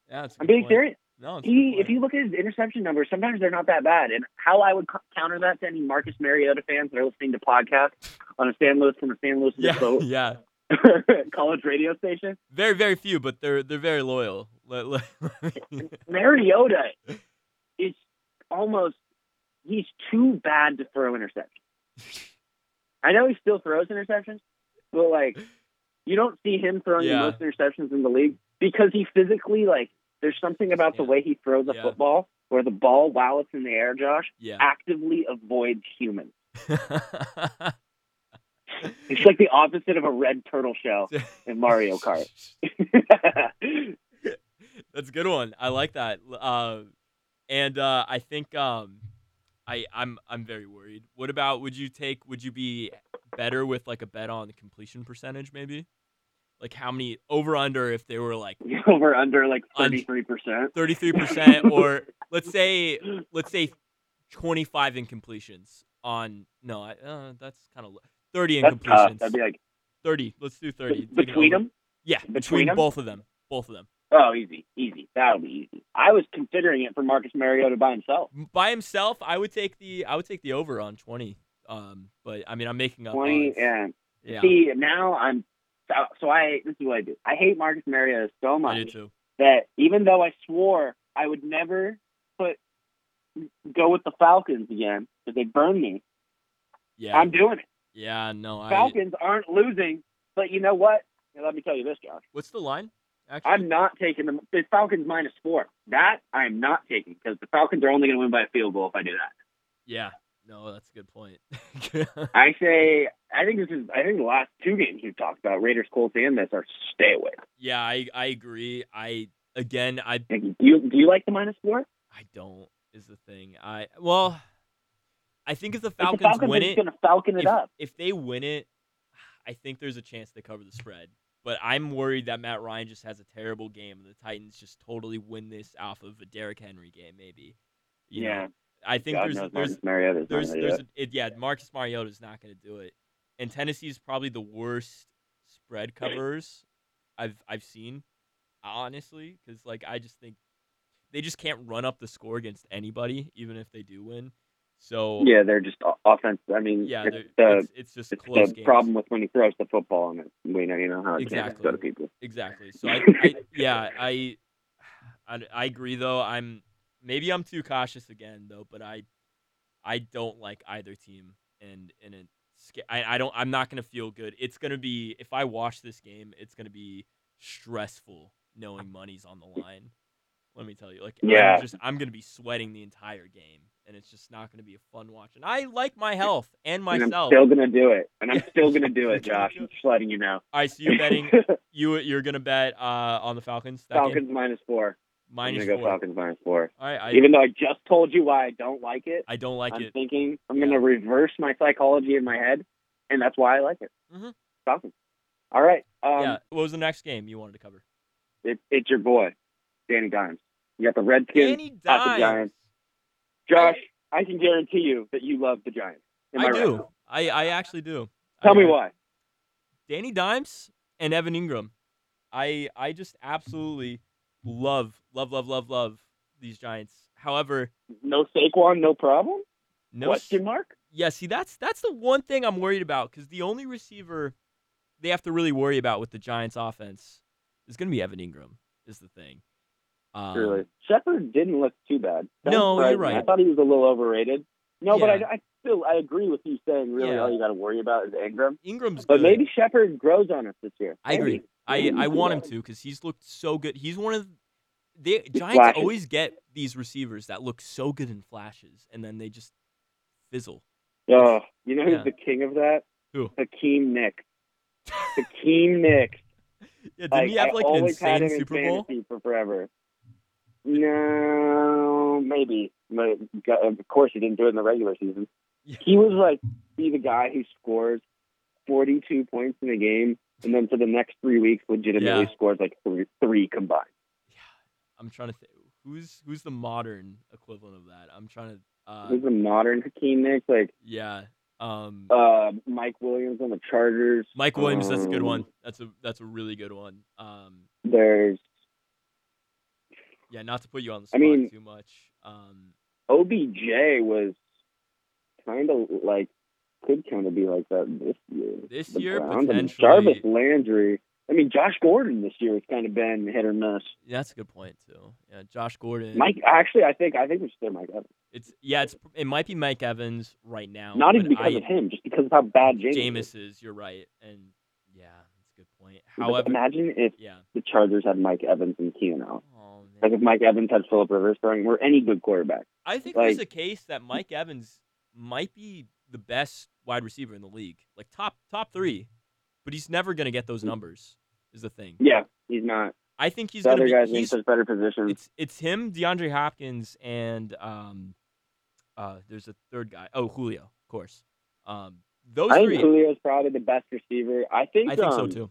[SPEAKER 1] Yeah, that's a
[SPEAKER 2] I'm
[SPEAKER 1] good
[SPEAKER 2] being
[SPEAKER 1] point.
[SPEAKER 2] serious.
[SPEAKER 1] No, it's a good
[SPEAKER 2] He, if
[SPEAKER 1] point.
[SPEAKER 2] you look at his interception numbers, sometimes they're not that bad. And how I would co- counter that to any Marcus Mariota fans that are listening to podcasts on a San Luis from a San Luis
[SPEAKER 1] (laughs) yeah, yeah.
[SPEAKER 2] (laughs) college radio station,
[SPEAKER 1] Very, very few, but they're they're very loyal. Let- let- (laughs)
[SPEAKER 2] Mariota is almost he's too bad to throw interceptions. I know he still throws interceptions, but like you don't see him throwing
[SPEAKER 1] Yeah.
[SPEAKER 2] the most interceptions in the league because he physically like there's something about the
[SPEAKER 1] Yeah.
[SPEAKER 2] way he throws a
[SPEAKER 1] Yeah.
[SPEAKER 2] football where the ball while it's in the air, Josh,
[SPEAKER 1] yeah.
[SPEAKER 2] actively avoids humans. Ah.
[SPEAKER 1] (laughs)
[SPEAKER 2] It's like the opposite of a red turtle shell in Mario Kart.
[SPEAKER 1] (laughs)
[SPEAKER 2] (laughs)
[SPEAKER 1] That's a good one. I like that. L- Uh, and uh, I think um, I I'm I'm very worried. What about would you take? Would you be better with like a bet on the completion percentage, maybe? Like how many over under if they were like
[SPEAKER 2] Over under like
[SPEAKER 1] Un-
[SPEAKER 2] thirty three percent.
[SPEAKER 1] thirty three
[SPEAKER 2] (laughs)
[SPEAKER 1] percent, or let's say let's say twenty five incompletions on no, I, uh, that's kind of thirty
[SPEAKER 2] That's tough.
[SPEAKER 1] incompletions.
[SPEAKER 2] That'd be like
[SPEAKER 1] thirty. Let's do thirty.
[SPEAKER 2] bet-
[SPEAKER 1] Take an
[SPEAKER 2] between
[SPEAKER 1] over.
[SPEAKER 2] them.
[SPEAKER 1] Yeah,
[SPEAKER 2] Between
[SPEAKER 1] between
[SPEAKER 2] 'em?
[SPEAKER 1] both of them. Both of them.
[SPEAKER 2] Oh, easy, easy. That'll be easy. I was considering it for Marcus Mariota by himself.
[SPEAKER 1] by himself, I would take the I would take the over on twenty. Um, but I mean, I'm making up
[SPEAKER 2] Twenty
[SPEAKER 1] odds.
[SPEAKER 2] and
[SPEAKER 1] yeah,
[SPEAKER 2] see now I'm so, so I this is what I do. I hate Marcus Mariota so
[SPEAKER 1] I do
[SPEAKER 2] much
[SPEAKER 1] too.
[SPEAKER 2] that even though I swore I would never put go with the Falcons again because they burned me,
[SPEAKER 1] Yeah,
[SPEAKER 2] I'm doing it.
[SPEAKER 1] yeah, no. I,
[SPEAKER 2] Falcons aren't losing, but you know what? Now, let me tell you this, Josh.
[SPEAKER 1] what's the line? Actually,
[SPEAKER 2] I'm not taking the, the Falcons minus four. That I'm not taking because the Falcons are only going to win by a field goal if I do that.
[SPEAKER 1] yeah, no, that's a good point. (laughs)
[SPEAKER 2] I say, I think this is, I think the last two games we've talked about, Raiders, Colts, and this are stay away.
[SPEAKER 1] yeah, I I agree. I again, I
[SPEAKER 2] Like, do you do you like the minus four?
[SPEAKER 1] I don't is the thing. I well, I think if the
[SPEAKER 2] Like,
[SPEAKER 1] Falcons,
[SPEAKER 2] the Falcons
[SPEAKER 1] win
[SPEAKER 2] are just
[SPEAKER 1] it,
[SPEAKER 2] going to falcon it
[SPEAKER 1] if,
[SPEAKER 2] up.
[SPEAKER 1] if they win it, I think there's a chance they cover the spread. But I'm worried that Matt Ryan just has a terrible game and the Titans just totally win this off of a Derrick Henry game, maybe. You know,
[SPEAKER 2] yeah,
[SPEAKER 1] I think
[SPEAKER 2] God
[SPEAKER 1] there's
[SPEAKER 2] knows
[SPEAKER 1] there's
[SPEAKER 2] Marcus Mariota's not
[SPEAKER 1] there's
[SPEAKER 2] gonna do
[SPEAKER 1] there's
[SPEAKER 2] it.
[SPEAKER 1] a, it, yeah Marcus Mariota's not going to do it, and Tennessee's probably the worst spread covers I've I've seen, honestly, because like I just think they just can't run up the score against anybody, even if they do win. So
[SPEAKER 2] yeah, they're just o- offense. I mean,
[SPEAKER 1] yeah,
[SPEAKER 2] it's
[SPEAKER 1] they're-
[SPEAKER 2] the
[SPEAKER 1] it's, it's just
[SPEAKER 2] it's
[SPEAKER 1] close
[SPEAKER 2] the
[SPEAKER 1] games.
[SPEAKER 2] problem with when he throws the football and it, we know you know how it can
[SPEAKER 1] Exactly.
[SPEAKER 2] go to people.
[SPEAKER 1] Exactly. So I,
[SPEAKER 2] (laughs)
[SPEAKER 1] I yeah, I, I I agree though. I'm maybe I'm too cautious again though, but I I don't like either team and and it sca- I I don't I'm not going to feel good. It's going to be if I watch this game, it's going to be stressful knowing money's on the line. Let me tell you. Like I'm
[SPEAKER 2] Yeah.
[SPEAKER 1] just I'm going to be sweating the entire game and it's just not going to be a fun watch. And I like my health and
[SPEAKER 2] And I'm
[SPEAKER 1] myself.
[SPEAKER 2] still gonna do it, and
[SPEAKER 1] (laughs)
[SPEAKER 2] I'm
[SPEAKER 1] Yeah.
[SPEAKER 2] still gonna do it,
[SPEAKER 1] You're gonna
[SPEAKER 2] Josh.
[SPEAKER 1] do
[SPEAKER 2] I'm
[SPEAKER 1] it.
[SPEAKER 2] just letting you know.
[SPEAKER 1] All right, so (laughs) you're
[SPEAKER 2] (laughs)
[SPEAKER 1] betting you you're going to bet uh on the Falcons that game?
[SPEAKER 2] Falcons minus four.
[SPEAKER 1] Minus
[SPEAKER 2] I'm gonna go
[SPEAKER 1] four.
[SPEAKER 2] Falcons minus four.
[SPEAKER 1] All right, I,
[SPEAKER 2] Even though I just told you why I don't like it.
[SPEAKER 1] I don't like
[SPEAKER 2] I'm
[SPEAKER 1] it.
[SPEAKER 2] thinking I'm
[SPEAKER 1] Yeah.
[SPEAKER 2] going to reverse my psychology in my head, and that's why I like it.
[SPEAKER 1] Mhm.
[SPEAKER 2] Falcons. All right, um,
[SPEAKER 1] yeah. What was the next game you wanted to cover?
[SPEAKER 2] it, it's your boy, Danny Dimes. You got the Redskins.
[SPEAKER 1] Danny
[SPEAKER 2] at the
[SPEAKER 1] Dimes.
[SPEAKER 2] Giants. Josh, I can guarantee you that you love the Giants. Am I,
[SPEAKER 1] I
[SPEAKER 2] right?
[SPEAKER 1] do. I, I actually do.
[SPEAKER 2] Tell
[SPEAKER 1] I-
[SPEAKER 2] me
[SPEAKER 1] I-
[SPEAKER 2] why.
[SPEAKER 1] Danny Dimes and Evan Ingram. I I just absolutely love love love love love these Giants. However,
[SPEAKER 2] No Saquon, no problem.
[SPEAKER 1] no
[SPEAKER 2] Question mark.
[SPEAKER 1] Yeah, see, that's that's the one thing I'm worried about because the only receiver they have to really worry about with the Giants' offense is going to be Evan Ingram is the thing. Um,
[SPEAKER 2] Really, Shepard didn't look too bad. That
[SPEAKER 1] No, you're
[SPEAKER 2] surprised me. I
[SPEAKER 1] right.
[SPEAKER 2] thought he was a little overrated. No, but
[SPEAKER 1] Yeah.
[SPEAKER 2] I, I still I agree with you saying really
[SPEAKER 1] Yeah.
[SPEAKER 2] all you got to worry about is Ingram.
[SPEAKER 1] Ingram's
[SPEAKER 2] But
[SPEAKER 1] good.
[SPEAKER 2] maybe Shepard grows on us this year.
[SPEAKER 1] I agree.
[SPEAKER 2] Maybe.
[SPEAKER 1] I,
[SPEAKER 2] maybe
[SPEAKER 1] I
[SPEAKER 2] he's
[SPEAKER 1] want him
[SPEAKER 2] good.
[SPEAKER 1] to because he's looked so good. He's one of the Giants
[SPEAKER 2] flashes.
[SPEAKER 1] always get these receivers that look so good in flashes and then they just fizzle.
[SPEAKER 2] Oh, you know who's
[SPEAKER 1] Yeah.
[SPEAKER 2] the king of that?
[SPEAKER 1] Who?
[SPEAKER 2] Hakeem Nick. Hakeem Nick.
[SPEAKER 1] Yeah, (laughs) didn't
[SPEAKER 2] Like,
[SPEAKER 1] he have
[SPEAKER 2] I
[SPEAKER 1] like an
[SPEAKER 2] always had
[SPEAKER 1] insane
[SPEAKER 2] him in
[SPEAKER 1] Super Bowl?
[SPEAKER 2] fantasy for forever. No, maybe. But, Of course, he didn't do it in the regular season.
[SPEAKER 1] Yeah.
[SPEAKER 2] He was like be the guy who scores forty-two points in a game, and then for the next three weeks, legitimately
[SPEAKER 1] Yeah.
[SPEAKER 2] scores like three, three combined.
[SPEAKER 1] Yeah, I'm trying to think. Who's who's the modern equivalent of that? I'm trying to. Uh,
[SPEAKER 2] Who's the modern Hakeem Nick? Like
[SPEAKER 1] yeah. Um,
[SPEAKER 2] uh, Mike Williams on the Chargers.
[SPEAKER 1] Mike Williams, that's a good one.
[SPEAKER 2] um,
[SPEAKER 1] That's a that's a really good one. Um,
[SPEAKER 2] There's
[SPEAKER 1] yeah, not to put you on the
[SPEAKER 2] I
[SPEAKER 1] spot
[SPEAKER 2] mean-
[SPEAKER 1] too much. Um,
[SPEAKER 2] OBJ was kind of like could kind of be like that this year.
[SPEAKER 1] This
[SPEAKER 2] The
[SPEAKER 1] year,
[SPEAKER 2] Browns, I mean,
[SPEAKER 1] potentially.
[SPEAKER 2] Jarvis Landry. I mean, Josh Gordon this year has kind of been hit or miss.
[SPEAKER 1] that's a good point too. Yeah, Josh Gordon.
[SPEAKER 2] Mike, actually, I think I think we should say Mike Evans.
[SPEAKER 1] It's yeah, it's it might be Mike Evans right now.
[SPEAKER 2] Not
[SPEAKER 1] but
[SPEAKER 2] even because
[SPEAKER 1] I,
[SPEAKER 2] of him, just because of how bad James.
[SPEAKER 1] Jameis is. You're right, and yeah, that's a good point.
[SPEAKER 2] But
[SPEAKER 1] However,
[SPEAKER 2] imagine if
[SPEAKER 1] yeah.
[SPEAKER 2] the Chargers had Mike Evans and Keenan Allen.
[SPEAKER 1] Oh
[SPEAKER 2] Like
[SPEAKER 1] man.
[SPEAKER 2] if Mike Evans had Philip Rivers throwing, or any good quarterback.
[SPEAKER 1] I think
[SPEAKER 2] Like-
[SPEAKER 1] there's a case that Mike Evans might be the best wide receiver in the league, like top top three, but he's never gonna get those numbers. Is the thing.
[SPEAKER 2] Yeah, he's not.
[SPEAKER 1] I think he's
[SPEAKER 2] the
[SPEAKER 1] gonna
[SPEAKER 2] other
[SPEAKER 1] be.
[SPEAKER 2] guys are in
[SPEAKER 1] he's,
[SPEAKER 2] such better positions.
[SPEAKER 1] it's it's him, DeAndre Hopkins, and um, uh, there's a third guy. Oh, Julio, of course. Um, those
[SPEAKER 2] I think
[SPEAKER 1] three.
[SPEAKER 2] Julio's probably the best receiver. I think.
[SPEAKER 1] I think so
[SPEAKER 2] um,
[SPEAKER 1] too.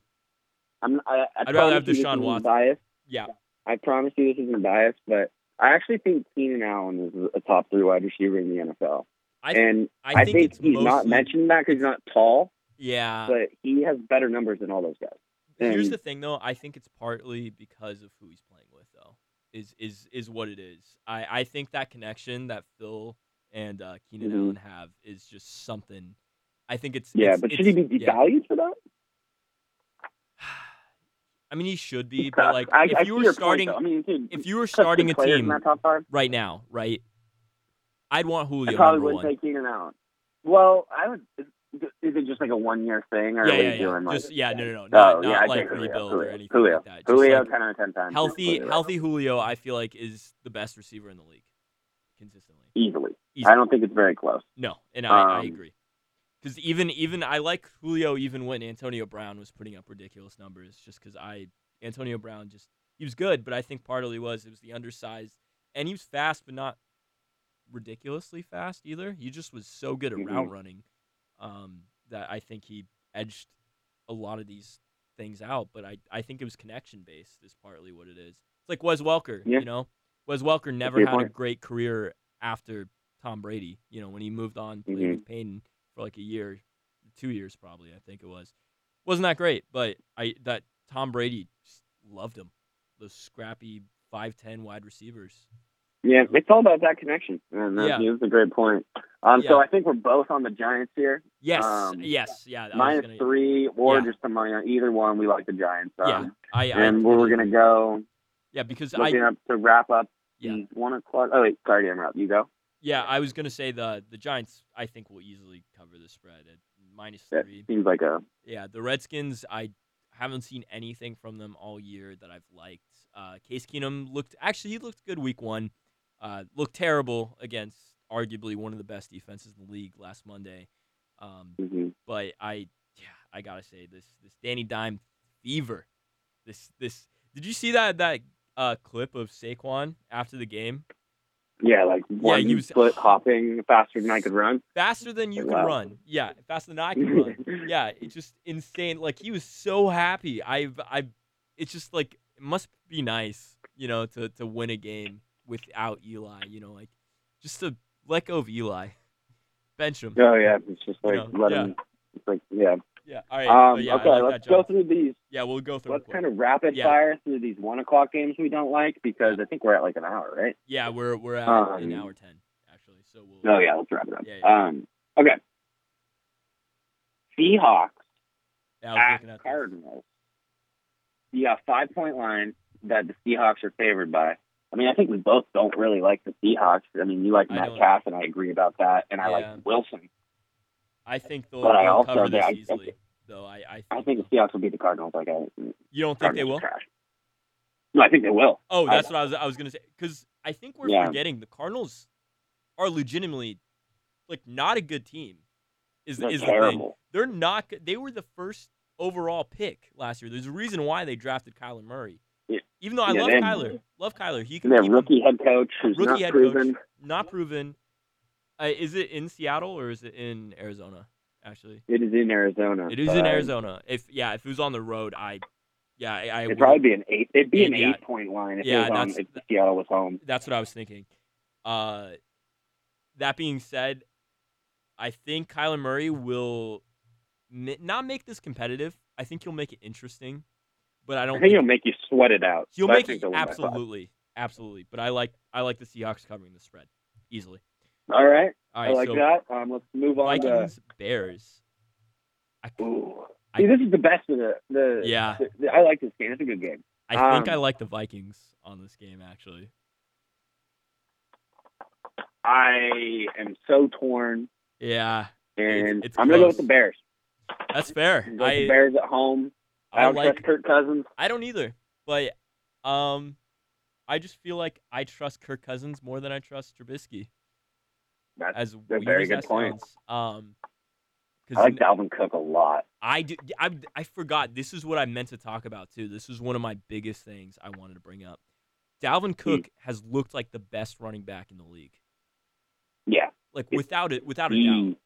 [SPEAKER 2] I'm, I, I
[SPEAKER 1] I'd rather have
[SPEAKER 2] promise you this
[SPEAKER 1] Deshaun
[SPEAKER 2] isn't
[SPEAKER 1] Watson.
[SPEAKER 2] Biased.
[SPEAKER 1] Yeah.
[SPEAKER 2] I promise you this isn't biased, but I actually think Keenan Allen is a top three wide receiver in the NFL.
[SPEAKER 1] I think
[SPEAKER 2] and
[SPEAKER 1] I
[SPEAKER 2] I,
[SPEAKER 1] think,
[SPEAKER 2] think,
[SPEAKER 1] it's
[SPEAKER 2] he's not
[SPEAKER 1] mostly- Uh,
[SPEAKER 2] mentioned that because he's not tall,
[SPEAKER 1] Yeah.
[SPEAKER 2] but he has better numbers than all those guys.
[SPEAKER 1] Here's
[SPEAKER 2] and-
[SPEAKER 1] the thing, though. I think it's partly because of who he's playing with, though. Is is is what it is. I I think that connection that Phil and uh, Keenan
[SPEAKER 2] Mhm.
[SPEAKER 1] Allen have is just something. I think it's
[SPEAKER 2] Yeah,
[SPEAKER 1] it's-
[SPEAKER 2] but should he be
[SPEAKER 1] it's- yeah.
[SPEAKER 2] devalued for that?
[SPEAKER 1] (sighs) I mean, he should be,
[SPEAKER 2] It's
[SPEAKER 1] but
[SPEAKER 2] tough.
[SPEAKER 1] like
[SPEAKER 2] I,
[SPEAKER 1] if
[SPEAKER 2] I see
[SPEAKER 1] you
[SPEAKER 2] your
[SPEAKER 1] were
[SPEAKER 2] point,
[SPEAKER 1] starting,
[SPEAKER 2] though. I mean, dude,
[SPEAKER 1] if you were
[SPEAKER 2] such good
[SPEAKER 1] starting a
[SPEAKER 2] players in
[SPEAKER 1] team
[SPEAKER 2] that top five,
[SPEAKER 1] right now, right, I'd want Julio
[SPEAKER 2] I probably
[SPEAKER 1] number
[SPEAKER 2] would
[SPEAKER 1] one.
[SPEAKER 2] take Keenan Allen. Well, I would. Is it just like a one-year thing, or
[SPEAKER 1] yeah,
[SPEAKER 2] are we
[SPEAKER 1] yeah, yeah.
[SPEAKER 2] doing like
[SPEAKER 1] Just yeah, no, no, no, not,
[SPEAKER 2] Oh, yeah,
[SPEAKER 1] not
[SPEAKER 2] I'd
[SPEAKER 1] like
[SPEAKER 2] take Julio,
[SPEAKER 1] rebuild or
[SPEAKER 2] Julio,
[SPEAKER 1] anything
[SPEAKER 2] Julio,
[SPEAKER 1] like that. Just,
[SPEAKER 2] Julio
[SPEAKER 1] like,
[SPEAKER 2] ten out of ten times
[SPEAKER 1] healthy
[SPEAKER 2] Julio.
[SPEAKER 1] healthy Julio, I feel like is the best receiver in the league consistently.
[SPEAKER 2] easily.
[SPEAKER 1] Easily.
[SPEAKER 2] I don't think it's very close.
[SPEAKER 1] No, and I, I
[SPEAKER 2] Um,
[SPEAKER 1] agree. Because even even I like Julio even when Antonio Brown was putting up ridiculous numbers, just because I Antonio Brown just he was good, but I think partly was it was the undersized and he was fast, but not ridiculously fast either. He just was so good at route
[SPEAKER 2] Mhm.
[SPEAKER 1] running um, that I think he edged a lot of these things out. But I I think it was connection based is partly what it is. It's like Wes Welker,
[SPEAKER 2] Yeah.
[SPEAKER 1] you know, Wes Welker never
[SPEAKER 2] your
[SPEAKER 1] had a
[SPEAKER 2] point.
[SPEAKER 1] great career after Tom Brady. You know, when he moved on, played
[SPEAKER 2] Mhm.
[SPEAKER 1] with Payton for like a year, two years probably, I think it was. Wasn't that great, but I that Tom Brady just loved him. Those scrappy five ten wide receivers.
[SPEAKER 2] Yeah, it's all about that connection, and that's,
[SPEAKER 1] Yeah.
[SPEAKER 2] that's a great point. Um,
[SPEAKER 1] Yeah.
[SPEAKER 2] so I think we're both on the Giants here,
[SPEAKER 1] Yes,
[SPEAKER 2] Um,
[SPEAKER 1] yes, yeah. I was
[SPEAKER 2] minus
[SPEAKER 1] gonna-
[SPEAKER 2] three, or
[SPEAKER 1] yeah.
[SPEAKER 2] just the money on either one. We like the Giants, um,
[SPEAKER 1] Yeah, I, I
[SPEAKER 2] and where we're
[SPEAKER 1] totally
[SPEAKER 2] gonna
[SPEAKER 1] agree.
[SPEAKER 2] go.
[SPEAKER 1] Yeah, because I
[SPEAKER 2] Looking up to wrap up.
[SPEAKER 1] Yeah.
[SPEAKER 2] the one o'clock. Oh wait, sorry, I'm up. You go.
[SPEAKER 1] yeah I was gonna say the the Giants I think will easily cover the spread at minus
[SPEAKER 2] That
[SPEAKER 1] three.
[SPEAKER 2] seems like a
[SPEAKER 1] Yeah, the Redskins, I haven't seen anything from them all year that I've liked. Uh, Case Keenum looked actually he looked good week one. Uh, looked terrible against arguably one of the best defenses in the league last Monday. Um,
[SPEAKER 2] mhm.
[SPEAKER 1] but I yeah, I gotta say this this Danny Dime fever. This this did you see that that uh, clip of Saquon after the game?
[SPEAKER 2] yeah, like one
[SPEAKER 1] he was-
[SPEAKER 2] foot hopping faster than I could run.
[SPEAKER 1] Faster than you could
[SPEAKER 2] Wow.
[SPEAKER 1] run. Yeah, faster than I could run. yeah, it's just insane. Like he was so happy. I've I've it's just like it must be nice, you know, to to win a game without Eli, you know, like just to let go of Eli. Bench him.
[SPEAKER 2] (laughs) Oh yeah, it's just like
[SPEAKER 1] You know,
[SPEAKER 2] let
[SPEAKER 1] yeah.
[SPEAKER 2] him. It's like yeah.
[SPEAKER 1] Yeah. All right. but
[SPEAKER 2] Um,
[SPEAKER 1] yeah, I
[SPEAKER 2] okay,
[SPEAKER 1] like
[SPEAKER 2] let's
[SPEAKER 1] that,
[SPEAKER 2] go
[SPEAKER 1] John.
[SPEAKER 2] through these.
[SPEAKER 1] Yeah, we'll go through.
[SPEAKER 2] Let's
[SPEAKER 1] it quick.
[SPEAKER 2] kind of rapid
[SPEAKER 1] Yeah.
[SPEAKER 2] fire through these one o'clock games we don't like because I think we're at like an hour, right?
[SPEAKER 1] Yeah, we're we're at an
[SPEAKER 2] Um,
[SPEAKER 1] hour 10 actually. So we'll
[SPEAKER 2] Oh Um, yeah, let's wrap it up.
[SPEAKER 1] Yeah, yeah.
[SPEAKER 2] Um, okay. Seahawks
[SPEAKER 1] Yeah, I was
[SPEAKER 2] at
[SPEAKER 1] looking at this.
[SPEAKER 2] Cardinals. You got five point line that the Seahawks are favored by. I mean, I think we both don't really like the Seahawks. I mean, you like
[SPEAKER 1] I
[SPEAKER 2] Matt
[SPEAKER 1] don't.
[SPEAKER 2] Cass, and I agree about that, and I
[SPEAKER 1] Yeah.
[SPEAKER 2] like Wilson.
[SPEAKER 1] I think they'll,
[SPEAKER 2] But I
[SPEAKER 1] they'll
[SPEAKER 2] also-
[SPEAKER 1] cover this
[SPEAKER 2] yeah, I-
[SPEAKER 1] easily. Though I, I, think,
[SPEAKER 2] I think the Seahawks will beat the Cardinals. Like, I think
[SPEAKER 1] you don't think they
[SPEAKER 2] Cardinals
[SPEAKER 1] will.
[SPEAKER 2] are trash. No, I think they will.
[SPEAKER 1] Oh,
[SPEAKER 2] I-
[SPEAKER 1] that's what I was I was gonna say because I think we're
[SPEAKER 2] Yeah.
[SPEAKER 1] forgetting the Cardinals are legitimately like not a good team. Is
[SPEAKER 2] They're
[SPEAKER 1] is the thing?
[SPEAKER 2] terrible.
[SPEAKER 1] They're not. good. They were the first overall pick last year. There's a reason why they drafted Kyler Murray.
[SPEAKER 2] Yeah.
[SPEAKER 1] Even though I
[SPEAKER 2] Yeah,
[SPEAKER 1] love
[SPEAKER 2] they-
[SPEAKER 1] Kyler, love Kyler. He can
[SPEAKER 2] And their
[SPEAKER 1] keep-
[SPEAKER 2] rookie head coach who's
[SPEAKER 1] Rookie
[SPEAKER 2] not
[SPEAKER 1] head
[SPEAKER 2] proven.
[SPEAKER 1] coach, not proven. Uh, is it in Seattle or is it in Arizona? Actually,
[SPEAKER 2] It is in Arizona.
[SPEAKER 1] it is
[SPEAKER 2] but
[SPEAKER 1] in Arizona. If yeah, if it was on the road, I yeah, I, I
[SPEAKER 2] It'd
[SPEAKER 1] would-
[SPEAKER 2] probably be an eight. It'd be an
[SPEAKER 1] Yeah.
[SPEAKER 2] eight-point line if,
[SPEAKER 1] Yeah,
[SPEAKER 2] it was on,
[SPEAKER 1] that's-
[SPEAKER 2] if Seattle was home.
[SPEAKER 1] that's what I was thinking. Uh, that being said, I think Kyler Murray will mi- not make this competitive. I think he'll make it interesting, but I
[SPEAKER 2] I,
[SPEAKER 1] don't
[SPEAKER 2] think it'll make you sweat it out.
[SPEAKER 1] he'll
[SPEAKER 2] but I
[SPEAKER 1] make
[SPEAKER 2] think
[SPEAKER 1] it
[SPEAKER 2] they'll win by five.
[SPEAKER 1] absolutely, absolutely. But I like I like the Seahawks covering the spread easily.
[SPEAKER 2] All right,
[SPEAKER 1] All
[SPEAKER 2] I
[SPEAKER 1] right,
[SPEAKER 2] like
[SPEAKER 1] so
[SPEAKER 2] that. Um, let's move on to.
[SPEAKER 1] Vikings Bears. I,
[SPEAKER 2] Ooh.
[SPEAKER 1] I-
[SPEAKER 2] See, this is the best of the the.
[SPEAKER 1] Yeah.
[SPEAKER 2] the- the- I like this game. It's a good game.
[SPEAKER 1] I think
[SPEAKER 2] Um,
[SPEAKER 1] I like the Vikings on this game actually.
[SPEAKER 2] I am so torn,
[SPEAKER 1] Yeah,
[SPEAKER 2] and
[SPEAKER 1] It's- it's
[SPEAKER 2] I'm gonna go
[SPEAKER 1] close.
[SPEAKER 2] with the Bears.
[SPEAKER 1] that's
[SPEAKER 2] I'm
[SPEAKER 1] fair.
[SPEAKER 2] gonna Go with the
[SPEAKER 1] I
[SPEAKER 2] Bears at home. I
[SPEAKER 1] I
[SPEAKER 2] don't
[SPEAKER 1] like
[SPEAKER 2] trust Kirk Cousins.
[SPEAKER 1] I don't either. But um, I just feel like I trust Kirk Cousins more than I trust Trubisky.
[SPEAKER 2] That's
[SPEAKER 1] As
[SPEAKER 2] a
[SPEAKER 1] weird
[SPEAKER 2] very
[SPEAKER 1] as
[SPEAKER 2] good
[SPEAKER 1] that
[SPEAKER 2] point.
[SPEAKER 1] sounds. Um,
[SPEAKER 2] I
[SPEAKER 1] because
[SPEAKER 2] like Dalvin Cook a lot.
[SPEAKER 1] I, do, I I forgot. This is what I meant to talk about too. This is one of my biggest things I wanted to bring up.
[SPEAKER 2] Hmm.
[SPEAKER 1] Dalvin Cook has looked like the best running back in the league,
[SPEAKER 2] Yeah,
[SPEAKER 1] like
[SPEAKER 2] It's
[SPEAKER 1] without it, without a doubt.
[SPEAKER 2] he,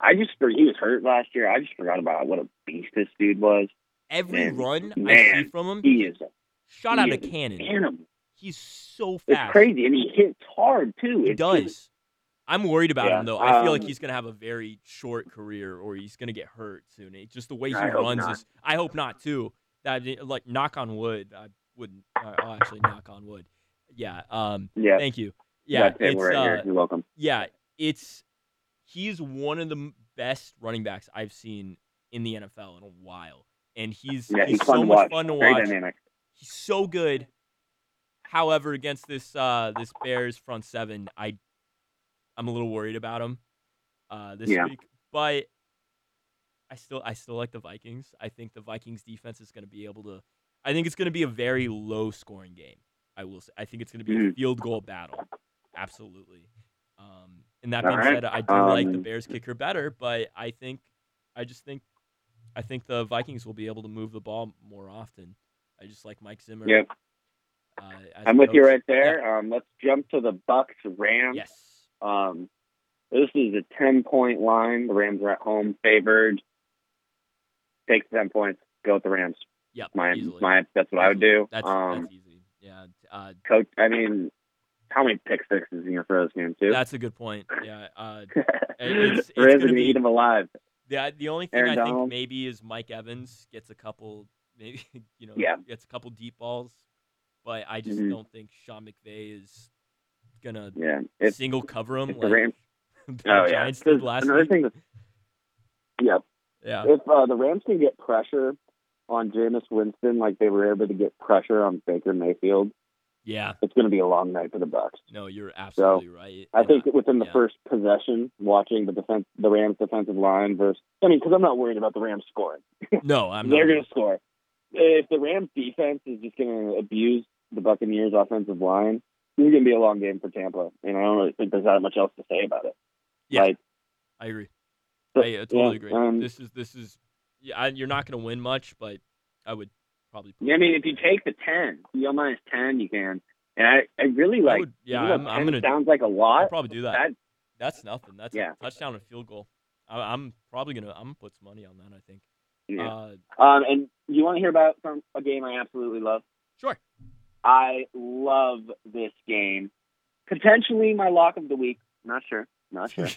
[SPEAKER 2] I just for- he was hurt last year. I just forgot about what a beast this dude was.
[SPEAKER 1] Every
[SPEAKER 2] man,
[SPEAKER 1] run I see
[SPEAKER 2] man,
[SPEAKER 1] from him,
[SPEAKER 2] He is a
[SPEAKER 1] shot out
[SPEAKER 2] he
[SPEAKER 1] of
[SPEAKER 2] is
[SPEAKER 1] cannon.
[SPEAKER 2] animal.
[SPEAKER 1] He's so
[SPEAKER 2] It's
[SPEAKER 1] fast.
[SPEAKER 2] crazy, and he hits hard too.
[SPEAKER 1] He
[SPEAKER 2] It's just-
[SPEAKER 1] does. I'm worried about
[SPEAKER 2] Yeah,
[SPEAKER 1] him though. I feel like
[SPEAKER 2] um,
[SPEAKER 1] he's gonna have a very short career, or he's gonna get hurt soon. It, just the way he
[SPEAKER 2] I hope
[SPEAKER 1] runs
[SPEAKER 2] not.
[SPEAKER 1] is. I hope not too. That like knock on wood. I wouldn't. I- I'll actually knock on wood. Yeah. Um.
[SPEAKER 2] Yeah,
[SPEAKER 1] Thank you. Yeah.
[SPEAKER 2] that's it.
[SPEAKER 1] it's,
[SPEAKER 2] We're right here.
[SPEAKER 1] uh,
[SPEAKER 2] You're welcome.
[SPEAKER 1] yeah. It's. He's one of the m- best running backs I've seen in the NFL in a while, and he's
[SPEAKER 2] Yeah,
[SPEAKER 1] he's,
[SPEAKER 2] he's fun
[SPEAKER 1] so
[SPEAKER 2] to
[SPEAKER 1] much
[SPEAKER 2] watch.
[SPEAKER 1] fun to
[SPEAKER 2] Very
[SPEAKER 1] watch.
[SPEAKER 2] dynamic.
[SPEAKER 1] He's so good. However, against this uh, this Bears front seven, I I'm a little worried about him uh, this
[SPEAKER 2] Yeah.
[SPEAKER 1] week. But I still I still like the Vikings. I think the Vikings defense is going to be able to. I think it's going to be a very low scoring game. I will. Say. I think it's going to be a
[SPEAKER 2] Mhm.
[SPEAKER 1] field goal battle. Absolutely. Um, and that
[SPEAKER 2] All
[SPEAKER 1] being
[SPEAKER 2] right.
[SPEAKER 1] said, I do like the
[SPEAKER 2] Um,
[SPEAKER 1] Bears kicker better, but I think I just think I think the Vikings will be able to move the ball more often. I just like Mike Zimmer.
[SPEAKER 2] Yep.
[SPEAKER 1] Uh, as
[SPEAKER 2] I'm
[SPEAKER 1] a
[SPEAKER 2] with you
[SPEAKER 1] coach.
[SPEAKER 2] right there. Um, let's jump to the Bucks Rams.
[SPEAKER 1] Yes.
[SPEAKER 2] Um, this is a 10 point line. The Rams are at home favored. Take the 10 points. Go with the Rams.
[SPEAKER 1] Yep.
[SPEAKER 2] My,
[SPEAKER 1] easily.
[SPEAKER 2] my, that's what I would do.
[SPEAKER 1] That's,
[SPEAKER 2] um,
[SPEAKER 1] that's easy. Yeah. Uh,
[SPEAKER 2] coach. I mean, how many pick sixes are you gonna throw this game (laughs) too?
[SPEAKER 1] that's a good point. Yeah. Uh, it's- it's
[SPEAKER 2] Rams
[SPEAKER 1] gonna
[SPEAKER 2] are gonna
[SPEAKER 1] be-
[SPEAKER 2] eat them alive.
[SPEAKER 1] the the only thing
[SPEAKER 2] Aaron
[SPEAKER 1] I think
[SPEAKER 2] Donald.
[SPEAKER 1] maybe is Mike Evans gets a couple, maybe (laughs) you know,
[SPEAKER 2] Yeah.
[SPEAKER 1] gets a couple deep balls, but I just
[SPEAKER 2] Mhm.
[SPEAKER 1] don't think Sean McVay is gonna
[SPEAKER 2] Yeah, it's
[SPEAKER 1] single cover him
[SPEAKER 2] if the
[SPEAKER 1] like
[SPEAKER 2] Rams-
[SPEAKER 1] (laughs) the
[SPEAKER 2] oh yeah.
[SPEAKER 1] Giants did
[SPEAKER 2] There's
[SPEAKER 1] last
[SPEAKER 2] another
[SPEAKER 1] week.
[SPEAKER 2] thing. that- Yeah,
[SPEAKER 1] Yeah.
[SPEAKER 2] if uh, the Rams can get pressure on Jameis Winston, like they were able to get pressure on Baker Mayfield,
[SPEAKER 1] Yeah.
[SPEAKER 2] it's gonna be a long night for the Bucks.
[SPEAKER 1] No, you're absolutely right.
[SPEAKER 2] I
[SPEAKER 1] And
[SPEAKER 2] think that within the
[SPEAKER 1] yeah.
[SPEAKER 2] first possession, watching the defense, the Rams defensive line versus. I mean, because I'm not worried about the Rams scoring.
[SPEAKER 1] no, I'm
[SPEAKER 2] They're
[SPEAKER 1] not.
[SPEAKER 2] going to score. If the Rams defense is just going to abuse the Buccaneers offensive line, it's going to be a long game for Tampa, and I don't really think there's that much else to say about it.
[SPEAKER 1] Yeah.
[SPEAKER 2] Like,
[SPEAKER 1] I agree. I,
[SPEAKER 2] So,
[SPEAKER 1] I totally
[SPEAKER 2] yeah,
[SPEAKER 1] agree.
[SPEAKER 2] um,
[SPEAKER 1] this is this is. Yeah, I, you're not going to win much, but I would probably. put
[SPEAKER 2] I mean,
[SPEAKER 1] it
[SPEAKER 2] if you
[SPEAKER 1] there.
[SPEAKER 2] take the ten, you minus ten, you can. And I, I really
[SPEAKER 1] I
[SPEAKER 2] like.
[SPEAKER 1] would- yeah,
[SPEAKER 2] even though
[SPEAKER 1] I'm, I'm gonna
[SPEAKER 2] 10 Sounds like a
[SPEAKER 1] I'll
[SPEAKER 2] lot.
[SPEAKER 1] probably do that.
[SPEAKER 2] That
[SPEAKER 1] That's nothing. That's
[SPEAKER 2] Yeah.
[SPEAKER 1] a touchdown and field goal. I, I'm probably gonna. I'm gonna put some money on that. I think.
[SPEAKER 2] yeah.
[SPEAKER 1] Uh,
[SPEAKER 2] Um, and you want to hear about some a game I absolutely love?
[SPEAKER 1] sure.
[SPEAKER 2] I love this game. Potentially my lock of the week. Not sure.
[SPEAKER 1] (laughs)
[SPEAKER 2] Not sure.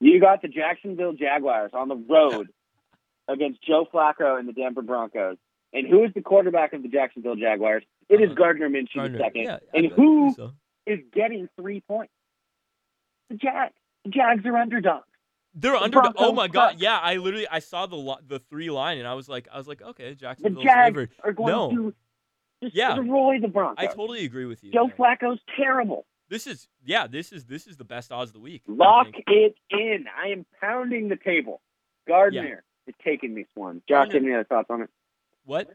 [SPEAKER 2] you got the Jacksonville Jaguars on the
[SPEAKER 1] (laughs)
[SPEAKER 2] road against Joe Flacco and the Denver Broncos. And who is the quarterback of the Jacksonville Jaguars? It is
[SPEAKER 1] Uh,
[SPEAKER 2] Gardner Minshew
[SPEAKER 1] Gardner,
[SPEAKER 2] second.
[SPEAKER 1] yeah, I
[SPEAKER 2] and
[SPEAKER 1] bet-
[SPEAKER 2] who
[SPEAKER 1] so.
[SPEAKER 2] is getting three points? The Jags. The Jags are underdogs.
[SPEAKER 1] They're
[SPEAKER 2] The
[SPEAKER 1] under.
[SPEAKER 2] Broncos
[SPEAKER 1] Oh my god!
[SPEAKER 2] suck.
[SPEAKER 1] Yeah, I literally I saw the lo- the three line and I was like I was like okay,
[SPEAKER 2] The
[SPEAKER 1] Jacksonville's
[SPEAKER 2] Jags
[SPEAKER 1] favored.
[SPEAKER 2] are going
[SPEAKER 1] No.
[SPEAKER 2] to just
[SPEAKER 1] Yeah.
[SPEAKER 2] destroy the Broncos.
[SPEAKER 1] I totally agree with you.
[SPEAKER 2] Joe
[SPEAKER 1] there.
[SPEAKER 2] Flacco's terrible.
[SPEAKER 1] This is yeah. This is this is the best odds of the week. I
[SPEAKER 2] Lock
[SPEAKER 1] think.
[SPEAKER 2] it in. I am pounding the table. Gardner is taking this one. Josh,
[SPEAKER 1] Gardner-
[SPEAKER 2] any other thoughts on it?
[SPEAKER 1] What?
[SPEAKER 2] Do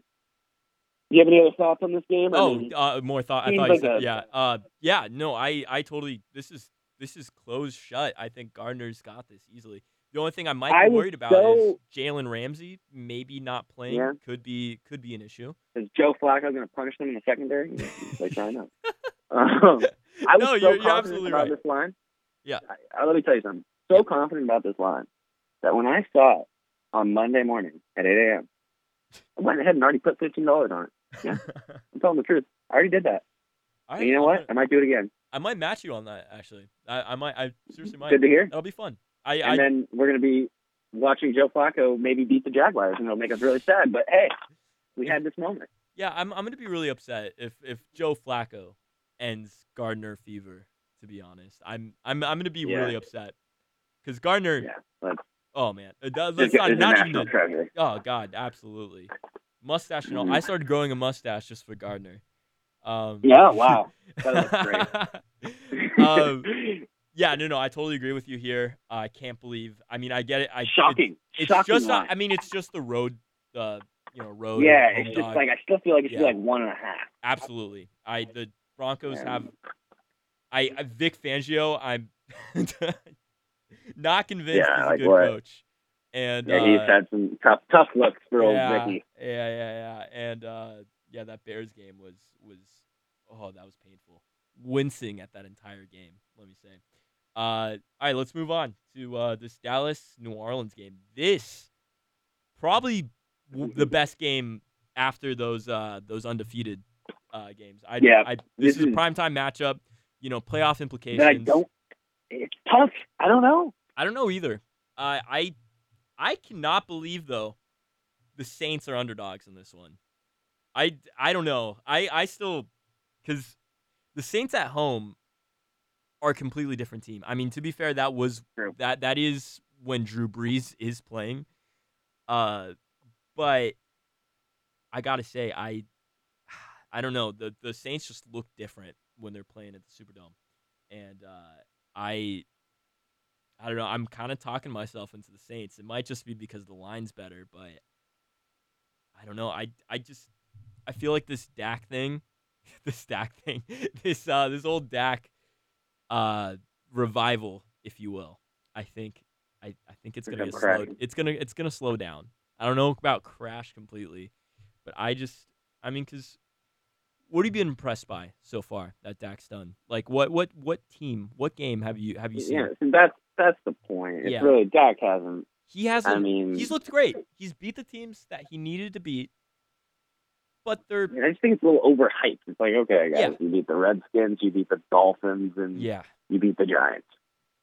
[SPEAKER 2] you have any other thoughts on this game? (laughs) I
[SPEAKER 1] Oh,
[SPEAKER 2] mean,
[SPEAKER 1] uh, more thought. I
[SPEAKER 2] seems
[SPEAKER 1] thought you
[SPEAKER 2] like
[SPEAKER 1] said
[SPEAKER 2] a-
[SPEAKER 1] yeah. Uh, yeah. No, I I totally. This is this is closed shut. I think Gardner's got this easily. The only thing I might be
[SPEAKER 2] I was
[SPEAKER 1] worried about
[SPEAKER 2] so-
[SPEAKER 1] is Jalen Ramsey maybe not playing
[SPEAKER 2] Yeah.
[SPEAKER 1] could be could be an issue.
[SPEAKER 2] is Joe Flacco going to punish them in the secondary?
[SPEAKER 1] (laughs)
[SPEAKER 2] like, I know. Um, I was
[SPEAKER 1] no,
[SPEAKER 2] so
[SPEAKER 1] you're,
[SPEAKER 2] confident
[SPEAKER 1] you're absolutely
[SPEAKER 2] about
[SPEAKER 1] right.
[SPEAKER 2] this line.
[SPEAKER 1] Yeah.
[SPEAKER 2] I, I, let me tell you something. So confident about this line that when I saw it on Monday morning at 8 a.m., I went ahead and already put
[SPEAKER 1] (laughs)
[SPEAKER 2] $15 on it. Yeah. I'm telling the truth. I already did that.
[SPEAKER 1] All
[SPEAKER 2] and you know
[SPEAKER 1] I'm gonna-
[SPEAKER 2] what? I might do it again.
[SPEAKER 1] I might match you on that actually. I, I might. I seriously might.
[SPEAKER 2] Good to hear.
[SPEAKER 1] That'll be fun. I, I
[SPEAKER 2] and then we're going to be watching Joe Flacco maybe beat the Jaguars, and it'll make us really sad. But hey, we had this moment.
[SPEAKER 1] yeah. I'm I'm gonna be really upset if if Joe Flacco ends Gardner fever. To be honest, I'm I'm I'm gonna be
[SPEAKER 2] Yeah.
[SPEAKER 1] really upset because Gardner.
[SPEAKER 2] Yeah, let's-
[SPEAKER 1] oh man, Uh, that- let's
[SPEAKER 2] This is
[SPEAKER 1] not
[SPEAKER 2] a
[SPEAKER 1] not even.
[SPEAKER 2] national
[SPEAKER 1] the-
[SPEAKER 2] treasure.
[SPEAKER 1] Oh god, absolutely. Mustache and all.
[SPEAKER 2] Mhm.
[SPEAKER 1] I started growing a mustache just for Gardner. Um,
[SPEAKER 2] Yeah,
[SPEAKER 1] (laughs)
[SPEAKER 2] wow. That looks
[SPEAKER 1] great. (laughs)
[SPEAKER 2] (laughs)
[SPEAKER 1] um, yeah, no, no, I totally agree with you here. I can't believe. I mean, I get it. I, it-
[SPEAKER 2] shocking.
[SPEAKER 1] It's
[SPEAKER 2] shocking
[SPEAKER 1] just
[SPEAKER 2] line.
[SPEAKER 1] I mean, it's just the road. Uh, you know, road.
[SPEAKER 2] yeah,
[SPEAKER 1] home
[SPEAKER 2] it's just
[SPEAKER 1] dog.
[SPEAKER 2] like I still feel like it's
[SPEAKER 1] Yeah.
[SPEAKER 2] like one and a half.
[SPEAKER 1] absolutely. I the Broncos
[SPEAKER 2] Yeah.
[SPEAKER 1] have. I, I Vic Fangio. I'm (laughs) not convinced
[SPEAKER 2] Yeah,
[SPEAKER 1] he's a
[SPEAKER 2] like
[SPEAKER 1] good
[SPEAKER 2] what?
[SPEAKER 1] coach. And
[SPEAKER 2] Yeah,
[SPEAKER 1] uh,
[SPEAKER 2] he's had some tough, tough looks for old
[SPEAKER 1] yeah,
[SPEAKER 2] Vicky.
[SPEAKER 1] Yeah, yeah, yeah. And uh, yeah, that Bears game was was oh, that was painful. Wincing at that entire game, let me say. Uh, all right, let's move on to uh, this Dallas New Orleans game. This probably w-
[SPEAKER 2] Mm-hmm.
[SPEAKER 1] the best game after those uh, those undefeated uh, games. I,
[SPEAKER 2] Yeah,
[SPEAKER 1] I, this,
[SPEAKER 2] this
[SPEAKER 1] is a
[SPEAKER 2] is-
[SPEAKER 1] prime time matchup. You know, playoff implications.
[SPEAKER 2] That I don't. It's tough. I don't know.
[SPEAKER 1] I don't know either. Uh, I I cannot believe though the Saints are underdogs in this one. I I don't know. I I still because the Saints at home are a completely different team. I mean, to be fair, that was
[SPEAKER 2] True.
[SPEAKER 1] that that is when Drew Brees is playing. Uh, but I gotta say, I (sighs) I don't know. The the Saints just look different when they're playing at the Superdome, and uh, I I don't know. I'm kind of talking myself into the Saints. It might just be because the line's better, but I don't know. I I just I feel like this Dak thing, (laughs) this Dak thing, (laughs) this uh this old Dak uh revival, if you will. I think I, I think it's gonna
[SPEAKER 2] Gonna
[SPEAKER 1] get slow.
[SPEAKER 2] crash.
[SPEAKER 1] It's gonna it's gonna slow down. I don't know about crash completely, but I just I mean, cause what have you been impressed by so far that Dak's done? Like what what what team what game have you have you seen?
[SPEAKER 2] Yeah, and that's that's the point. It's
[SPEAKER 1] Yeah.
[SPEAKER 2] really Dak hasn't.
[SPEAKER 1] He hasn't.
[SPEAKER 2] I mean,
[SPEAKER 1] he's looked great. He's beat the teams that he needed to beat, but they're
[SPEAKER 2] I just think it's a little overhyped. It's like, okay, guys,
[SPEAKER 1] Yeah.
[SPEAKER 2] you beat the Redskins, you beat the Dolphins, and
[SPEAKER 1] yeah.
[SPEAKER 2] you beat the Giants.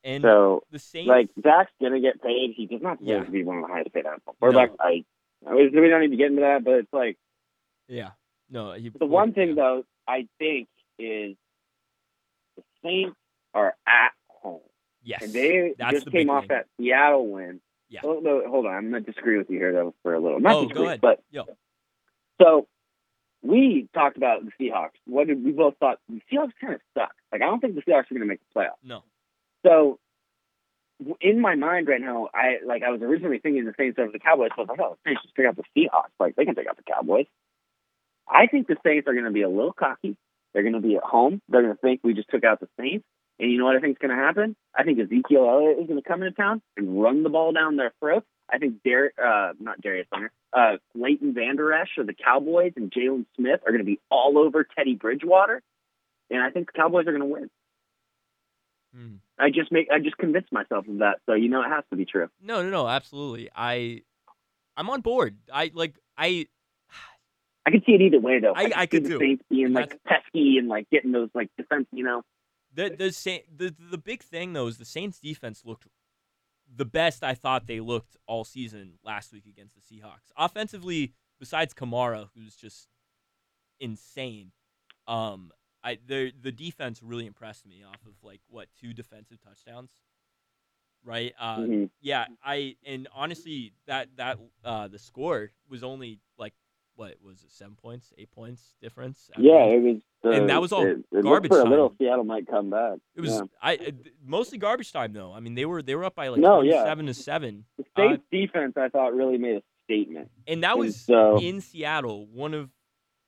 [SPEAKER 1] And
[SPEAKER 2] So,
[SPEAKER 1] the Saints,
[SPEAKER 2] like, Dak's gonna get paid. He does not deserve
[SPEAKER 1] Yeah.
[SPEAKER 2] to be one of the highest paid NFL quarterbacks. I, I was, we don't need to get into that, but it's like.
[SPEAKER 1] yeah, no. He,
[SPEAKER 2] The one thing,
[SPEAKER 1] yeah.
[SPEAKER 2] though, I think is the Saints are at home.
[SPEAKER 1] yes,
[SPEAKER 2] And they
[SPEAKER 1] That's
[SPEAKER 2] just
[SPEAKER 1] the
[SPEAKER 2] came
[SPEAKER 1] big
[SPEAKER 2] off
[SPEAKER 1] thing.
[SPEAKER 2] that Seattle win.
[SPEAKER 1] Yeah.
[SPEAKER 2] Hold, no, hold on. I'm going to disagree with you here, though, for a little. Not
[SPEAKER 1] Oh, go
[SPEAKER 2] disagree,
[SPEAKER 1] ahead.
[SPEAKER 2] But
[SPEAKER 1] Yo.
[SPEAKER 2] So we talked about the Seahawks. What did we both thought? The Seahawks kind of suck. Like, I don't think the Seahawks are going to make the playoffs.
[SPEAKER 1] no,
[SPEAKER 2] So w- in my mind right now, I like I was originally thinking the Saints over the Cowboys. So I was like, oh, the Saints just pick out the Seahawks. Like they can take out the Cowboys. I think the Saints are going to be a little cocky. They're going to be at home. They're going to think we just took out the Saints. And you know what I think is going to happen? I think Ezekiel Elliott is going to come into town and run the ball down their throats. I think Dar- uh not Darius Leonard, uh, Leighton Vander Esch of the Cowboys and Jalen Smith are going to be all over Teddy Bridgewater. And I think the Cowboys are going to win.
[SPEAKER 1] Hmm.
[SPEAKER 2] I just make I just convinced myself of that, so you know it has to be true.
[SPEAKER 1] no, no, no. Absolutely, I, I'm on board. I like I.
[SPEAKER 2] I could see it either way though.
[SPEAKER 1] I- I
[SPEAKER 2] see
[SPEAKER 1] could
[SPEAKER 2] the
[SPEAKER 1] too.
[SPEAKER 2] Saints being
[SPEAKER 1] And
[SPEAKER 2] like pesky and like getting those like defense, you know.
[SPEAKER 1] The the Saint, the the big thing though is the Saints defense looked the best I thought they looked all season last week against the Seahawks. Offensively, besides Kamara, who's just insane, um, I the the defense really impressed me off of like what two defensive touchdowns. right? Uh,
[SPEAKER 2] Mhm.
[SPEAKER 1] Yeah, I and honestly, that that uh, the score was only like what was it, seven points, eight points difference? at the
[SPEAKER 2] Yeah,
[SPEAKER 1] end?
[SPEAKER 2] it was. Uh,
[SPEAKER 1] And that was all
[SPEAKER 2] it, it looked
[SPEAKER 1] garbage
[SPEAKER 2] For a
[SPEAKER 1] time.
[SPEAKER 2] little, Seattle might come back.
[SPEAKER 1] It was
[SPEAKER 2] Yeah.
[SPEAKER 1] I uh, th- mostly garbage time though. I mean, they were they were up by like
[SPEAKER 2] No, yeah.
[SPEAKER 1] seven to seven,
[SPEAKER 2] The State's defense, I thought, really made a statement.
[SPEAKER 1] and that
[SPEAKER 2] And
[SPEAKER 1] was
[SPEAKER 2] so,
[SPEAKER 1] in Seattle. One of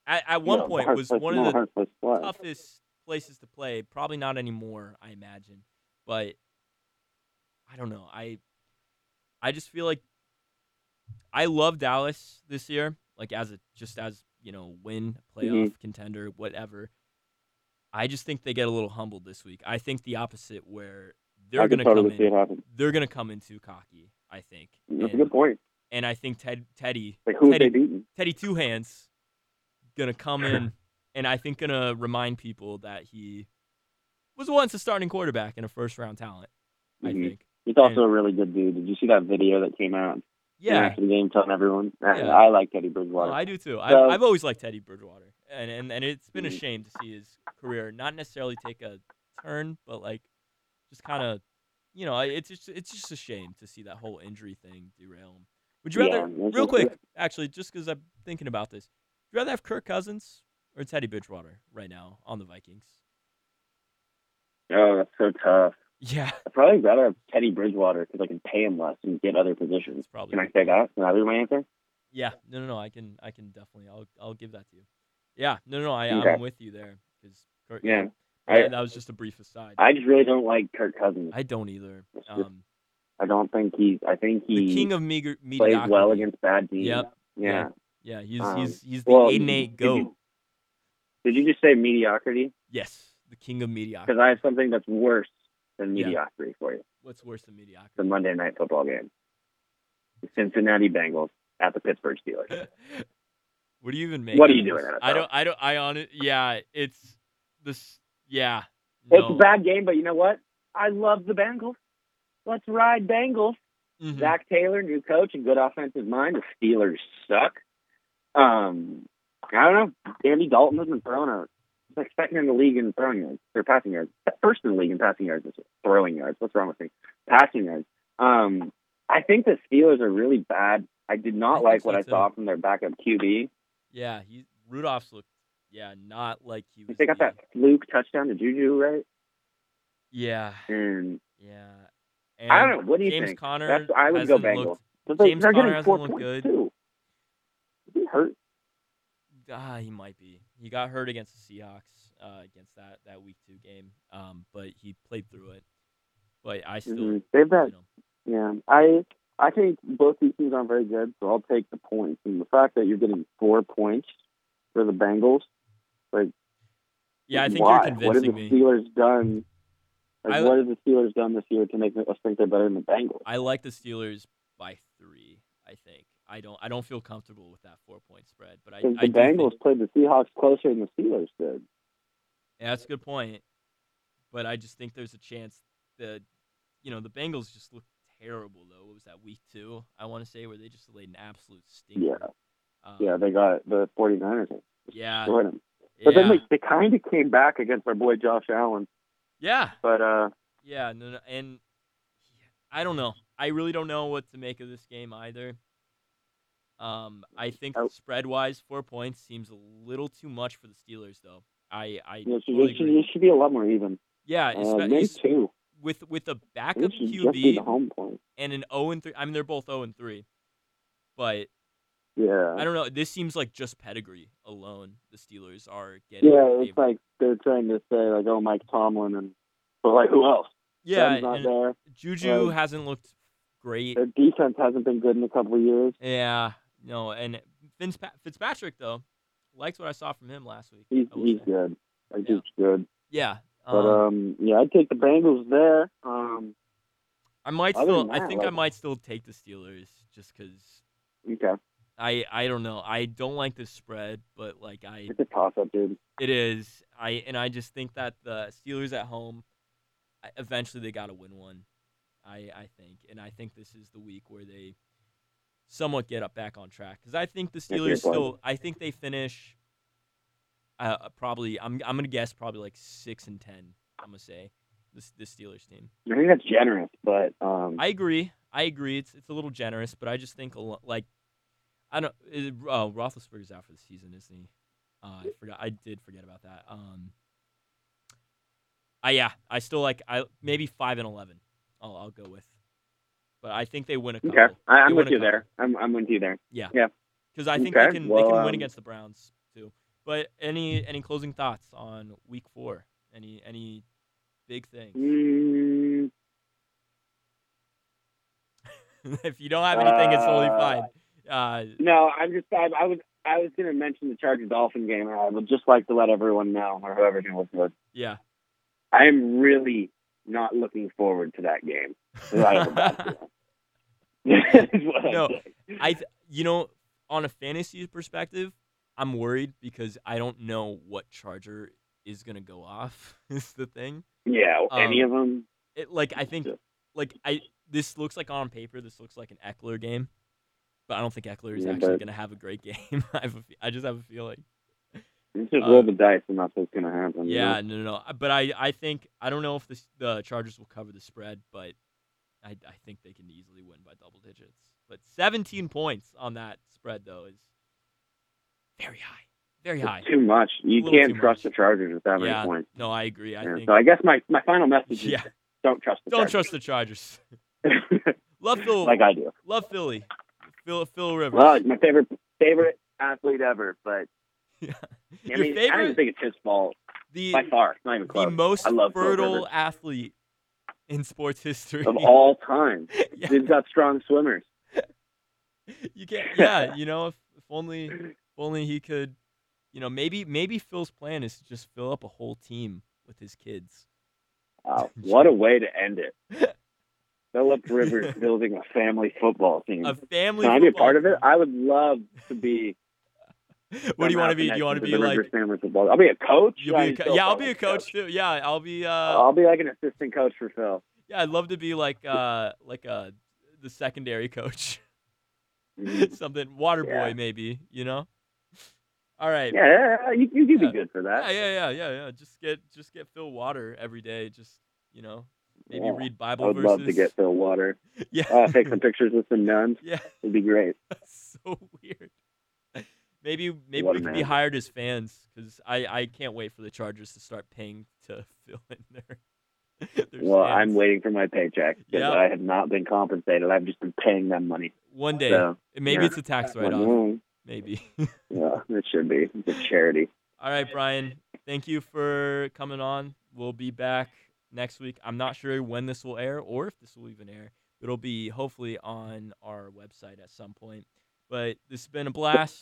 [SPEAKER 1] at, at one
[SPEAKER 2] you know,
[SPEAKER 1] point
[SPEAKER 2] hard
[SPEAKER 1] was
[SPEAKER 2] place-
[SPEAKER 1] one of
[SPEAKER 2] no
[SPEAKER 1] the
[SPEAKER 2] hard place to (laughs) play.
[SPEAKER 1] toughest places to play. Probably not anymore, I imagine. But I don't know. I I just feel like I love Dallas this year, like as a just as you know, win
[SPEAKER 2] Mm-hmm.
[SPEAKER 1] playoff contender, whatever. I just think they get a little humbled this week. I think the opposite, where
[SPEAKER 2] I
[SPEAKER 1] they're
[SPEAKER 2] could
[SPEAKER 1] going to
[SPEAKER 2] totally
[SPEAKER 1] come
[SPEAKER 2] see
[SPEAKER 1] in,
[SPEAKER 2] it happen.
[SPEAKER 1] they're going to come in too cocky. I think,
[SPEAKER 2] That's a
[SPEAKER 1] And-
[SPEAKER 2] good point.
[SPEAKER 1] and I think Ted Teddy
[SPEAKER 2] Like who have
[SPEAKER 1] Teddy-
[SPEAKER 2] they beaten?
[SPEAKER 1] Teddy Two Hands gonna come
[SPEAKER 2] (clears throat)
[SPEAKER 1] in and I think gonna remind people that he was once a starting quarterback and a first round talent. I
[SPEAKER 2] Mhm.
[SPEAKER 1] think.
[SPEAKER 2] He's also a really good dude. Did you see that video that came out
[SPEAKER 1] Yeah,
[SPEAKER 2] after the game telling everyone? I-
[SPEAKER 1] Yeah.
[SPEAKER 2] I like Teddy
[SPEAKER 1] well,
[SPEAKER 2] Bridgewater.
[SPEAKER 1] I do too.
[SPEAKER 2] So-
[SPEAKER 1] I, I've always liked Teddy Bridgewater, and, and and it's been a
[SPEAKER 2] Mhm.
[SPEAKER 1] shame to see his career not necessarily take a turn, but like just kind of, you know, I- it's just it's just a shame to see that whole injury thing derail him. Would you rather?
[SPEAKER 2] Yeah, that's
[SPEAKER 1] real
[SPEAKER 2] a-
[SPEAKER 1] quick, actually, just because I'm thinking about this, would you rather have Kirk Cousins or Teddy Bridgewater right now on the Vikings? (laughs)
[SPEAKER 2] Oh, that's so tough.
[SPEAKER 1] Yeah,
[SPEAKER 2] I'd probably rather have Teddy Bridgewater because I can pay him less and get other positions.
[SPEAKER 1] that's probably.
[SPEAKER 2] Can I say that? Can that be my answer?
[SPEAKER 1] Yeah, no, no, no. I can, I can definitely. I'll, I'll give that to you. Yeah, no, no, no. I,
[SPEAKER 2] Okay.
[SPEAKER 1] I'm with you there because Kirk.
[SPEAKER 2] Yeah.
[SPEAKER 1] that-
[SPEAKER 2] I-
[SPEAKER 1] that was just a brief aside. I,
[SPEAKER 2] I just really don't like Kirk Cousins.
[SPEAKER 1] don't either.
[SPEAKER 2] It's just
[SPEAKER 1] Um,
[SPEAKER 2] I don't think he's. I think
[SPEAKER 1] the
[SPEAKER 2] he
[SPEAKER 1] king of meager mediocrity.
[SPEAKER 2] plays well against bad teams.
[SPEAKER 1] Yep.
[SPEAKER 2] Yeah.
[SPEAKER 1] Yeah, he's
[SPEAKER 2] um,
[SPEAKER 1] he's he's the
[SPEAKER 2] Well,
[SPEAKER 1] eight and eight
[SPEAKER 2] did
[SPEAKER 1] go.
[SPEAKER 2] you- Did you just say mediocrity?
[SPEAKER 1] yes, the king of mediocrity.
[SPEAKER 2] Because I have something that's worse than
[SPEAKER 1] Yeah.
[SPEAKER 2] mediocrity for you.
[SPEAKER 1] What's worse than mediocrity?
[SPEAKER 2] The Monday night football game. The Cincinnati Bengals at the Pittsburgh Steelers.
[SPEAKER 1] what do you even make?
[SPEAKER 2] What are
[SPEAKER 1] out
[SPEAKER 2] you
[SPEAKER 1] of
[SPEAKER 2] doing,
[SPEAKER 1] this?
[SPEAKER 2] NFL?
[SPEAKER 1] I don't. I don't. I on Yeah, it's this. Yeah.
[SPEAKER 2] It's a
[SPEAKER 1] no.
[SPEAKER 2] bad game, but you know what? I love the Bengals. Let's ride Bengals.
[SPEAKER 1] Mhm.
[SPEAKER 2] Zach Taylor, new coach and good offensive mind. The Steelers suck. Um, I don't know. Andy Dalton has been throwing out. He's like second in the league in throwing yards or passing yards. First in the league in passing yards this year. Throwing yards. What's wrong with me? Passing yards. Um, I think the Steelers are really bad. I did
[SPEAKER 1] I
[SPEAKER 2] not
[SPEAKER 1] think
[SPEAKER 2] like
[SPEAKER 1] so,
[SPEAKER 2] what I
[SPEAKER 1] too.
[SPEAKER 2] saw from their backup QB.
[SPEAKER 1] Yeah, he Rudolph's looked. Yeah, not like he was.
[SPEAKER 2] They got
[SPEAKER 1] the-
[SPEAKER 2] that fluke touchdown to Juju, right?
[SPEAKER 1] Yeah,
[SPEAKER 2] And
[SPEAKER 1] yeah.
[SPEAKER 2] I don't
[SPEAKER 1] And
[SPEAKER 2] know. What do you
[SPEAKER 1] James
[SPEAKER 2] think?
[SPEAKER 1] Conner
[SPEAKER 2] That's- I would go
[SPEAKER 1] hasn't
[SPEAKER 2] Bengals.
[SPEAKER 1] looked.
[SPEAKER 2] But they,
[SPEAKER 1] James
[SPEAKER 2] they're
[SPEAKER 1] Conner
[SPEAKER 2] getting
[SPEAKER 1] hasn't
[SPEAKER 2] four
[SPEAKER 1] looked
[SPEAKER 2] points
[SPEAKER 1] good.
[SPEAKER 2] too. Is he hurt?
[SPEAKER 1] Ah, he might be. He got hurt against the Seahawks uh, against that that week two game. Um, but he played through it. But I still,
[SPEAKER 2] Mhm. They've got
[SPEAKER 1] you know,
[SPEAKER 2] Yeah, I I think both these teams aren't very good, so I'll take the points. And the fact that you're getting four points for the Bengals,
[SPEAKER 1] yeah, I think
[SPEAKER 2] why?
[SPEAKER 1] you're
[SPEAKER 2] What have the
[SPEAKER 1] convincing me.
[SPEAKER 2] Steelers done? Like,
[SPEAKER 1] I-
[SPEAKER 2] what have the Steelers done this year to make us think they're better than the Bengals?
[SPEAKER 1] I like the Steelers by three. I think I don't. I don't feel comfortable with that four point spread. But I,
[SPEAKER 2] Because
[SPEAKER 1] I
[SPEAKER 2] the
[SPEAKER 1] do think-
[SPEAKER 2] Bengals played the Seahawks closer than the Steelers did.
[SPEAKER 1] Yeah, that's a good point. But I just think there's a chance that you know the Bengals just look terrible though. What was that week two? I want to say where they just laid an absolute stinker.
[SPEAKER 2] Yeah.
[SPEAKER 1] Um,
[SPEAKER 2] Yeah, they got the 49ers. and
[SPEAKER 1] yeah,
[SPEAKER 2] destroyed 'em. But
[SPEAKER 1] uh, yeah,
[SPEAKER 2] then like, they kind of came back against our boy Josh Allen.
[SPEAKER 1] yeah,
[SPEAKER 2] But uh,
[SPEAKER 1] yeah. No, no, and I don't know. I really don't know what to make of this game either. Um, I think
[SPEAKER 2] Oh.
[SPEAKER 1] spread wise, four points seems a little too much for the Steelers though. I, I
[SPEAKER 2] you know, it should,
[SPEAKER 1] totally
[SPEAKER 2] it should,
[SPEAKER 1] agree.
[SPEAKER 2] it should be a lot more even.
[SPEAKER 1] yeah,
[SPEAKER 2] Uh,
[SPEAKER 1] espe-
[SPEAKER 2] maybe
[SPEAKER 1] es-
[SPEAKER 2] two.
[SPEAKER 1] with with a
[SPEAKER 2] It
[SPEAKER 1] backup
[SPEAKER 2] should just be the
[SPEAKER 1] QB
[SPEAKER 2] home point.
[SPEAKER 1] and an 0 and 3. I mean, they're both 0 and 3. But
[SPEAKER 2] Yeah.
[SPEAKER 1] I don't know. This seems like just pedigree alone. The Steelers are getting.
[SPEAKER 2] Yeah, it's
[SPEAKER 1] favored.
[SPEAKER 2] like they're trying to say like, oh, Mike Tomlin, and but like who else?
[SPEAKER 1] yeah.
[SPEAKER 2] Ben's not
[SPEAKER 1] and
[SPEAKER 2] there.
[SPEAKER 1] Juju
[SPEAKER 2] like-
[SPEAKER 1] hasn't looked great.
[SPEAKER 2] Their defense hasn't been good in a couple of years.
[SPEAKER 1] Yeah. No, and Vince Pa- Fitzpatrick though liked what I saw from him last week.
[SPEAKER 2] He's
[SPEAKER 1] I will
[SPEAKER 2] he's
[SPEAKER 1] say.
[SPEAKER 2] good. Like
[SPEAKER 1] Yeah.
[SPEAKER 2] he's good.
[SPEAKER 1] Yeah.
[SPEAKER 2] But
[SPEAKER 1] Um,
[SPEAKER 2] um, yeah, I'd take the Bengals there. Um,
[SPEAKER 1] I might
[SPEAKER 2] other
[SPEAKER 1] still.
[SPEAKER 2] than
[SPEAKER 1] I
[SPEAKER 2] that,
[SPEAKER 1] think I
[SPEAKER 2] like-
[SPEAKER 1] might still take the Steelers just because
[SPEAKER 2] okay,
[SPEAKER 1] I I don't know. I don't like this spread, but like I
[SPEAKER 2] it's a toss up, dude.
[SPEAKER 1] It is. I and I just think that the Steelers at home, I- eventually they got to win one. I I think, and I think this is the week where they somewhat get up back on track because I think the
[SPEAKER 2] you're
[SPEAKER 1] Steelers
[SPEAKER 2] fine.
[SPEAKER 1] still. I think they finish. Uh, probably I'm I'm gonna guess probably like six and ten. I'm gonna say, This this Steelers team.
[SPEAKER 2] I think that's generous, but um,
[SPEAKER 1] I agree. I agree. It's it's a little generous, but I just think a lo- like I don't. It, uh, Roethlisberger's out for the season, isn't he? Uh, I forgot. I did forget about that. Um, I yeah. I still like I maybe five and eleven. I'll I'll go with, but I think they win a couple.
[SPEAKER 2] okay, I,
[SPEAKER 1] They
[SPEAKER 2] I'm
[SPEAKER 1] win
[SPEAKER 2] with
[SPEAKER 1] a
[SPEAKER 2] you
[SPEAKER 1] couple.
[SPEAKER 2] there. I'm I'm with you there.
[SPEAKER 1] Yeah.
[SPEAKER 2] Yeah.
[SPEAKER 1] Because I think
[SPEAKER 2] Okay,
[SPEAKER 1] they can they
[SPEAKER 2] well,
[SPEAKER 1] can
[SPEAKER 2] um,
[SPEAKER 1] win against the Browns too. But any any closing thoughts on Week Four? Any any big things?
[SPEAKER 2] Mm,
[SPEAKER 1] (laughs) if you don't have anything, it's totally
[SPEAKER 2] Mm. Uh,
[SPEAKER 1] fine. Uh,
[SPEAKER 2] no, I'm just I, I was I was going to mention the Chargers Dolphin game. and I would just like to let everyone know, or whoever's going to listen to us,
[SPEAKER 1] yeah.
[SPEAKER 2] I am really not looking forward to
[SPEAKER 1] (laughs)
[SPEAKER 2] that game. 'cause I have a bad feeling. (laughs) Is what I'm
[SPEAKER 1] No.
[SPEAKER 2] saying.
[SPEAKER 1] I th- you know on a fantasy perspective, I'm worried because I don't know what charger is gonna go off. (laughs) Is the thing.
[SPEAKER 2] yeah, any
[SPEAKER 1] Um,
[SPEAKER 2] of them.
[SPEAKER 1] It, like I think
[SPEAKER 2] Yeah.
[SPEAKER 1] like I this looks like on paper this looks like an Eckler game, but I don't think Eckler is
[SPEAKER 2] Yeah,
[SPEAKER 1] actually
[SPEAKER 2] but-
[SPEAKER 1] gonna have a great (laughs) game. I have a fe- I just have a feeling.
[SPEAKER 2] Let's just
[SPEAKER 1] uh,
[SPEAKER 2] roll the dice, and that's what's going to happen. you
[SPEAKER 1] Yeah, no,
[SPEAKER 2] know?
[SPEAKER 1] no, no. I- But I, I think I don't know if the the Chargers will cover the spread, but I, I think they can easily win by double digits. But 17 points on that spread though is very high, very high.
[SPEAKER 2] It's too much. You
[SPEAKER 1] Little
[SPEAKER 2] can't
[SPEAKER 1] too
[SPEAKER 2] trust
[SPEAKER 1] much.
[SPEAKER 2] the Chargers at that
[SPEAKER 1] Yeah,
[SPEAKER 2] many points.
[SPEAKER 1] No, I agree. I
[SPEAKER 2] Yeah,
[SPEAKER 1] think (laughs)
[SPEAKER 2] So I guess my, my final message
[SPEAKER 1] yeah.
[SPEAKER 2] is don't trust the
[SPEAKER 1] Don't
[SPEAKER 2] Chargers.
[SPEAKER 1] trust the Chargers. (laughs)
[SPEAKER 2] (laughs) trust
[SPEAKER 1] Love Phil.
[SPEAKER 2] like I do.
[SPEAKER 1] love Philly. Phil Phil Rivers.
[SPEAKER 2] Well, he's my favorite favorite athlete ever, but
[SPEAKER 1] Yeah.
[SPEAKER 2] I
[SPEAKER 1] Your
[SPEAKER 2] mean, I don't even
[SPEAKER 1] favorite,
[SPEAKER 2] think it's his fault
[SPEAKER 1] the
[SPEAKER 2] by far. Not even
[SPEAKER 1] the
[SPEAKER 2] close.
[SPEAKER 1] most
[SPEAKER 2] I love Phil
[SPEAKER 1] fertile
[SPEAKER 2] Rivers.
[SPEAKER 1] athlete in sports history (laughs)
[SPEAKER 2] of all time.
[SPEAKER 1] Yeah.
[SPEAKER 2] Dude's got strong swimmers.
[SPEAKER 1] (laughs) you can't yeah you know if, if only if only he could you know maybe maybe phil's plan is to just fill up a whole team with his kids (laughs)
[SPEAKER 2] Wow, Uh, what a way to end it. Philip Rivers building a family football team.
[SPEAKER 1] a family
[SPEAKER 2] Can I be a
[SPEAKER 1] football
[SPEAKER 2] part of it?
[SPEAKER 1] team.
[SPEAKER 2] I would love to be.
[SPEAKER 1] (laughs) what do you
[SPEAKER 2] somehow
[SPEAKER 1] want to be do you want
[SPEAKER 2] connected
[SPEAKER 1] to be
[SPEAKER 2] the
[SPEAKER 1] like
[SPEAKER 2] Rivers family football? I'll be a coach.
[SPEAKER 1] you'll be a co-
[SPEAKER 2] Phil
[SPEAKER 1] yeah i'll
[SPEAKER 2] Phillips
[SPEAKER 1] be a coach too yeah i'll be uh
[SPEAKER 2] I'll be like an assistant coach for
[SPEAKER 1] (laughs)
[SPEAKER 2] Phil.
[SPEAKER 1] yeah i'd love to be like uh like uh the secondary coach
[SPEAKER 2] Mhm.
[SPEAKER 1] (laughs) something water boy
[SPEAKER 2] Yeah.
[SPEAKER 1] maybe you know all right
[SPEAKER 2] Yeah, yeah, yeah, you, you do be
[SPEAKER 1] Yeah.
[SPEAKER 2] good for
[SPEAKER 1] yeah
[SPEAKER 2] that.
[SPEAKER 1] yeah yeah yeah yeah just get just get phil water every day just you know maybe
[SPEAKER 2] Yeah.
[SPEAKER 1] read
[SPEAKER 2] I
[SPEAKER 1] bible
[SPEAKER 2] would
[SPEAKER 1] verses
[SPEAKER 2] love to get Phil Water.
[SPEAKER 1] (laughs) yeah
[SPEAKER 2] Uh, take some pictures with some nuns.
[SPEAKER 1] Yeah,
[SPEAKER 2] It'd be great.
[SPEAKER 1] that's (laughs) so weird. Maybe maybe
[SPEAKER 2] What
[SPEAKER 1] we
[SPEAKER 2] a
[SPEAKER 1] can be
[SPEAKER 2] man.
[SPEAKER 1] hired as fans because I, I can't wait for the Chargers to start paying to (laughs) fill in their. their
[SPEAKER 2] Well, I'm
[SPEAKER 1] stands.
[SPEAKER 2] waiting for my paycheck because
[SPEAKER 1] Yeah.
[SPEAKER 2] I have not been compensated. I've just been paying them money.
[SPEAKER 1] One day,
[SPEAKER 2] So,
[SPEAKER 1] maybe
[SPEAKER 2] yeah.
[SPEAKER 1] it's a tax
[SPEAKER 2] when-
[SPEAKER 1] write-off. Maybe. (laughs)
[SPEAKER 2] mm-hmm. Yeah, it should be. It's a charity.
[SPEAKER 1] All right, Brian. Thank you for coming on. We'll be back next week. I'm not sure when this will air or if this will even air. It'll be hopefully on our website at some point. But this has been a blast.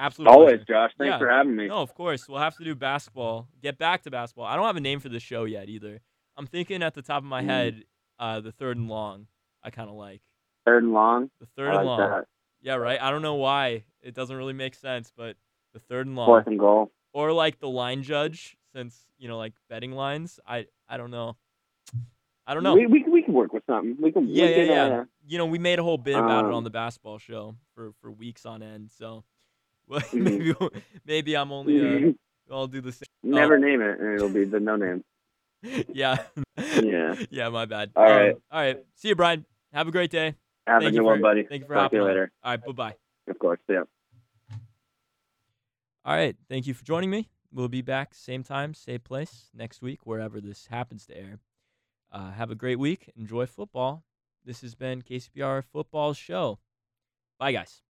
[SPEAKER 1] Absolutely.
[SPEAKER 2] Always, Josh. Thanks
[SPEAKER 1] Yeah.
[SPEAKER 2] for having me.
[SPEAKER 1] No, of course. We'll have to do basketball. Get back to basketball. I don't have a name for the show yet either. I'm thinking at the top of my
[SPEAKER 2] Mm.
[SPEAKER 1] head, uh, the third and long. I kind of like
[SPEAKER 2] Third and long.
[SPEAKER 1] the third
[SPEAKER 2] I
[SPEAKER 1] and
[SPEAKER 2] like
[SPEAKER 1] long.
[SPEAKER 2] that.
[SPEAKER 1] Yeah, right. I don't know why it doesn't really make sense, but the third and long,
[SPEAKER 2] Fourth and goal.
[SPEAKER 1] or like the line judge, since you know, like betting lines. I I don't know. I don't know.
[SPEAKER 2] We, we, we can work with something. We can.
[SPEAKER 1] yeah,
[SPEAKER 2] we
[SPEAKER 1] yeah,
[SPEAKER 2] can,
[SPEAKER 1] yeah.
[SPEAKER 2] Uh,
[SPEAKER 1] you know, we made a whole bit about it
[SPEAKER 2] um,
[SPEAKER 1] on the basketball show for for weeks on end. So, (laughs) well,
[SPEAKER 2] Mhm.
[SPEAKER 1] maybe maybe I'm
[SPEAKER 2] (laughs)
[SPEAKER 1] only. Uh, oh. I'll do the same.
[SPEAKER 2] Never name it, and it'll be the no name.
[SPEAKER 1] (laughs) yeah. (laughs)
[SPEAKER 2] Yeah.
[SPEAKER 1] yeah, my bad. Um,
[SPEAKER 2] All right.
[SPEAKER 1] All right. See you, Brian. Have a great day.
[SPEAKER 2] Have
[SPEAKER 1] Thank
[SPEAKER 2] a
[SPEAKER 1] you
[SPEAKER 2] good one,
[SPEAKER 1] for-
[SPEAKER 2] buddy.
[SPEAKER 1] Thank you for
[SPEAKER 2] Talk
[SPEAKER 1] hopping
[SPEAKER 2] to you
[SPEAKER 1] on.
[SPEAKER 2] later.
[SPEAKER 1] All right. Bye bye.
[SPEAKER 2] Of course. Yeah.
[SPEAKER 1] All right. Thank you for joining me. We'll be back same time, same place next week, wherever this happens to air. Uh, have a great week. Enjoy football. This has been KCPR Football Show. Bye, guys.